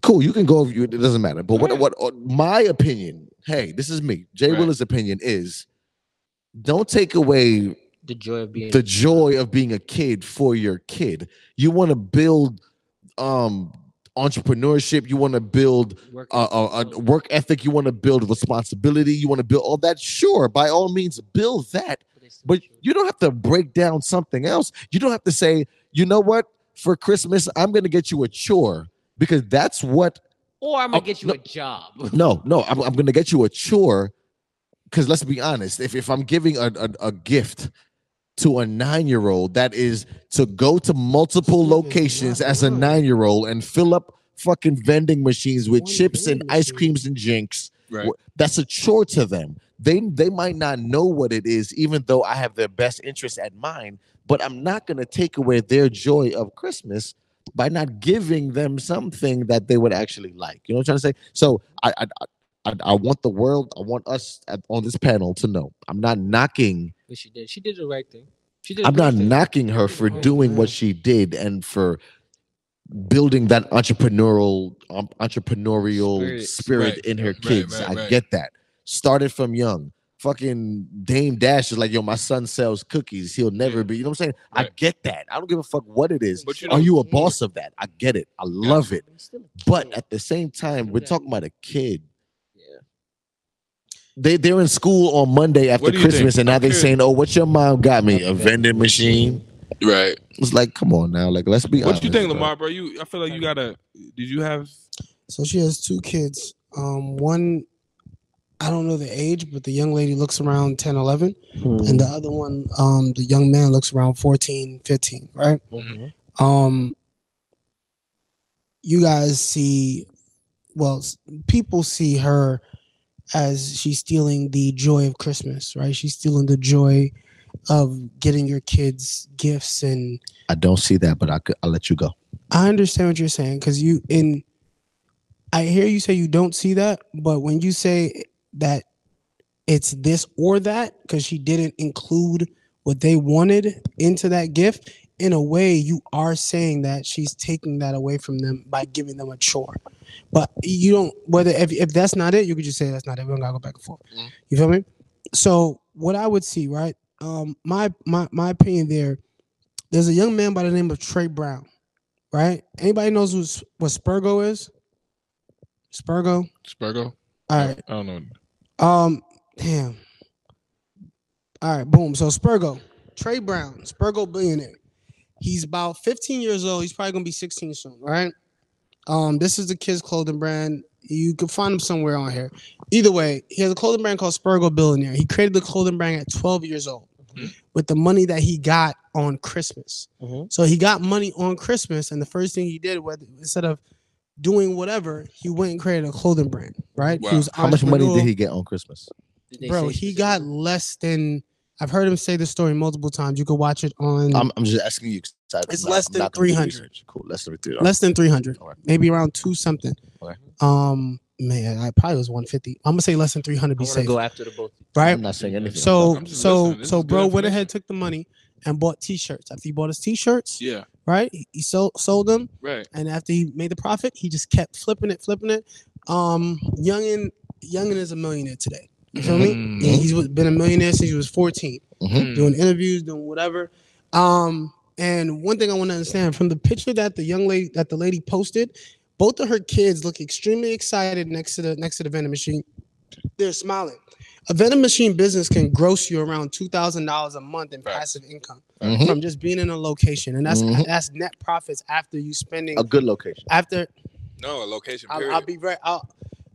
S4: Cool, you can go over you, it doesn't matter. But what
S1: Right.
S4: what uh, my opinion, hey, this is me. Jay
S1: Right.
S4: Willis' opinion is don't take away
S2: The joy of being.
S4: the joy of being a kid for your kid. You want to build um entrepreneurship, you want to build
S2: work
S4: a, a, a uh, work ethic, you want to build responsibility, you want to build all that. Sure, by all means, build that. But you don't have to break down something else. You don't have to say, you know what, for Christmas, I'm going to get you a chore because that's what.
S2: or I'm gonna get you
S4: Oh, no.
S2: a job.
S4: No, no, I'm, I'm going to get you a chore. Because let's be honest, if, if I'm giving a, a, a gift to a nine year old, that is to go to multiple
S3: Excuse me,
S4: locations
S3: not
S4: as a
S3: mine.
S4: nine year old and fill up fucking vending machines with
S3: One
S4: chips and
S3: vending
S4: ice
S3: machine.
S4: creams and drinks
S1: Right.
S4: Wh- that's a chore to them. They they might not know what it is, even though I have their best interest at mind. But I'm not gonna take away their joy of Christmas by not giving them something that they would actually like. You know what I'm trying to say? So I I I, I want the world, I want us at, on this panel to know. I'm not knocking.
S2: But she did. She did the right thing. She did.
S4: I'm
S2: the right
S4: not
S2: thing.
S4: knocking her for doing what she did and for building that entrepreneurial um, entrepreneurial spirit,
S2: Spirit.
S1: Right.
S4: in her
S1: Right,
S4: kids.
S1: right,
S4: I
S1: right.
S4: get that. Started from young. Fucking Dame Dash is like, yo, my son sells cookies. He'll never
S1: Yeah.
S4: be. You know what I'm saying? I
S1: Right.
S4: get that. I don't give a fuck what it is.
S1: But you know, mm.
S4: Are you a boss of that? I get it. I love it.
S2: But it's still a
S4: But
S2: kid.
S4: at the same time, we're
S2: Yeah.
S4: talking about a kid.
S2: Yeah.
S4: They they're in school on Monday
S1: do
S4: after
S1: you think?
S4: Christmas, and now they're
S1: Kid.
S4: saying, "Oh, what your mom got me? A vending machine."
S1: Right.
S4: It's like, come on now, like let's be.
S1: What you
S4: honest,
S1: think,
S4: bro.
S1: Lamar, bro? You I feel like you gotta did you have
S3: So she has two kids. Um, one, I don't know the age, but the young lady looks around 10, 11. And the other one, um, the young man looks around 14, 15, right?
S5: Mm-hmm.
S1: Mhm.
S3: Um, you guys see, well, s- people see her as she's stealing the joy of Christmas, right? She's stealing the joy of getting your kids gifts and
S4: I don't see that, but I could, I'll let you go.
S3: I understand what you're saying because you in. I hear you say you don't see that, but when you say that it's this or that because she didn't include what they wanted into that gift, in a way you are saying that she's taking that away from them by giving them a chore. But you don't whether if, if that's not it, you could just say that's not it. We don't gotta go back and forth.
S1: Mhm.
S3: You feel me? So what I would see, right? Um, my my my opinion there. There's a young man by the name of Trey Brown right? Anybody knows who's, what Spurgo is? Spurgo.
S1: Spurgo.
S3: All right.
S1: I don't know.
S3: Um, damn. All right, boom. So Spurgo, Trey Brown, Spurgo billionaire. He's about 15 years old. He's probably gonna be 16 soon, right? Um, this is the kid's clothing brand. You can find him somewhere on here. Either way, he has a clothing brand called Spurgo Billionaire. He created the clothing brand at 12 years old
S4: Mm-hmm.
S1: Mhm.
S3: with the money that he got on Christmas.
S5: Mhm.
S3: So he got money on Christmas, and the first thing he did was instead of doing whatever, he went and created a clothing brand, right?
S1: Wow.
S3: He was
S4: How much money
S3: entrepreneurial
S4: did he get on Christmas?
S2: Did they
S3: bro
S2: say
S3: he
S2: specific-
S3: got less than i've heard him say this story multiple times you can watch it on
S4: I'm, I'm just asking you. 'cause I-
S3: Mm. It's
S4: I'm
S3: less
S4: I'm
S3: than
S4: gonna do
S3: 300.
S4: research. Cool, less than three hundred.
S3: less than 300
S4: All right.
S3: maybe around two something
S4: Okay.
S3: um man i probably was 150 i'm gonna say less than 300
S2: I
S3: be
S2: want to
S3: safe
S2: go after the both.
S3: right
S4: I'm not saying anything.
S3: so
S1: I'm just
S3: so
S1: listening. This
S3: so
S1: is good
S3: bro
S1: information.
S3: went ahead took the money and bought t-shirts after he bought his t-shirts
S1: Yeah.
S3: right he, he sold sold them
S1: Right.
S3: and after he made the profit he just kept flipping it flipping it um youngin youngin is a millionaire today you feel me
S1: Mm.
S3: yeah, he's been a millionaire since he was 14
S4: Mm-hmm.
S1: Mm.
S3: doing interviews, doing whatever. Um, and one thing I want to understand from the picture that the young lady that the lady posted, both of her kids look extremely excited next to the next to the vending machine. They're smiling. A vending machine business can gross you around two thousand dollars a month in
S1: Right.
S3: passive income
S4: Mhm.
S3: from just being in a location, and that's
S4: Mhm.
S3: that's net profits after you spending
S4: a good location.
S3: after
S1: No, a location.
S3: I'll,
S1: Period.
S3: I'll be right out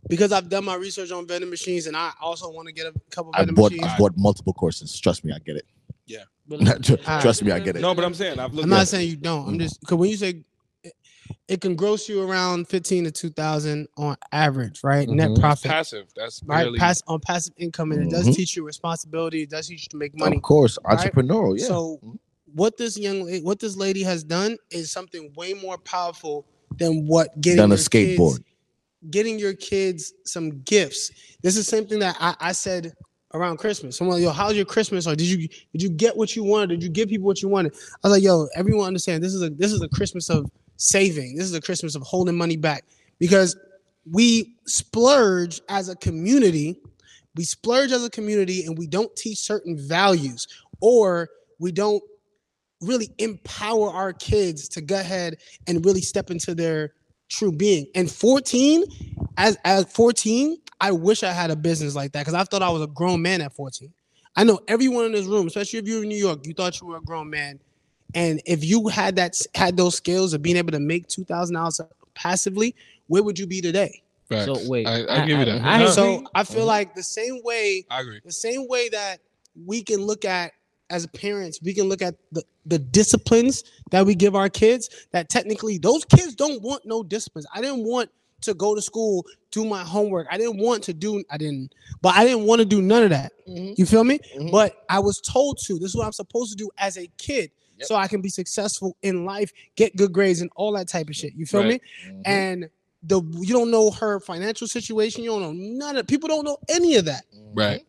S3: because I've done my research on vending machines, and I also want to get a couple
S4: I
S3: vending
S4: bought
S3: machines.
S4: I bought multiple courses. Trust me, I get it.
S3: All
S4: Trust me, I get it.
S1: no, but I'm saying I've looked.
S3: I'm not saying you don't. I'm
S4: Mm.
S3: just because when you say it, it can gross you around fifteen to two thousand on average, right? Net
S4: Mhm.
S3: profit,
S1: passive. That's
S3: right?
S1: barely-
S3: Pass on passive income, and it
S4: Mhm.
S3: does teach you responsibility. It does teach you to make money.
S4: Of course,
S3: Right?
S4: entrepreneurial. Oh, Yeah.
S3: So,
S4: Mhm.
S3: what this young, la- what this lady has done is something way more powerful than what getting
S4: Done a
S3: your kids-
S4: skateboard.
S3: getting your kids some gifts. This is the same thing that I, I said around Christmas. Someone, yo, how's your Christmas? Or did you did you get what you wanted? Did you give people what you wanted? I was like, yo, everyone understand this is a this is a Christmas of saving. This is a Christmas of holding money back because we splurge as a community. We splurge as a community, and we don't teach certain values, or we don't really empower our kids to go ahead and really step into their true being. And 14, as at 14, I wish I had a business like that because I thought I was a grown man at 14. I know everyone in this room, especially if you're in New York, you thought you were a grown man. And if you had that had those skills of being able to make two thousand dollars passively, where would you be today?
S1: Facts.
S5: So, wait,
S1: I, I,
S5: I-
S1: give you
S5: I-
S1: that.
S5: I-
S1: No,
S3: So I feel like the same way
S1: I agree.
S3: the same way that we can look at as parents, we can look at the, the disciplines that we give our kids. That technically, those kids don't want no disciplines. I didn't want to go to school, do my homework. I didn't want to do, I didn't, but I didn't want to do none of that.
S4: Mhm.
S3: You feel me?
S4: Mhm.
S3: But I was told to. This is what I'm supposed to do as a kid
S4: Yep.
S3: so I can be successful in life, get good grades, and all that type of shit. You feel me?
S1: Right.
S4: Mhm.
S3: And the you don't know her financial situation. You don't know none of people don't know any of that
S1: Right.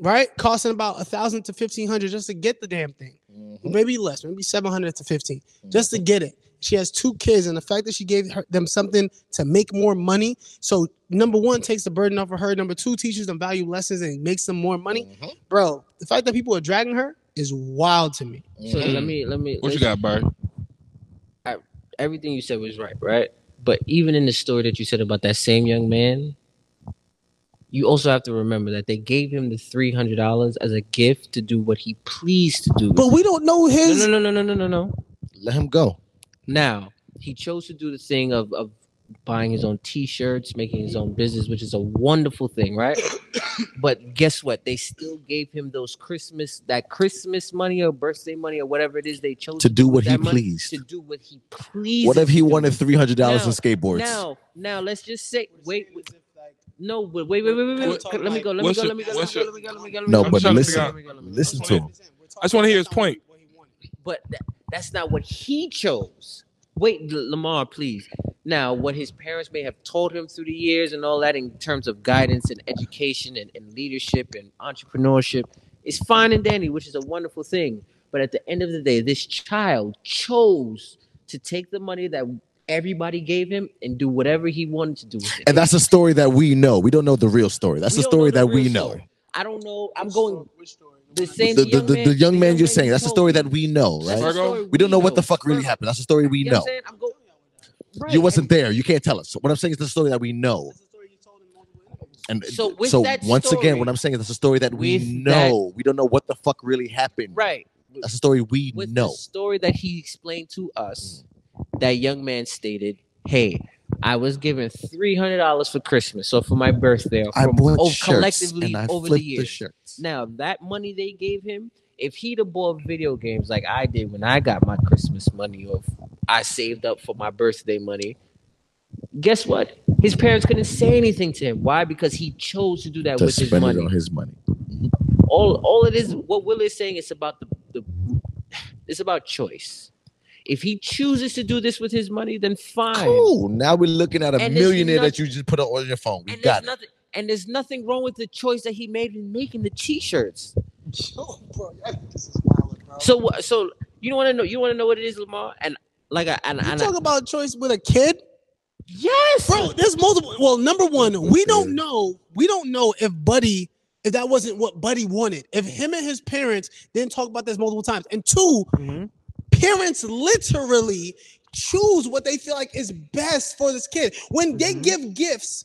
S3: right? Costing about a thousand to fifteen hundred just to get the damn thing,
S4: Mhm.
S3: maybe less, maybe seven hundred to fifteen,
S4: Mm-hmm.
S3: just to get it. She has two kids, and the fact that she gave her, them something to make more money. So number one takes the burden off of her. Number two teaches them value lessons and makes them more money,
S4: Mhm.
S3: bro. The fact that people are dragging her is wild to me.
S2: So
S4: Mhm.
S2: let me let me.
S1: What you
S2: let's-
S1: got, Bart?
S2: Everything you said was right, right? But even in the story that you said about that same young man, you also have to remember that they gave him the three hundred dollars as a gift to do what he pleased to do. with
S3: But
S2: it.
S3: we don't know his.
S2: no, no, no, no, no, no, no, no.
S4: Let him go.
S2: Now he chose to do the thing of of buying his own T-shirts, making his own business, which is a wonderful thing, right? but guess what? They still gave him those Christmas that Christmas money or birthday money or whatever it is they chose
S4: To do what
S2: with
S4: he
S2: that money,
S4: pleased.
S2: To do what he pleased.
S4: What if he wanted three hundred dollars
S2: Now-
S4: in skateboards?
S2: Now, now let's just say, wait, wait no, wait, wait, wait, wait, wait, wait.
S3: What-
S2: Let me go. Let me
S1: what's
S2: go.
S1: your-
S2: Let me go. Let
S1: what's
S2: me go.
S1: your-
S2: Let me go. Let me go. let me
S4: No,
S2: go.
S1: I'm
S4: but
S1: trying to
S4: listen,
S1: figure
S4: listen to him.
S1: I just wanna hear his point.
S2: But tha- that's not what he chose. Wait, L- Lamar, please. Now, what his parents may have told him through the years and all that in terms of guidance and education and, and leadership and entrepreneurship is fine and dandy, which is a wonderful thing. But at the end of the day, this child chose to take the money that everybody gave him and do whatever he wanted to do with it.
S4: And that's a story that we know. We don't know the real story. That's
S2: We
S4: a
S2: don't know
S4: story
S2: the
S4: that we
S2: real
S4: know.
S2: story. I don't know. I'm going
S4: The
S2: the same
S4: the,
S2: young
S4: the,
S2: man-
S4: the young man you're saying.
S2: you
S4: That's a
S2: told
S4: story
S2: me.
S4: that we know,
S2: That's the
S4: right?
S1: Virgo?
S2: story
S4: We don't know
S2: we
S4: what the fuck really
S2: Virgo.
S4: happened. That's a story we
S2: You know what
S4: know.
S2: I'm saying? I'm go- Right,
S4: You wasn't
S2: and-
S4: there. You can't tell us. What I'm saying is the story that we know. And
S2: So
S4: so,
S2: with that
S4: once again,
S2: story-
S4: what I'm saying is that's a story that we
S2: With
S4: know. we don't know what the fuck really happened.
S2: Right.
S4: That's a story we
S2: With
S4: know. Mm.
S2: the story that he explained to us, that young man stated, "Hey, I was given three hundred dollars for Christmas, so for my birthday, or
S4: I
S2: from-
S4: bought
S2: oh,
S4: shirts
S2: collectively
S4: and I
S2: over the
S4: flipped
S2: years."
S4: shirts.
S2: Now that money they gave him, if he'd have bought video games like I did when I got my Christmas money, or I saved up for my birthday money, guess what? His parents couldn't say anything to him. Why? Because he chose to do that
S4: to
S2: with his
S4: spend it
S2: money.
S4: on his money.
S2: all all it is what Will is saying is about the, the it's about choice. If he chooses to do this with his money, then fine.
S4: Cool. Now we're looking at a
S2: And there's
S4: millionaire
S2: noth-
S4: that you just put on your phone. We
S2: And
S4: got
S2: there's
S4: it.
S2: nothing and there's nothing wrong with the choice that he made in making the t-shirts.
S3: Yo, bro, this is wild, bro.
S2: So wha- so you want to know you want to know what it is, Lamar? And like I and,
S3: you
S2: and I-
S3: talk about choice with a kid,
S2: yes,
S3: bro. There's multiple. Well, number one, we
S4: Okay.
S3: don't know. We don't know if Buddy, if that wasn't what Buddy wanted. If him and his parents didn't talk about this multiple times, and 2
S4: Mm-hmm.
S2: Mhm.
S3: parents literally choose what they feel like is best for this kid when they
S2: Mhm.
S3: give gifts.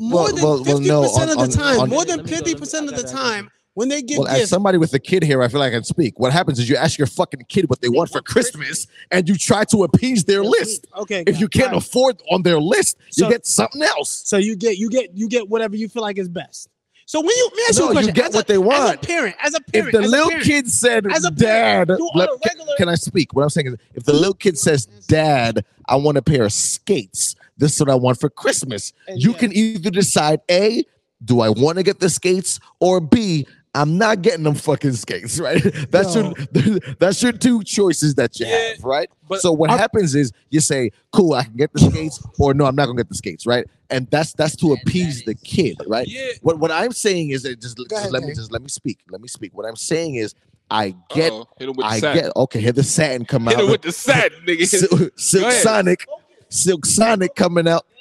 S4: Mm-hmm. Well-
S3: More than
S4: well- well,
S3: fifty
S4: no,
S3: percent of
S4: on-
S3: the
S4: on-
S3: time,
S4: on-
S3: more than
S2: Let me go, let me-
S3: fifty percent of
S2: I
S3: the
S2: got it, I got it.
S3: time, when they give
S4: Well, as
S3: gifts,
S4: somebody with a kid here, I feel like I can speak. What happens is you ask your fucking kid what they, want, for Christmas, and you try to appease their
S2: Their
S4: list.
S3: okay.
S4: If you can't
S3: right.
S4: afford on their list, you
S3: So-
S4: get something else.
S3: So you get you get you get whatever you feel like is best. So when you let me ask you
S4: No,
S3: a
S4: you
S3: question,
S4: get
S3: as
S4: what
S3: a,
S4: they
S3: as a
S4: want.
S3: parent, as a
S4: If
S3: parent,
S4: the
S3: as a
S4: little
S3: parent,
S4: kid said,
S3: as a
S4: "Dad,"
S3: parent, you on
S4: let-
S3: a
S4: ca-
S3: regular-
S4: can I speak? What I'm saying is, if the little kid says, "Dad, I want a pair of skates. This is what I want for Christmas,"
S3: and
S4: you
S3: yeah.
S4: can either decide a do i want to get the skates or b i'm not getting them fucking skates right that's your that's your two choices that you
S1: Yeah,
S4: have right
S1: but-
S4: so what happens is you say cool i can get the skates or no i'm not gonna get the skates right and that's that's to
S2: And that
S4: appease the
S2: is-
S4: kid right
S1: Yeah.
S4: what what i'm saying is that just, just
S3: ahead,
S4: let me
S3: Dave.
S4: just let me speak let me speak what i'm saying is i get
S1: Uh-oh. hit him Oh, with
S4: i
S1: the satin.
S4: get okay here the satin come
S1: Hit him
S4: out
S1: with the satin, nigga.
S4: Silk, Silk
S1: ahead.
S4: Sonic, Silk Sonic coming out.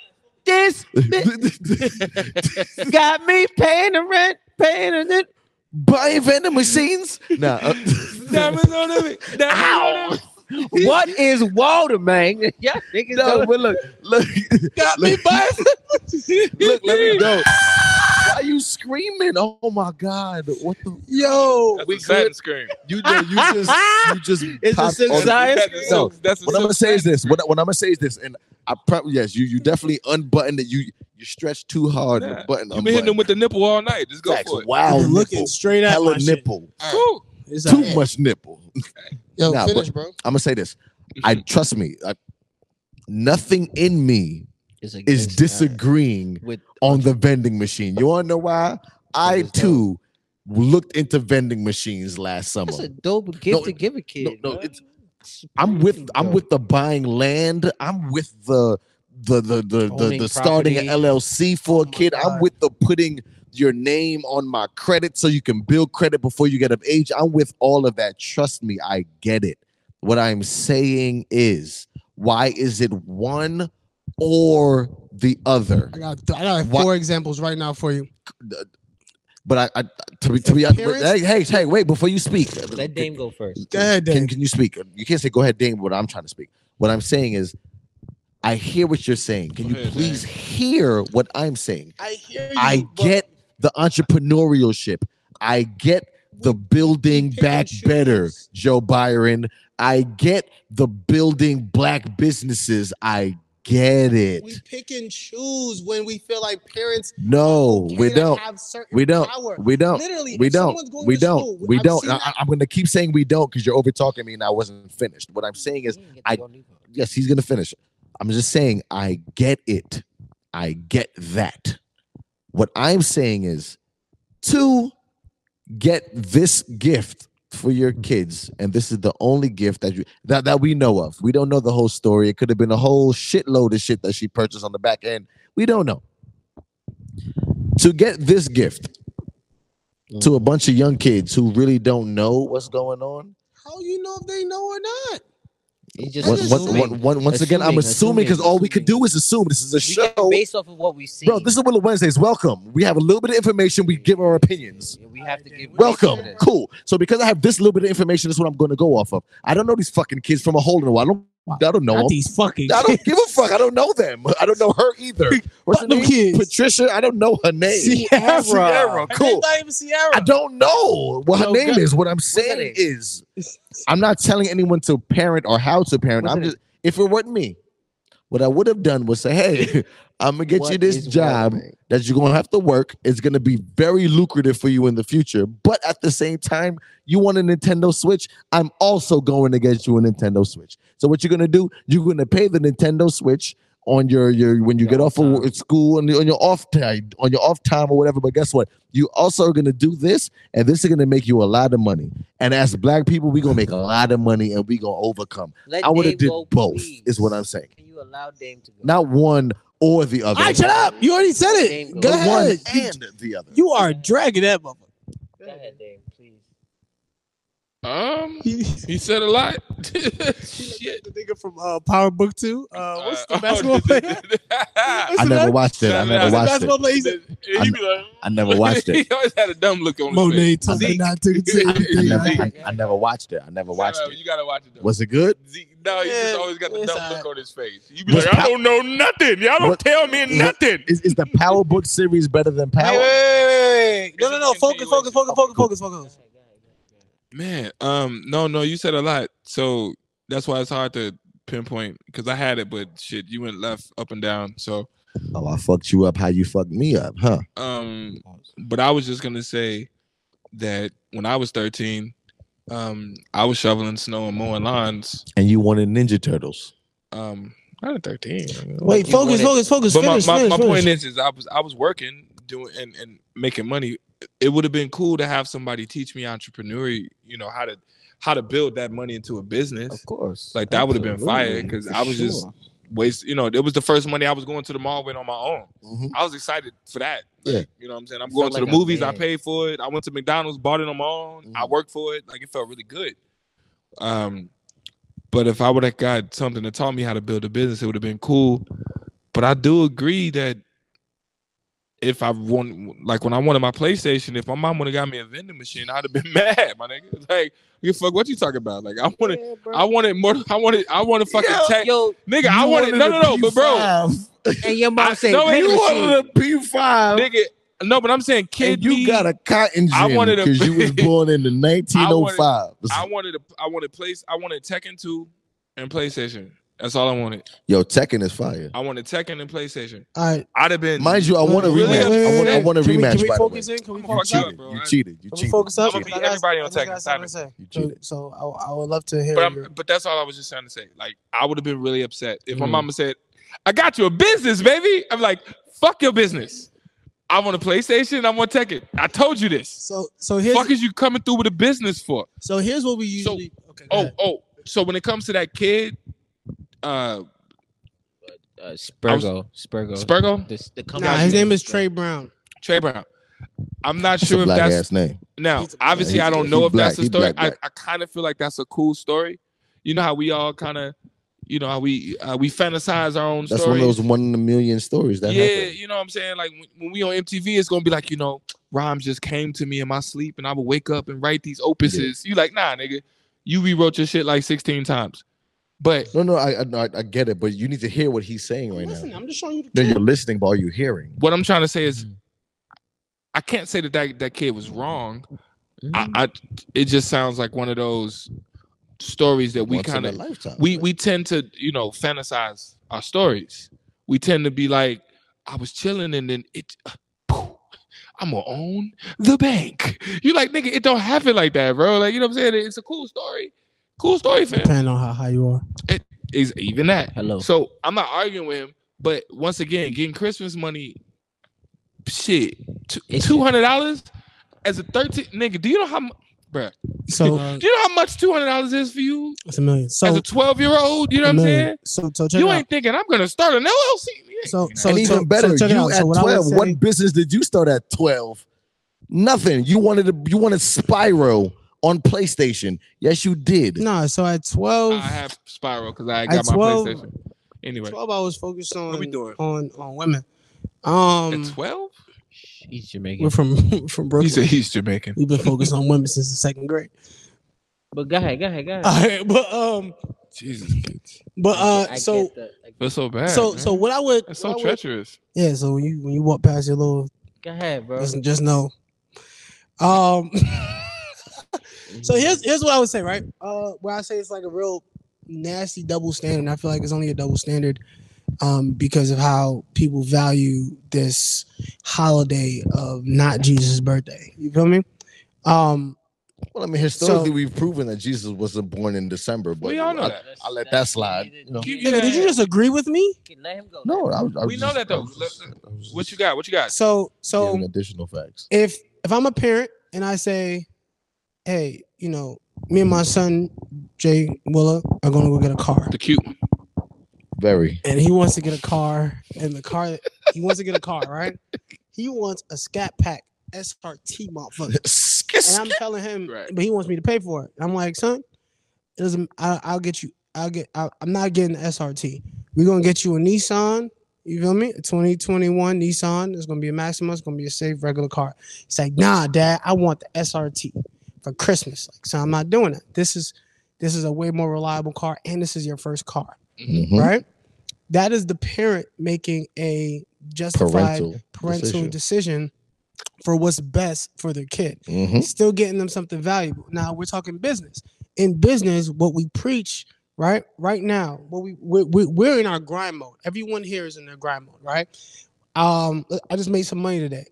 S5: This got me paying the rent, paying the
S4: buying vending machines. nah, uh,
S1: Diamonds on it. Diamonds
S5: What is Walter, man? Yeah, niggas
S4: no,
S5: don't-
S4: but look, look,
S1: Got me
S4: look,
S1: busted.
S4: look, let me know. Why you screaming? Oh my god, what the?
S3: yo,
S1: That's
S4: We
S1: a satin Oh, scream.
S4: You, no, you just, you just.
S5: It's a
S4: popped
S5: Silk
S4: on-
S5: Sonic. Science?
S1: That's a
S4: No.
S1: silk- that's a
S4: What I'm
S1: silk
S4: gonna say is
S1: satin
S4: this.
S1: scream.
S4: What, I- what I'm gonna say is this, and I probably yes, you you definitely unbuttoned it. You you stretched too hard.
S1: Nah.
S4: and button.
S1: You've been hitting them
S4: unbuttoned.
S1: with the nipple all night. Just go
S4: Facts.
S1: for it.
S4: Wow,
S3: I'm looking
S4: nipple.
S3: straight at
S4: hella
S3: my shit.
S4: nipple.
S1: Woo.
S3: It's
S4: Too
S3: like-
S4: much nipple.
S6: Yo,
S4: Nah,
S6: finish, bro.
S4: I'm gonna say this. I
S2: Mm-hmm.
S4: trust me. I, nothing in me
S2: It's like
S4: is
S2: this, uh,
S4: disagreeing
S2: with
S4: on the vending machine. You want to know why? I
S2: Because no.
S4: too looked into vending machines last summer.
S2: that's a dope gift
S4: No,
S2: to give a kid.
S4: no,
S2: man.
S4: it's- I'm with I'm with the buying land. I'm with the the the the the,
S2: Owning
S4: the starting an
S2: property.
S4: LLC for
S3: Oh
S4: a
S3: my
S4: kid. I'm
S3: God.
S4: with the putting your name on my credit so you can build credit before you get of age. I'm with all of that. Trust me, I get it. What I'm saying is, why is it one or the other?
S3: I got I got
S4: What-
S3: four examples right now for you.
S4: But I, I to be to be honest,
S3: Parents-
S4: hey, hey, hey, wait before you speak.
S2: let Dame go first.
S3: Go ahead,
S4: Can,
S3: Dave.
S4: can you speak? You can't say go ahead, Dame. What I'm trying to speak. What I'm saying is, I hear what you're saying. Can
S1: Go
S4: you
S1: ahead,
S4: please hear what I'm saying?
S3: I hear you.
S4: I get the entrepreneurship. I get the building
S3: pick
S4: back
S3: and choose.
S4: better, Joe Byron. I get the building black businesses. I get it.
S3: we pick and choose when we feel like parents
S4: No, we
S3: can't
S4: don't.
S3: have certain
S4: We don't.
S3: power.
S4: We don't.
S3: Literally,
S4: we
S3: if someone's
S4: don't
S3: going
S4: we
S3: to
S4: don't
S3: school,
S4: we
S3: I've
S4: don't
S3: seen
S4: I,
S3: that.
S4: I- i'm gonna keep saying we don't because you're over talking me and i wasn't finished what i'm saying is I- yes he's gonna finish i'm just saying i get it i get that what i'm saying is to get this gift for your kids and this is the only gift that you that, that we know of we don't know the whole story it could have been a whole shitload of shit that she purchased on the back end we don't know to get this gift to a bunch of young kids who really don't know what's going on.
S3: How you know if they know or not?
S2: He's just
S4: Once, once-
S2: assuming.
S4: once- once- once again, I'm assuming
S2: Assuming,
S4: because
S2: assuming,
S4: all we could
S2: assuming.
S4: do is assume. This is a
S2: We get
S4: show,
S2: based off of what we've seen.
S4: bro. This is Willow Wednesdays. Welcome. We have a little bit of information. We give our opinions.
S2: We have to give.
S4: Welcome.
S2: reason to this.
S4: Cool. So because I have this little bit of information, this is what I'm going to go off of. I don't know these fucking kids from a hole in the wall. I don't I don't know
S5: Not
S4: him.
S5: these fucking
S4: I don't
S5: kids.
S4: give a fuck. I don't know them. I don't know her either. What's her
S3: Fuck them
S4: name?
S3: kids.
S4: Patricia. I don't know her name.
S5: Sierra.
S4: Sierra.
S3: Her
S4: Cool.
S3: name's not even Sierra.
S4: I don't know what her
S3: No,
S4: name
S3: good.
S4: is. What I'm
S3: her
S4: saying
S3: name?
S4: is, I'm not telling anyone to parent or how to parent.
S5: What's
S4: I'm
S5: her
S4: just if it weren't me, what I would have done was say, "Hey, I'm gonna get
S5: What
S4: you this
S5: is
S4: job
S5: Walter?
S4: that you're gonna have to work. It's gonna be very lucrative for you in the future, but at the same time, you want a Nintendo Switch. I'm also going to get you a Nintendo Switch. So what you're gonna do? You're gonna pay the Nintendo Switch." On your your when you get
S5: Your
S4: off of
S5: time.
S4: wo- school and on your off time on your off time or whatever, but guess what? You also are gonna do this, and this is gonna make you a lot of money. And as black people, we gonna make a lot of money, and we gonna overcome.
S2: Let
S4: I would have
S2: Dame
S4: did
S2: go,
S4: both,
S2: please.
S4: is what I'm saying.
S2: Can you allow Dame to go?
S4: Not one or the other.
S3: All right, shut up. You already said
S2: Dame
S3: it.
S2: go.
S3: Go
S4: But one
S3: ahead. You-
S4: and the other.
S3: You are dragging that motherfucker.
S2: Go ahead, Dame, please.
S1: Um,
S3: You-
S1: he said a lot. Shit.
S3: The nigga from uh, Power Book Two. Uh, what's the
S1: Uh,
S3: basketball player? What's
S4: I
S3: the
S4: never
S3: bas-
S4: watched it. I
S1: Shout
S4: never
S1: out.
S3: what's
S4: watched
S3: the
S4: it.
S3: basketball player? He said,
S1: He be like,
S4: I never watched it.
S1: he always had a dumb look on
S3: Monet took
S1: Zeke.
S3: it, not took it to
S1: I
S4: I
S3: anything.
S4: never,
S3: Like,
S4: I, I never watched it. I never
S1: his face.
S4: watched
S1: Shout out,
S4: it.
S1: You gotta watch it. Though.
S4: Was it good?
S1: Zeke, no, he
S3: Yeah,
S1: just always got the
S3: it's
S1: dumb
S3: all
S1: look
S3: right.
S1: on his face. You be
S4: Was
S1: like, I
S4: Pop-
S1: don't know nothing. Y'all don't
S4: What-
S1: tell me nothing.
S4: Is, is the Power Book series better than
S3: Wait, wait,
S4: Power?
S3: wait, wait. No,
S1: It's
S3: no,
S1: a
S3: no. Focus,
S1: continuation.
S3: focus, focus, focus, focus,
S2: Go ahead,
S3: focus.
S2: go ahead, go ahead, go ahead.
S1: Man, um, no, no, you said a lot, so that's why it's hard to pinpoint because I had it, but shit, you went left, up, and down. So,
S4: Oh, I fucked you up. How you fucked me up, huh?
S1: um, but I was just gonna say that when I was thirteen, um, I was shoveling snow and mowing lawns.
S4: And you wanted Ninja Turtles.
S1: Um, not at thirteen. I mean,
S3: Wait,
S2: You
S3: focus,
S2: wanted-
S3: focus, focus.
S1: but my,
S3: Finish,
S1: my,
S3: finish,
S1: my
S3: finish.
S1: point is, is I was I was working doing and, and making money. It would have been cool to have somebody teach me entrepreneurial, you know, how to how to build that money into a business.
S5: Of course.
S1: Like, that would've been
S5: Absolutely,
S1: fire, 'cause
S5: for
S1: I was just-
S5: sure.
S1: waste you know it was the first money i was going to the mall with on my own
S4: Mhm.
S1: i was excited for that
S4: Yeah.
S1: Like, you know what i'm saying i'm
S2: You
S1: going
S2: felt
S1: to
S2: like
S1: the
S2: a
S1: movies i
S2: man.
S1: paid for it i went to mcdonald's bought it on my own i
S4: Mhm.
S1: worked for it like it felt really good um but if i would have got something that taught me how to build a business it would have been cool but i do agree that if I want, like when I wanted my PlayStation, if my mom would have got me a vending machine, I'd have been mad, my nigga. Like, you fuck, what you talking about? Like, I wanted,
S2: Yeah, bro.
S1: I wanted more. I wanted, I wanted fucking tech,
S2: Yo,
S1: nigga. I wanted, no, no, no, but bro,
S2: and your
S1: I-
S2: mom said,
S1: no,
S2: "Vending
S1: you
S2: machine."
S4: a P5.
S1: nigga. No, but I'm saying, kid,
S4: and you
S1: me,
S4: got a cotton
S1: I
S4: gin
S1: wanted a-
S4: because you was born in the 1905.
S1: I wanted a, I wanted place. I wanted Tekken two and PlayStation. That's all I wanted.
S4: Yo, Tekken is fire.
S1: I wanted Tekken and PlayStation.
S3: All right.
S1: I'd have been.
S4: Mind you, I want a
S1: Really?
S4: rematch. I want, I want a
S3: Can we-
S4: rematch.
S3: Can we
S4: by the way.
S3: focus in? Can we
S1: I'ma
S3: focus
S1: fuck
S3: up?
S1: you up.
S4: cheated.
S1: bro.
S4: You
S1: I-
S4: cheated. You
S3: Can we
S4: cheated.
S3: focus
S1: I'ma
S3: up?
S1: beat everybody on Tekken, silence.
S4: You
S3: So,
S4: cheated.
S3: so I, I would love to hear.
S1: But I'm,
S3: your-
S1: but that's all I was just trying to say. Like I would have been really upset if my
S4: Mm-hmm.
S5: Mm.
S1: mama said, "I got you a business, baby." I'm like, "Fuck your business. I want a PlayStation. I want Tekken. I told you this.
S3: So so here's
S1: Fuck is you coming through with a business for?"
S3: so here's what we usually. okay, go
S1: Oh,
S3: ahead.
S1: oh. So when it comes to that kid, uh,
S2: Uh, Spurgo, Spurgo,
S1: Spurgo,
S2: The, the company
S3: Nah, his
S2: name
S3: name is Trey Brown.
S1: Trey Brown. I'm not
S4: That's a
S1: sure if
S4: black
S1: that's
S4: ass name.
S1: Now,
S3: He's a-
S1: obviously,
S4: yeah,
S1: I
S4: he's-
S1: don't know
S4: he's
S1: if that's the
S4: black,
S1: story.
S4: he's black,
S1: I, I kind of feel like that's a cool story. You know how we all kind of, you know, how we uh, we fantasize our own
S4: That's
S1: story.
S4: one of those one in a million stories that
S1: yeah,
S4: happened.
S1: you know what I'm saying? Like when, when we on MTV, it's gonna be like, you know, rhymes just came to me in my sleep, and I would wake up and write these opuses. You like, nah, nigga, you rewrote your shit like 16 times. But
S4: No, no, I, I, no, I I get it, but you need to hear what he's saying right
S3: Listen,
S4: now.
S3: I'm just showing you the
S4: No,
S3: clip.
S4: you're listening, but are you hearing?
S1: what I'm trying to say
S4: Mm-hmm.
S1: is, I can't say that that, that kid was wrong.
S4: Mm-hmm.
S1: I, I, it just sounds like one of those stories that we
S4: Once in
S1: kind
S4: a
S1: of
S4: lifetime.
S1: we we tend to you know fantasize our stories. We tend to be like, I was chilling and then it, uh, poof, I'm gonna own the bank. You like nigga, it don't happen like that, bro. Like you know what I'm saying? It's a cool story, cool story, fam.
S3: Depending on how high you are.
S1: Is even that.
S2: Hello.
S1: So I'm not arguing with him, but once again, getting Christmas money, shit,
S2: It's-
S1: two hundred dollars as a thirteen nigga. Do you know how, mu- bruh?
S3: So
S1: Do you know how much two hundred dollars is for you
S3: it's a million. So
S1: as a twelve year old? You know what I'm
S3: a million.
S1: saying?
S3: So so check
S1: you
S3: it out.
S1: ain't thinking I'm gonna start an LLC. You ain't
S3: So
S1: thinking
S3: so
S4: and even
S3: so-
S4: better,
S3: So check it
S4: you
S3: out.
S4: at
S3: So what I would
S4: 12.
S3: say-
S4: what business did you start at 12? Nothing. You wanted to, you wanted Spyro on PlayStation. Yes, you did.
S3: No, so at
S1: that.
S3: 12,
S1: I have Spiral because I
S3: At
S1: got my
S3: 12
S1: PlayStation. Anyway,
S3: 12 I was focused on
S1: we doing?
S3: on on women. Um,
S1: at twelve,
S2: He's Jamaican.
S3: we're from from Brooklyn.
S1: he's Jamaican.
S3: We've been focused on women since the second grade.
S2: But go ahead, go ahead, go ahead.
S3: All right, but um,
S1: Jesus, kids.
S3: But uh,
S2: I
S3: so
S2: get that. I get-
S1: That's so bad.
S3: so
S1: man.
S3: so what I would
S1: That's so
S3: what I would-
S1: treacherous.
S3: yeah. So when you when you walk past your little,
S2: go ahead, bro.
S3: just, just know. Um. so here's here's what I would say, right? Uh, where I say it's like a real nasty double standard. I feel like it's only a double standard um, because of how people value this holiday of not Jesus' birthday. You feel me? Um,
S4: Well, I mean, historically,
S3: So-
S4: we've proven that Jesus wasn't born in December, but
S1: We all know
S4: I,
S1: that.
S4: I let that slide. You know?
S1: You-
S3: nigga, did you
S1: yeah.
S3: just agree with me?
S2: Let him go.
S4: No, I, was- I was
S1: We know
S4: just-
S1: that,
S4: I
S1: though.
S4: was just- I was
S1: What
S4: just
S1: you got? What you got?
S3: So so
S4: giving additional facts.
S3: if if I'm a parent and I say, hey, you know, me and my son Jay Willa are going to go get a car,
S1: The cute one.
S4: Very.
S3: and he wants to get a car, and the car he wants to get a car, right? He wants a Scat Pack SRT motherfucker, and I'm telling him,
S1: Right.
S3: but he wants me to pay for it. I'm like, son, it doesn't. I, I'll get you. I'll get. I, I'm not getting the SRT. We're gonna get you a Nissan. You feel me? A 2021 Nissan. It's gonna be a Maxima. It's gonna be a safe regular car. It's like, nah, Dad. I want the SRT for Christmas. Like, so I'm not doing that. This is this is a way more reliable car, and this is your first car
S4: Mhm.
S3: right? That is the parent making a justified
S4: Parental.
S3: parental decision. for what's best for their kid,
S4: hmm
S3: still getting them something valuable. Now we're talking business. In business, what we preach, right? Right now, what we we're, we're- we're in our grind mode. Everyone here is in their grind mode, right? Um, I just made some money today.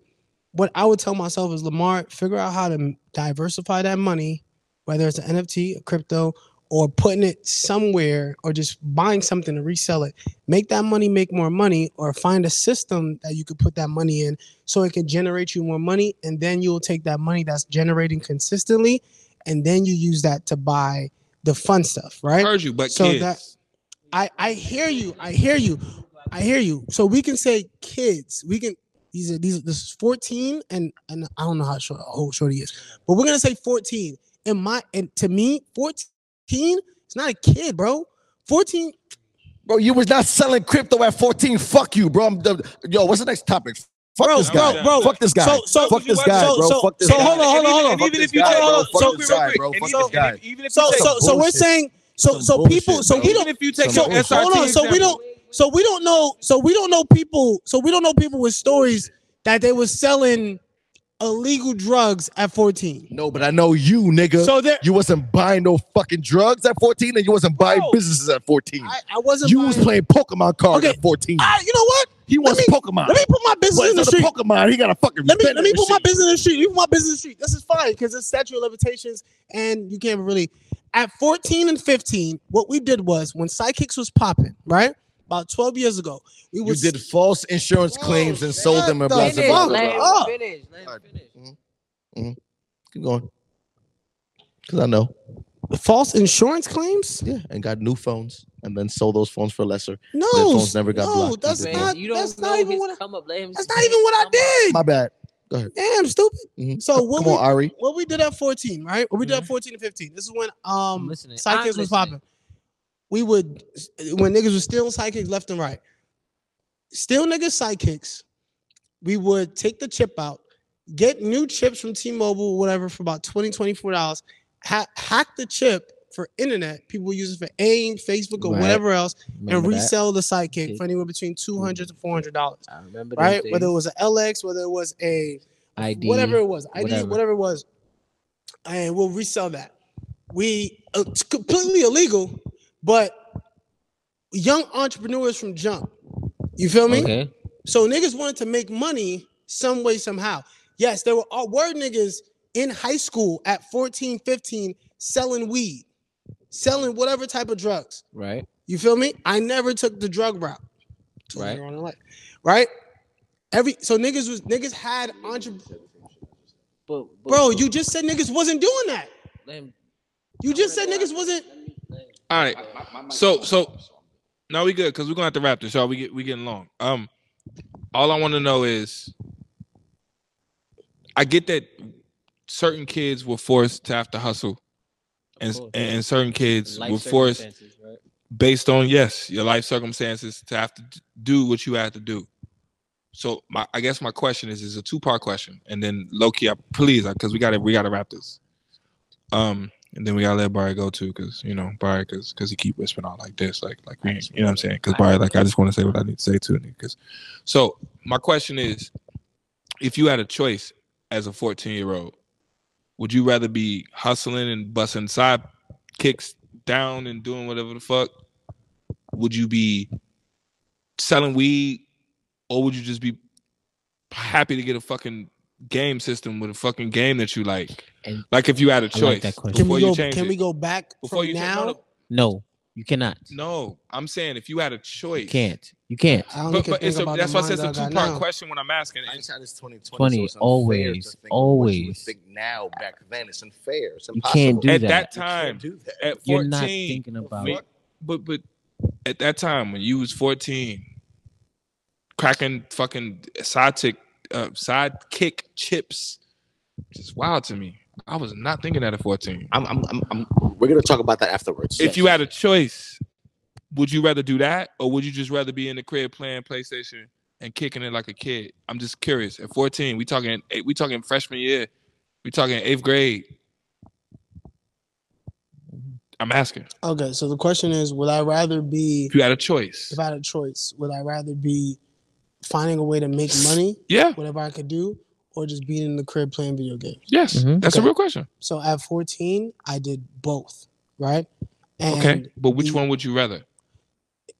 S3: What I would tell myself is, Lamar, figure out how to diversify that money, whether it's an NFT, a crypto, or putting it somewhere, or just buying something to resell it. Make that money make more money, or find a system that you could put that money in so it can generate you more money. And then you'll take that money that's generating consistently, and then you use that to buy the fun stuff, right?
S1: Heard you, but
S3: So
S1: kids.
S3: that- I I hear you. I hear you. I hear you. So we can say kids. We can these are these this is 14 and and I don't know how short how old shorty is, but we're gonna say 14. And my and to me, 14 it's not a kid, bro. 14
S4: Bro, you was not selling crypto at 14. Fuck you, bro. I'm the, yo, what's the next topic? Fuck
S3: Bro,
S4: this
S1: bro,
S4: guy.
S1: bro.
S4: Fuck this guy.
S3: So so
S4: fuck this
S1: so-
S4: guy,
S3: so-
S4: bro.
S3: so-
S4: fuck this
S3: so
S4: guy.
S3: hold on, hold on, hold on.
S1: And even if you
S4: Fuck this
S1: take,
S4: guy, bro.
S1: hold on, so real quick,
S4: Fuck this guy, bro.
S1: and
S4: Fuck
S1: even-
S4: this guy.
S1: and if- even if
S3: so
S1: you take-
S3: so so we're
S4: bullshit.
S3: saying so
S4: Some
S3: so
S4: bullshit,
S3: people so
S4: bro.
S3: we
S1: even
S3: don't
S1: if you take
S4: So-
S1: your SRT
S3: hold on so we
S1: example-
S3: don't so we don't know so we don't know people so we don't know people with stories that they were selling illegal drugs at 14.
S4: No, but I know you, nigga.
S3: So there,
S4: you wasn't buying no fucking drugs at 14 and you wasn't buying
S3: Bro.
S4: businesses at 14.
S3: I, I wasn't.
S4: you
S3: buying-
S4: was playing Pokemon cards
S3: Okay.
S4: at 14.
S3: All right, you know what?
S4: he wants
S3: me-
S4: Pokemon.
S3: Let me put my business
S4: Well,
S3: in the
S4: it's
S3: street.
S4: not a Pokemon. He got a fucking.
S3: Let me
S4: vending
S3: let me put my
S4: machine.
S3: business in the street. You put my business in the street. This is fine because it's statute of limitations, and you can't really. At 14 and 15, what we did was when Psychics was popping, right? About 12 years ago, we
S4: You
S3: was
S4: did false insurance
S3: Bro,
S4: claims and sold
S3: shut
S4: them. and
S3: the
S4: blah,
S2: Finish,
S4: blah, blah,
S3: fuck Mm-hmm.
S4: blah,
S2: let
S4: blah.
S2: him
S3: up.
S2: finish. Let him finish.
S4: Keep going. Cause I know,
S3: false insurance claims.
S4: yeah, and got new phones and then sold those phones for lesser.
S3: No,
S4: Their phones never got
S3: no,
S4: blocked.
S3: that's
S4: They
S2: Man,
S4: did
S3: not.
S2: you don't
S3: that's
S2: know
S3: not even
S2: his
S3: what. I,
S2: come up. Let him
S3: that's
S2: say
S3: not even
S2: his
S3: what
S2: come up.
S3: I did.
S4: My bad.
S3: Damn, stupid.
S4: Mhm.
S3: So
S4: Come-
S3: what
S4: come
S3: we-
S4: on, Ari.
S3: What we did at 14, right? What we did at 14 and 15. This is when
S2: Mm-hmm. I'm
S3: um
S2: listening. I'm
S3: sidekicks was
S2: listening.
S3: popping. We would when niggas was stealing sidekicks left and right. Steal niggas sidekicks. We would take the chip out, get new chips from T-Mobile, whatever, for about 20 dollars. Ha- hack the chip for internet. People use it for AIM, Facebook, or
S2: Right.
S3: whatever else, and
S2: Remember that? Mm-hmm.
S3: resell the sidekick
S2: Okay.
S3: for anywhere between 200 to 400 dollars.
S2: I remember those
S3: Right? Whether it
S2: days.
S3: was an LX, whether it was a
S2: ID.
S3: whatever it was, ID, whatever,
S2: whatever.
S3: it was, and we'll resell that. We uh, it's completely illegal, but young entrepreneurs from jump. You feel me?
S2: Okay.
S3: So niggas wanted to make money some way, somehow. Yes, there were all were niggas in high school at 14, 15 selling weed, selling whatever type of drugs.
S2: Right.
S3: You feel me? I never took the drug route.
S2: Right.
S3: Later on in life. Right? Every so niggas was niggas had entrepreneurs.
S2: But, but,
S3: Bro, you just said niggas wasn't doing that.
S2: Let him,
S3: You just said niggas wasn't.
S1: All right. So so no, we good because we're gonna have to wrap this, y'all. We get we getting long. Um, all I want to know is, I get that certain kids were forced to have to hustle, and
S2: course.
S1: and certain kids
S2: life
S1: were forced
S2: circumstances, right?
S1: based on yes your life circumstances to have to d- do what you had to do. So my I guess my question is is a two part question, and then Loki, I, please, because we got to we got to wrap this. Um, And then we gotta let Barry go too, because you know Barry, because he keep whispering out like this, like like we, ain't- you know what I'm saying? Because Barry, like I just want to say what I need to say to him. Because so my question is, if you had a choice as a 14 year old, would you rather be hustling and busting side kicks down and doing whatever the fuck? Would you be selling weed, or would you just be happy to get a fucking game system with a fucking game that you like?
S5: And-
S1: like if you had a
S5: I
S1: choice
S5: like that question.
S3: Can
S1: before
S3: we
S1: you
S3: go?
S1: change
S3: Can
S1: it.
S3: we go back
S1: before
S3: from
S1: you now?
S3: now?
S1: no,
S5: No, you cannot.
S1: no, I'm saying if you had a choice,
S5: You can't. You can't.
S3: I only
S1: But,
S3: can
S1: but
S3: think
S1: it's a,
S3: about
S1: that's
S3: the
S1: why I said
S3: ones
S1: it's a
S3: I got
S1: two part
S3: now.
S1: question. When I'm asking,
S4: I
S1: and
S4: just had this 2020.
S5: 20,
S4: it's unfair to
S5: always,
S4: think of what you would
S5: always.
S4: think now back then it's unfair. It's
S5: You can't
S1: at
S5: do
S1: that
S5: that.
S1: time,
S4: do that.
S1: at 14,
S5: You're not thinking about
S1: we-
S5: it.
S1: but but at that time when you was 14, cracking fucking side tick, uh, side kick chips, which is wild to me. I was not thinking that at 14.
S4: I'm, I'm, I'm, I'm, we're gonna talk about that afterwards.
S1: If you had a choice, would you rather do that or would you just rather be in the crib playing PlayStation and kicking it like a kid? I'm just curious. At 14, we talking eh, we talking freshman year. We talking 8th grade. I'm asking.
S3: Okay, so the question is: Would I rather be
S1: If you had a choice.
S3: if I had a choice, would I rather be finding a way to make money,
S1: Yeah.
S3: whatever I could do, or just being in the crib playing video games?
S1: Yes.
S2: Mm-hmm.
S5: Mhm.
S1: That's a
S3: Okay.
S1: real question.
S3: So at 14, I did both, right? And
S1: Okay. But which
S3: the-
S1: one would you rather?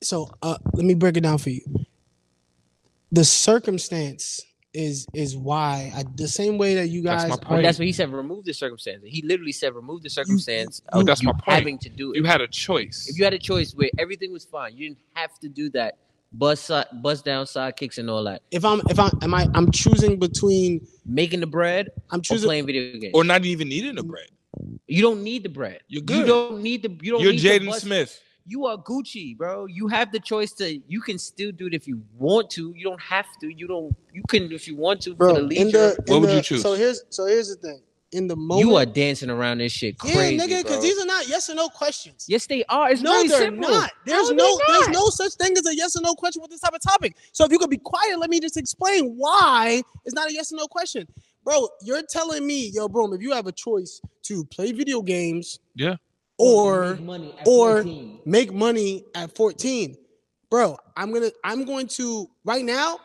S3: So uh, let me break it down for you. The circumstance is is why I, the same way that you
S1: That's
S3: guys
S1: my
S3: are-
S1: point.
S2: That's what he said. Remove the circumstance. He literally said, remove the circumstance
S1: Oh,
S2: of
S1: that's
S2: you
S1: my point.
S2: having to do it.
S1: You had a choice.
S2: if you had a choice where everything was fine, you didn't have to do that. Bust side, bust down side kicks and all that.
S3: if I'm if I'm am I I'm choosing between
S2: Making the bread
S3: I'm
S2: or
S3: choosing
S2: playing video games.
S1: or not even needing a bread.
S2: you don't need the bread.
S1: You're
S2: You
S1: good.
S2: don't need the. You don't.
S1: You're
S2: need to
S1: Jaden
S2: bust-
S1: Smith.
S2: You are Gucci, bro. You have the choice to. You can still do it if you want to. You don't have to. You don't. You can if you want to
S3: bro
S2: for the
S3: in the
S2: leisure.
S1: What
S3: in
S1: would you
S3: the-
S1: choose?
S3: So here's so here's the thing in the moment
S2: You are dancing around this shit
S3: yeah
S2: crazy,
S3: nigga
S2: bro.
S3: because these are not yes or no questions.
S2: yes, they are. It's
S3: no,
S2: very
S3: they're
S2: simple.
S3: not. There's
S2: they're
S3: no, there's
S2: not.
S3: no such thing as a yes or no question with this type of topic. So if you could be quiet, let me just explain why it's not a yes or no question, bro. You're telling me, yo, Broom, if you have a choice to play video games,
S1: Yeah.
S3: or or make money at 14, bro. I'm gonna, I'm going to right now.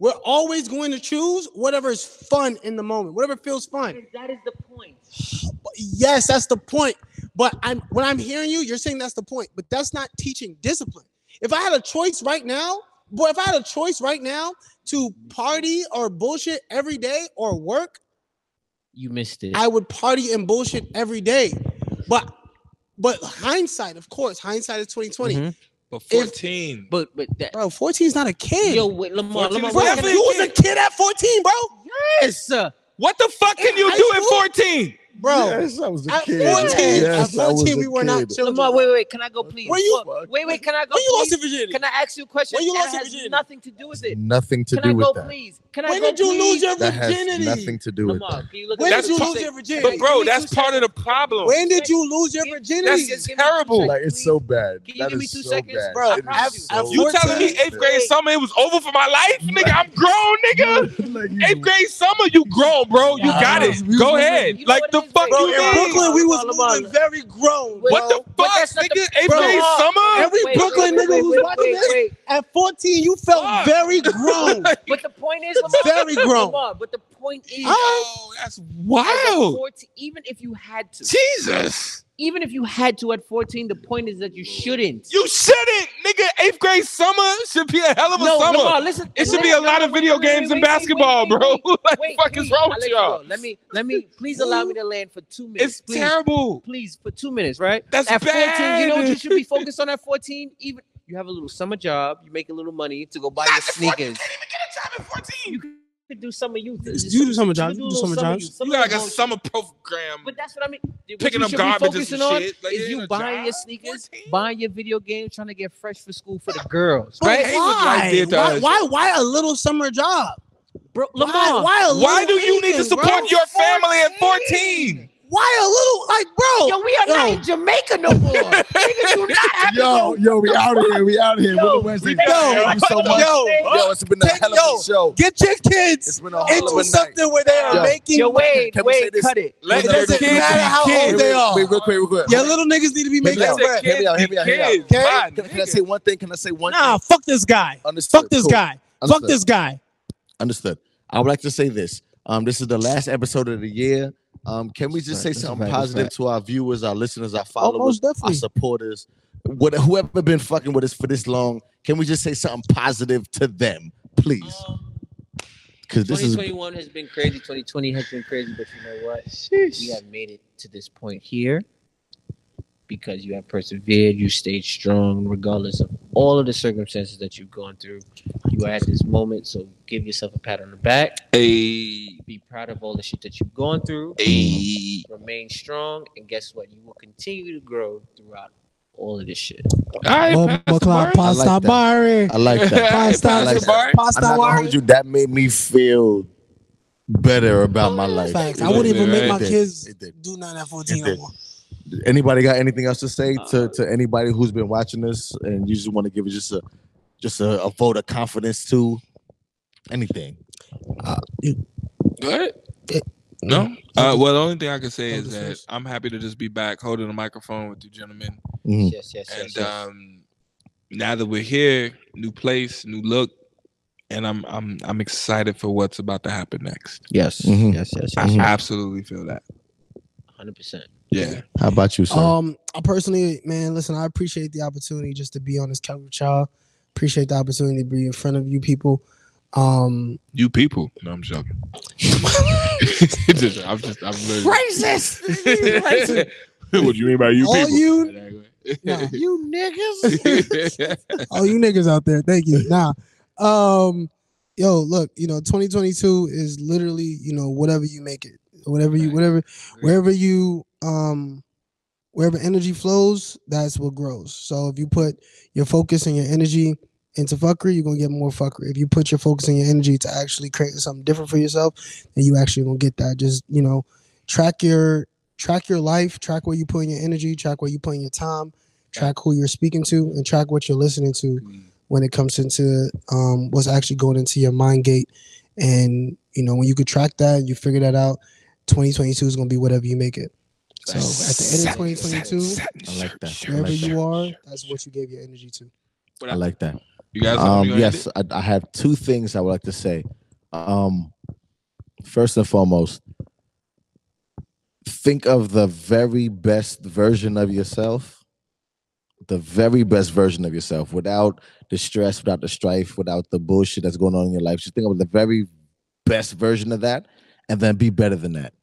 S3: We're always going to choose whatever is fun in the moment, whatever feels fun.
S2: That is the point.
S3: Yes, that's the point. But I'm when I'm hearing you, you're saying that's the point. But that's not teaching discipline. If I had a choice right now, boy, if I had a choice right now to party or bullshit every day or work,
S2: You missed it.
S3: I would party and bullshit every day. But but hindsight, of course, hindsight is 2020.
S4: Mm-hmm.
S5: Mhm.
S1: But
S3: If-
S1: 14.
S2: but but that.
S3: Bro, 14 is not a kid.
S2: Yo, wait, Lamar.
S1: 14
S2: Lamar,
S1: is
S3: bro,
S2: what
S1: definitely a
S3: if
S2: can I-
S3: you was a kid at 14, bro.
S2: Yes, uh,
S1: what the fuck can
S3: In
S1: you
S3: high
S1: do at
S3: school?
S1: 14?
S3: Bro,
S4: I was
S3: at 14,
S4: Yes, I
S3: at
S4: was
S3: 14
S4: a
S3: we were not
S4: kid.
S3: children.
S2: Lamar, wait, wait, can I go, please?
S3: Where you-
S2: Look, wait, wait, can I go?
S3: When you lost
S2: please?
S3: your virginity?
S2: Can I ask you a question?
S3: When you lost
S2: that
S3: your
S2: has
S3: virginity?
S2: nothing to do with it.
S4: Nothing to
S2: can I
S4: do with
S2: go,
S4: that.
S2: please? Can I
S3: When
S2: go,
S3: did you lose
S2: please?
S3: your
S4: That has
S3: virginity?
S4: nothing to do with
S2: Lamar,
S4: that.
S2: can you look
S3: When
S2: at
S1: That's
S3: did
S2: that?
S3: you
S1: part-
S3: lose your virginity?
S1: But bro,
S2: Give me two
S1: that's part of the problem.
S3: When did you lose your virginity?
S1: That's
S2: Give me two
S1: terrible.
S2: seconds.
S4: Like it's so bad.
S2: Can you
S4: That
S2: give me
S4: is
S2: two
S4: so
S2: seconds?
S4: bad.
S3: Bro,
S4: It is
S3: I've- I've-
S4: so
S1: You telling me
S4: bad.
S1: eighth grade summer it was over for my life, nigga? I'm grown, nigga.
S4: Like,
S1: Eighth grade summer, you grown, bro. You got it. Go ahead.
S2: You know
S1: Like
S2: what
S1: the
S2: it is,
S1: fuck
S2: bro?
S3: Bro,
S1: you
S3: in
S2: Hey,
S1: mean?
S3: Brooklyn, we was
S2: Lamar,
S3: moving very grown.
S1: What
S3: bro.
S1: the
S2: But
S1: fuck,
S2: that's not the-
S1: nigga? Eighth
S3: Bro,
S1: grade
S3: Lamar,
S1: summer.
S3: Every Brooklyn nigga who's watching this
S2: wait.
S3: at 14, you felt
S1: Fuck.
S3: very grown.
S2: But the point is, Lamar,
S3: Very grown.
S2: Lamar, but the point is,
S1: Yo, that's
S2: as a
S1: wild.
S2: 14 even if you had to,
S1: Jesus,
S2: even if you had to at 14, the point is that you shouldn't.
S1: you shouldn't, nigga. Eighth grade summer should be a hell of a
S2: no,
S1: summer.
S2: Lamar, listen.
S1: It should be a
S2: listen,
S1: lot of
S2: wait,
S1: video
S2: wait, wait,
S1: games and
S2: wait, wait,
S1: basketball,
S2: wait,
S1: bro.
S2: wait, wait.
S1: What the
S2: Wait,
S1: fuck is
S2: please,
S1: wrong
S2: I'll
S1: with
S2: let you
S1: y'all?
S2: go. Let me, let me, please allow me to land for two minutes.
S1: It's
S2: please.
S1: terrible.
S2: Please, for two minutes, right?
S1: That's
S2: at
S1: bad.
S2: 14, you know what you should be focused on at 14? Even you have a little summer job, you make a little money to go buy your sneakers. You could do summer youth.
S3: You do summer jobs,
S2: You
S3: you
S2: could
S3: do
S2: do a little
S3: summer
S2: summer
S3: jobs.
S2: youth,
S1: You got like a
S2: promotion.
S1: summer program,
S2: But that's what I mean. What
S1: picking
S2: you
S1: up
S2: should be
S1: garbage and
S2: focusing
S1: some
S2: on
S1: shit. Like,
S2: is
S1: ain't
S2: you
S1: a
S2: buying your
S1: job.
S2: sneakers,
S1: 14?
S2: buying your video games, trying to get fresh for school for the girls,
S3: But
S2: right?
S1: Hey, what y'all
S3: why?
S1: did to
S3: Why,
S1: us.
S3: why? Why a little summer job?
S2: Bro,
S3: Why,
S2: Lamar,
S3: why, a little
S1: Why do you need to
S3: anything,
S1: support
S3: bro?
S1: your family at 14?
S3: Why a little like, bro?
S2: Yo, we are not in Jamaica no more. Niggas do not have
S4: Yo,
S2: to
S4: yo, we out here. We out here.
S2: Yo,
S4: What a Wednesday.
S2: we
S4: night.
S3: out here.
S4: Thank you so
S2: What the
S4: much.
S3: yo,
S2: fuck?
S4: Yo, it's been a
S3: Take-
S4: hell
S3: yo.
S4: of a show.
S3: get your
S4: It's
S3: kids
S4: been a hell of
S3: into
S4: a night.
S3: something where they are
S4: Yo.
S3: making.
S2: Yo, wait,
S4: Can we say
S2: wait,
S4: this?
S2: cut it.
S1: Let
S3: it
S1: your
S3: doesn't
S1: kids
S3: matter how
S1: be
S3: old
S1: kids.
S3: they are.
S4: Wait, real quick, real quick.
S3: Your little niggas need to be
S4: Let
S3: making
S4: me out.
S3: bread.
S4: Hear me out. Hear me out. Hear me
S1: Kids.
S4: out.
S1: My
S4: Can, can I
S1: nigga.
S4: say one thing? Can I say one
S3: Nah,
S4: thing?
S3: fuck this guy.
S4: Understood.
S3: Fuck this
S4: Cool.
S3: guy. Fuck
S4: Understood.
S3: this guy.
S4: Understood. I would like to say this. Um, this is the last episode of the year. Um, can we just say
S6: That's a
S4: something
S6: fact, that's a
S4: positive to our viewers, our listeners, our
S3: Oh,
S4: followers,
S3: most
S4: our
S3: definitely.
S4: supporters, what, whoever been fucking with us for this long? Can we just say something positive to them, please?
S3: Um,
S4: Because this is
S2: 2021 has been crazy. 2020 has been crazy, but you know what? You have made it to this point here because you have persevered. You stayed strong regardless of all of the circumstances that you've gone through. You are at this moment, so give yourself a pat on the back.
S1: Hey,
S2: Be proud of all the shit that you've gone through.
S1: hey.
S2: Remain strong, and guess what? You will continue to grow throughout all of this shit.
S1: All right,
S3: Bomba
S1: Pastor Barry.
S4: I
S3: Clock Pasta
S4: like that.
S3: Barry.
S4: I like that.
S3: Pasta,
S4: I like that.
S1: Barry.
S4: I'm not
S3: pasta
S4: gonna hold
S3: Barry.
S4: you. That made me feel better about my life.
S3: Facts.
S1: You
S3: I wouldn't
S1: did,
S3: even make
S1: right?
S3: my
S4: It did.
S3: kids
S4: It did.
S3: do none at 14
S4: It
S3: no
S4: did.
S3: more.
S4: Anybody got anything else to say to, to anybody who's been watching this and you just want to give it just a just a, a vote of confidence to anything?
S1: Go ahead. No. Uh, well, the only thing I can say is that I'm happy to just be back holding the microphone with you gentlemen.
S4: Mhm.
S2: Yes, yes, yes.
S1: And
S2: yes.
S1: um, now that we're here, new place, new look, and I'm I'm I'm excited for what's about to happen next.
S5: Yes,
S4: Mhm.
S5: yes, yes,
S1: I
S5: yes.
S1: absolutely feel that.
S2: 100%.
S1: Yeah.
S4: How about you, sir?
S3: Um, I personally, man, listen, I appreciate the opportunity just to be on this couch with y'all. Appreciate the opportunity to be in front of you people. Um,
S1: You people. No, I'm joking. Just- I'm just I'm literally-
S3: racist.
S1: what do you mean by you
S3: All
S1: people?
S3: you- Nah.
S5: You niggas.
S1: yeah,
S3: all you niggas out there, thank you. Nah, um, yo, look, you know, 2022 is literally, you know, whatever you make it, whatever you,
S1: Right.
S3: whatever, wherever you, um, wherever energy flows, that's what grows. So if you put your focus and your energy into fuckery, you're gonna get more fuckery. If you put your focus and your energy to actually create something different for yourself, then you actually gonna get that. Just you know, track your track your life, track where you put in your energy, track where you put in your time, track who you're speaking to, and track what you're listening to when it comes into um, what's actually going into your mind gate. And you know, when you could track that and you figure that out, 2022 is gonna be whatever you make it. So at the end of 2022.
S4: I like that. I
S3: Wherever
S4: like
S3: you
S4: that.
S3: are, that's what you gave your energy to.
S4: I like that.
S1: You guys.
S4: Um,
S1: yes.
S4: yes, I, I have two things I would like to say. Um, first and foremost, think of the very best version of yourself, the very best version of yourself, without the stress, without the strife, without the bullshit that's going on in your life. Just think of the very best version of that, and then be better than that.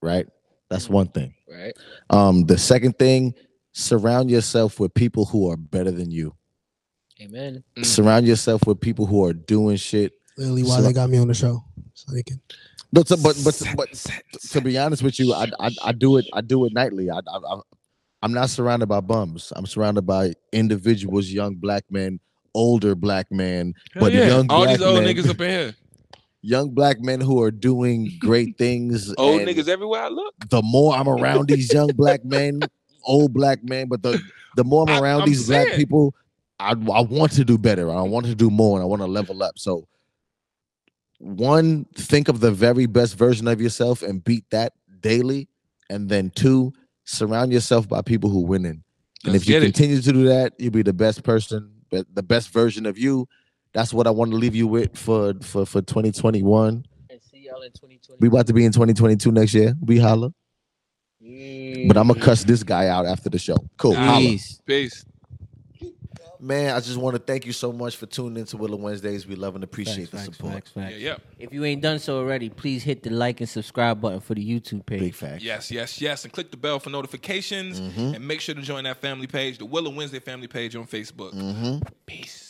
S4: Right? That's one thing.
S2: Right?
S4: Um, the second thing, surround yourself with people who are better than you.
S2: Amen.
S1: Mm.
S4: Surround yourself with people who are doing shit.
S3: Literally, why
S4: So-
S3: they got me on the show, so they can.
S4: No, to- but but but to be honest with you, I I, I do it I do it nightly. I, I I- I'm not surrounded by bums. I'm surrounded by individuals, young black men, older black men, but young
S1: all these
S4: black
S1: old
S4: men-
S1: niggas up in here.
S4: young black men who are doing great things.
S1: Old
S4: and
S1: niggas everywhere I look.
S4: The more I'm around these young black men, old black men, but the the more
S1: I-
S4: I'm around
S1: I'm
S4: these black
S1: saying.
S4: people, I I want to do better. I want to do more, and I want to level up. So, one, think of the very best version of yourself and beat that daily, and then two, surround yourself by people who winning. And
S1: Let's
S4: if you
S1: get it.
S4: continue to do that, you'll be the best person, but the best version of you. That's what I want to leave you with for for for 2021.
S2: And see y'all in 2020.
S4: We about to be in 2022 next year. We holla, but I'm gonna cuss this guy out after the show. Cool,
S1: Nah.
S4: holla.
S5: Peace.
S1: Peace.
S4: Man, I just want to thank you so much for tuning into Willow Wednesdays. We love and appreciate the support.
S1: Yeah. Yeah.
S5: If you ain't done so already, please hit the like and subscribe button for the YouTube page.
S4: Big fact.
S1: Yes, yes, yes. And click the bell for
S4: Mm-hmm. Mm-hmm.
S1: notifications. And make sure to join that family page, the Willow Wednesday family page on Facebook. Peace.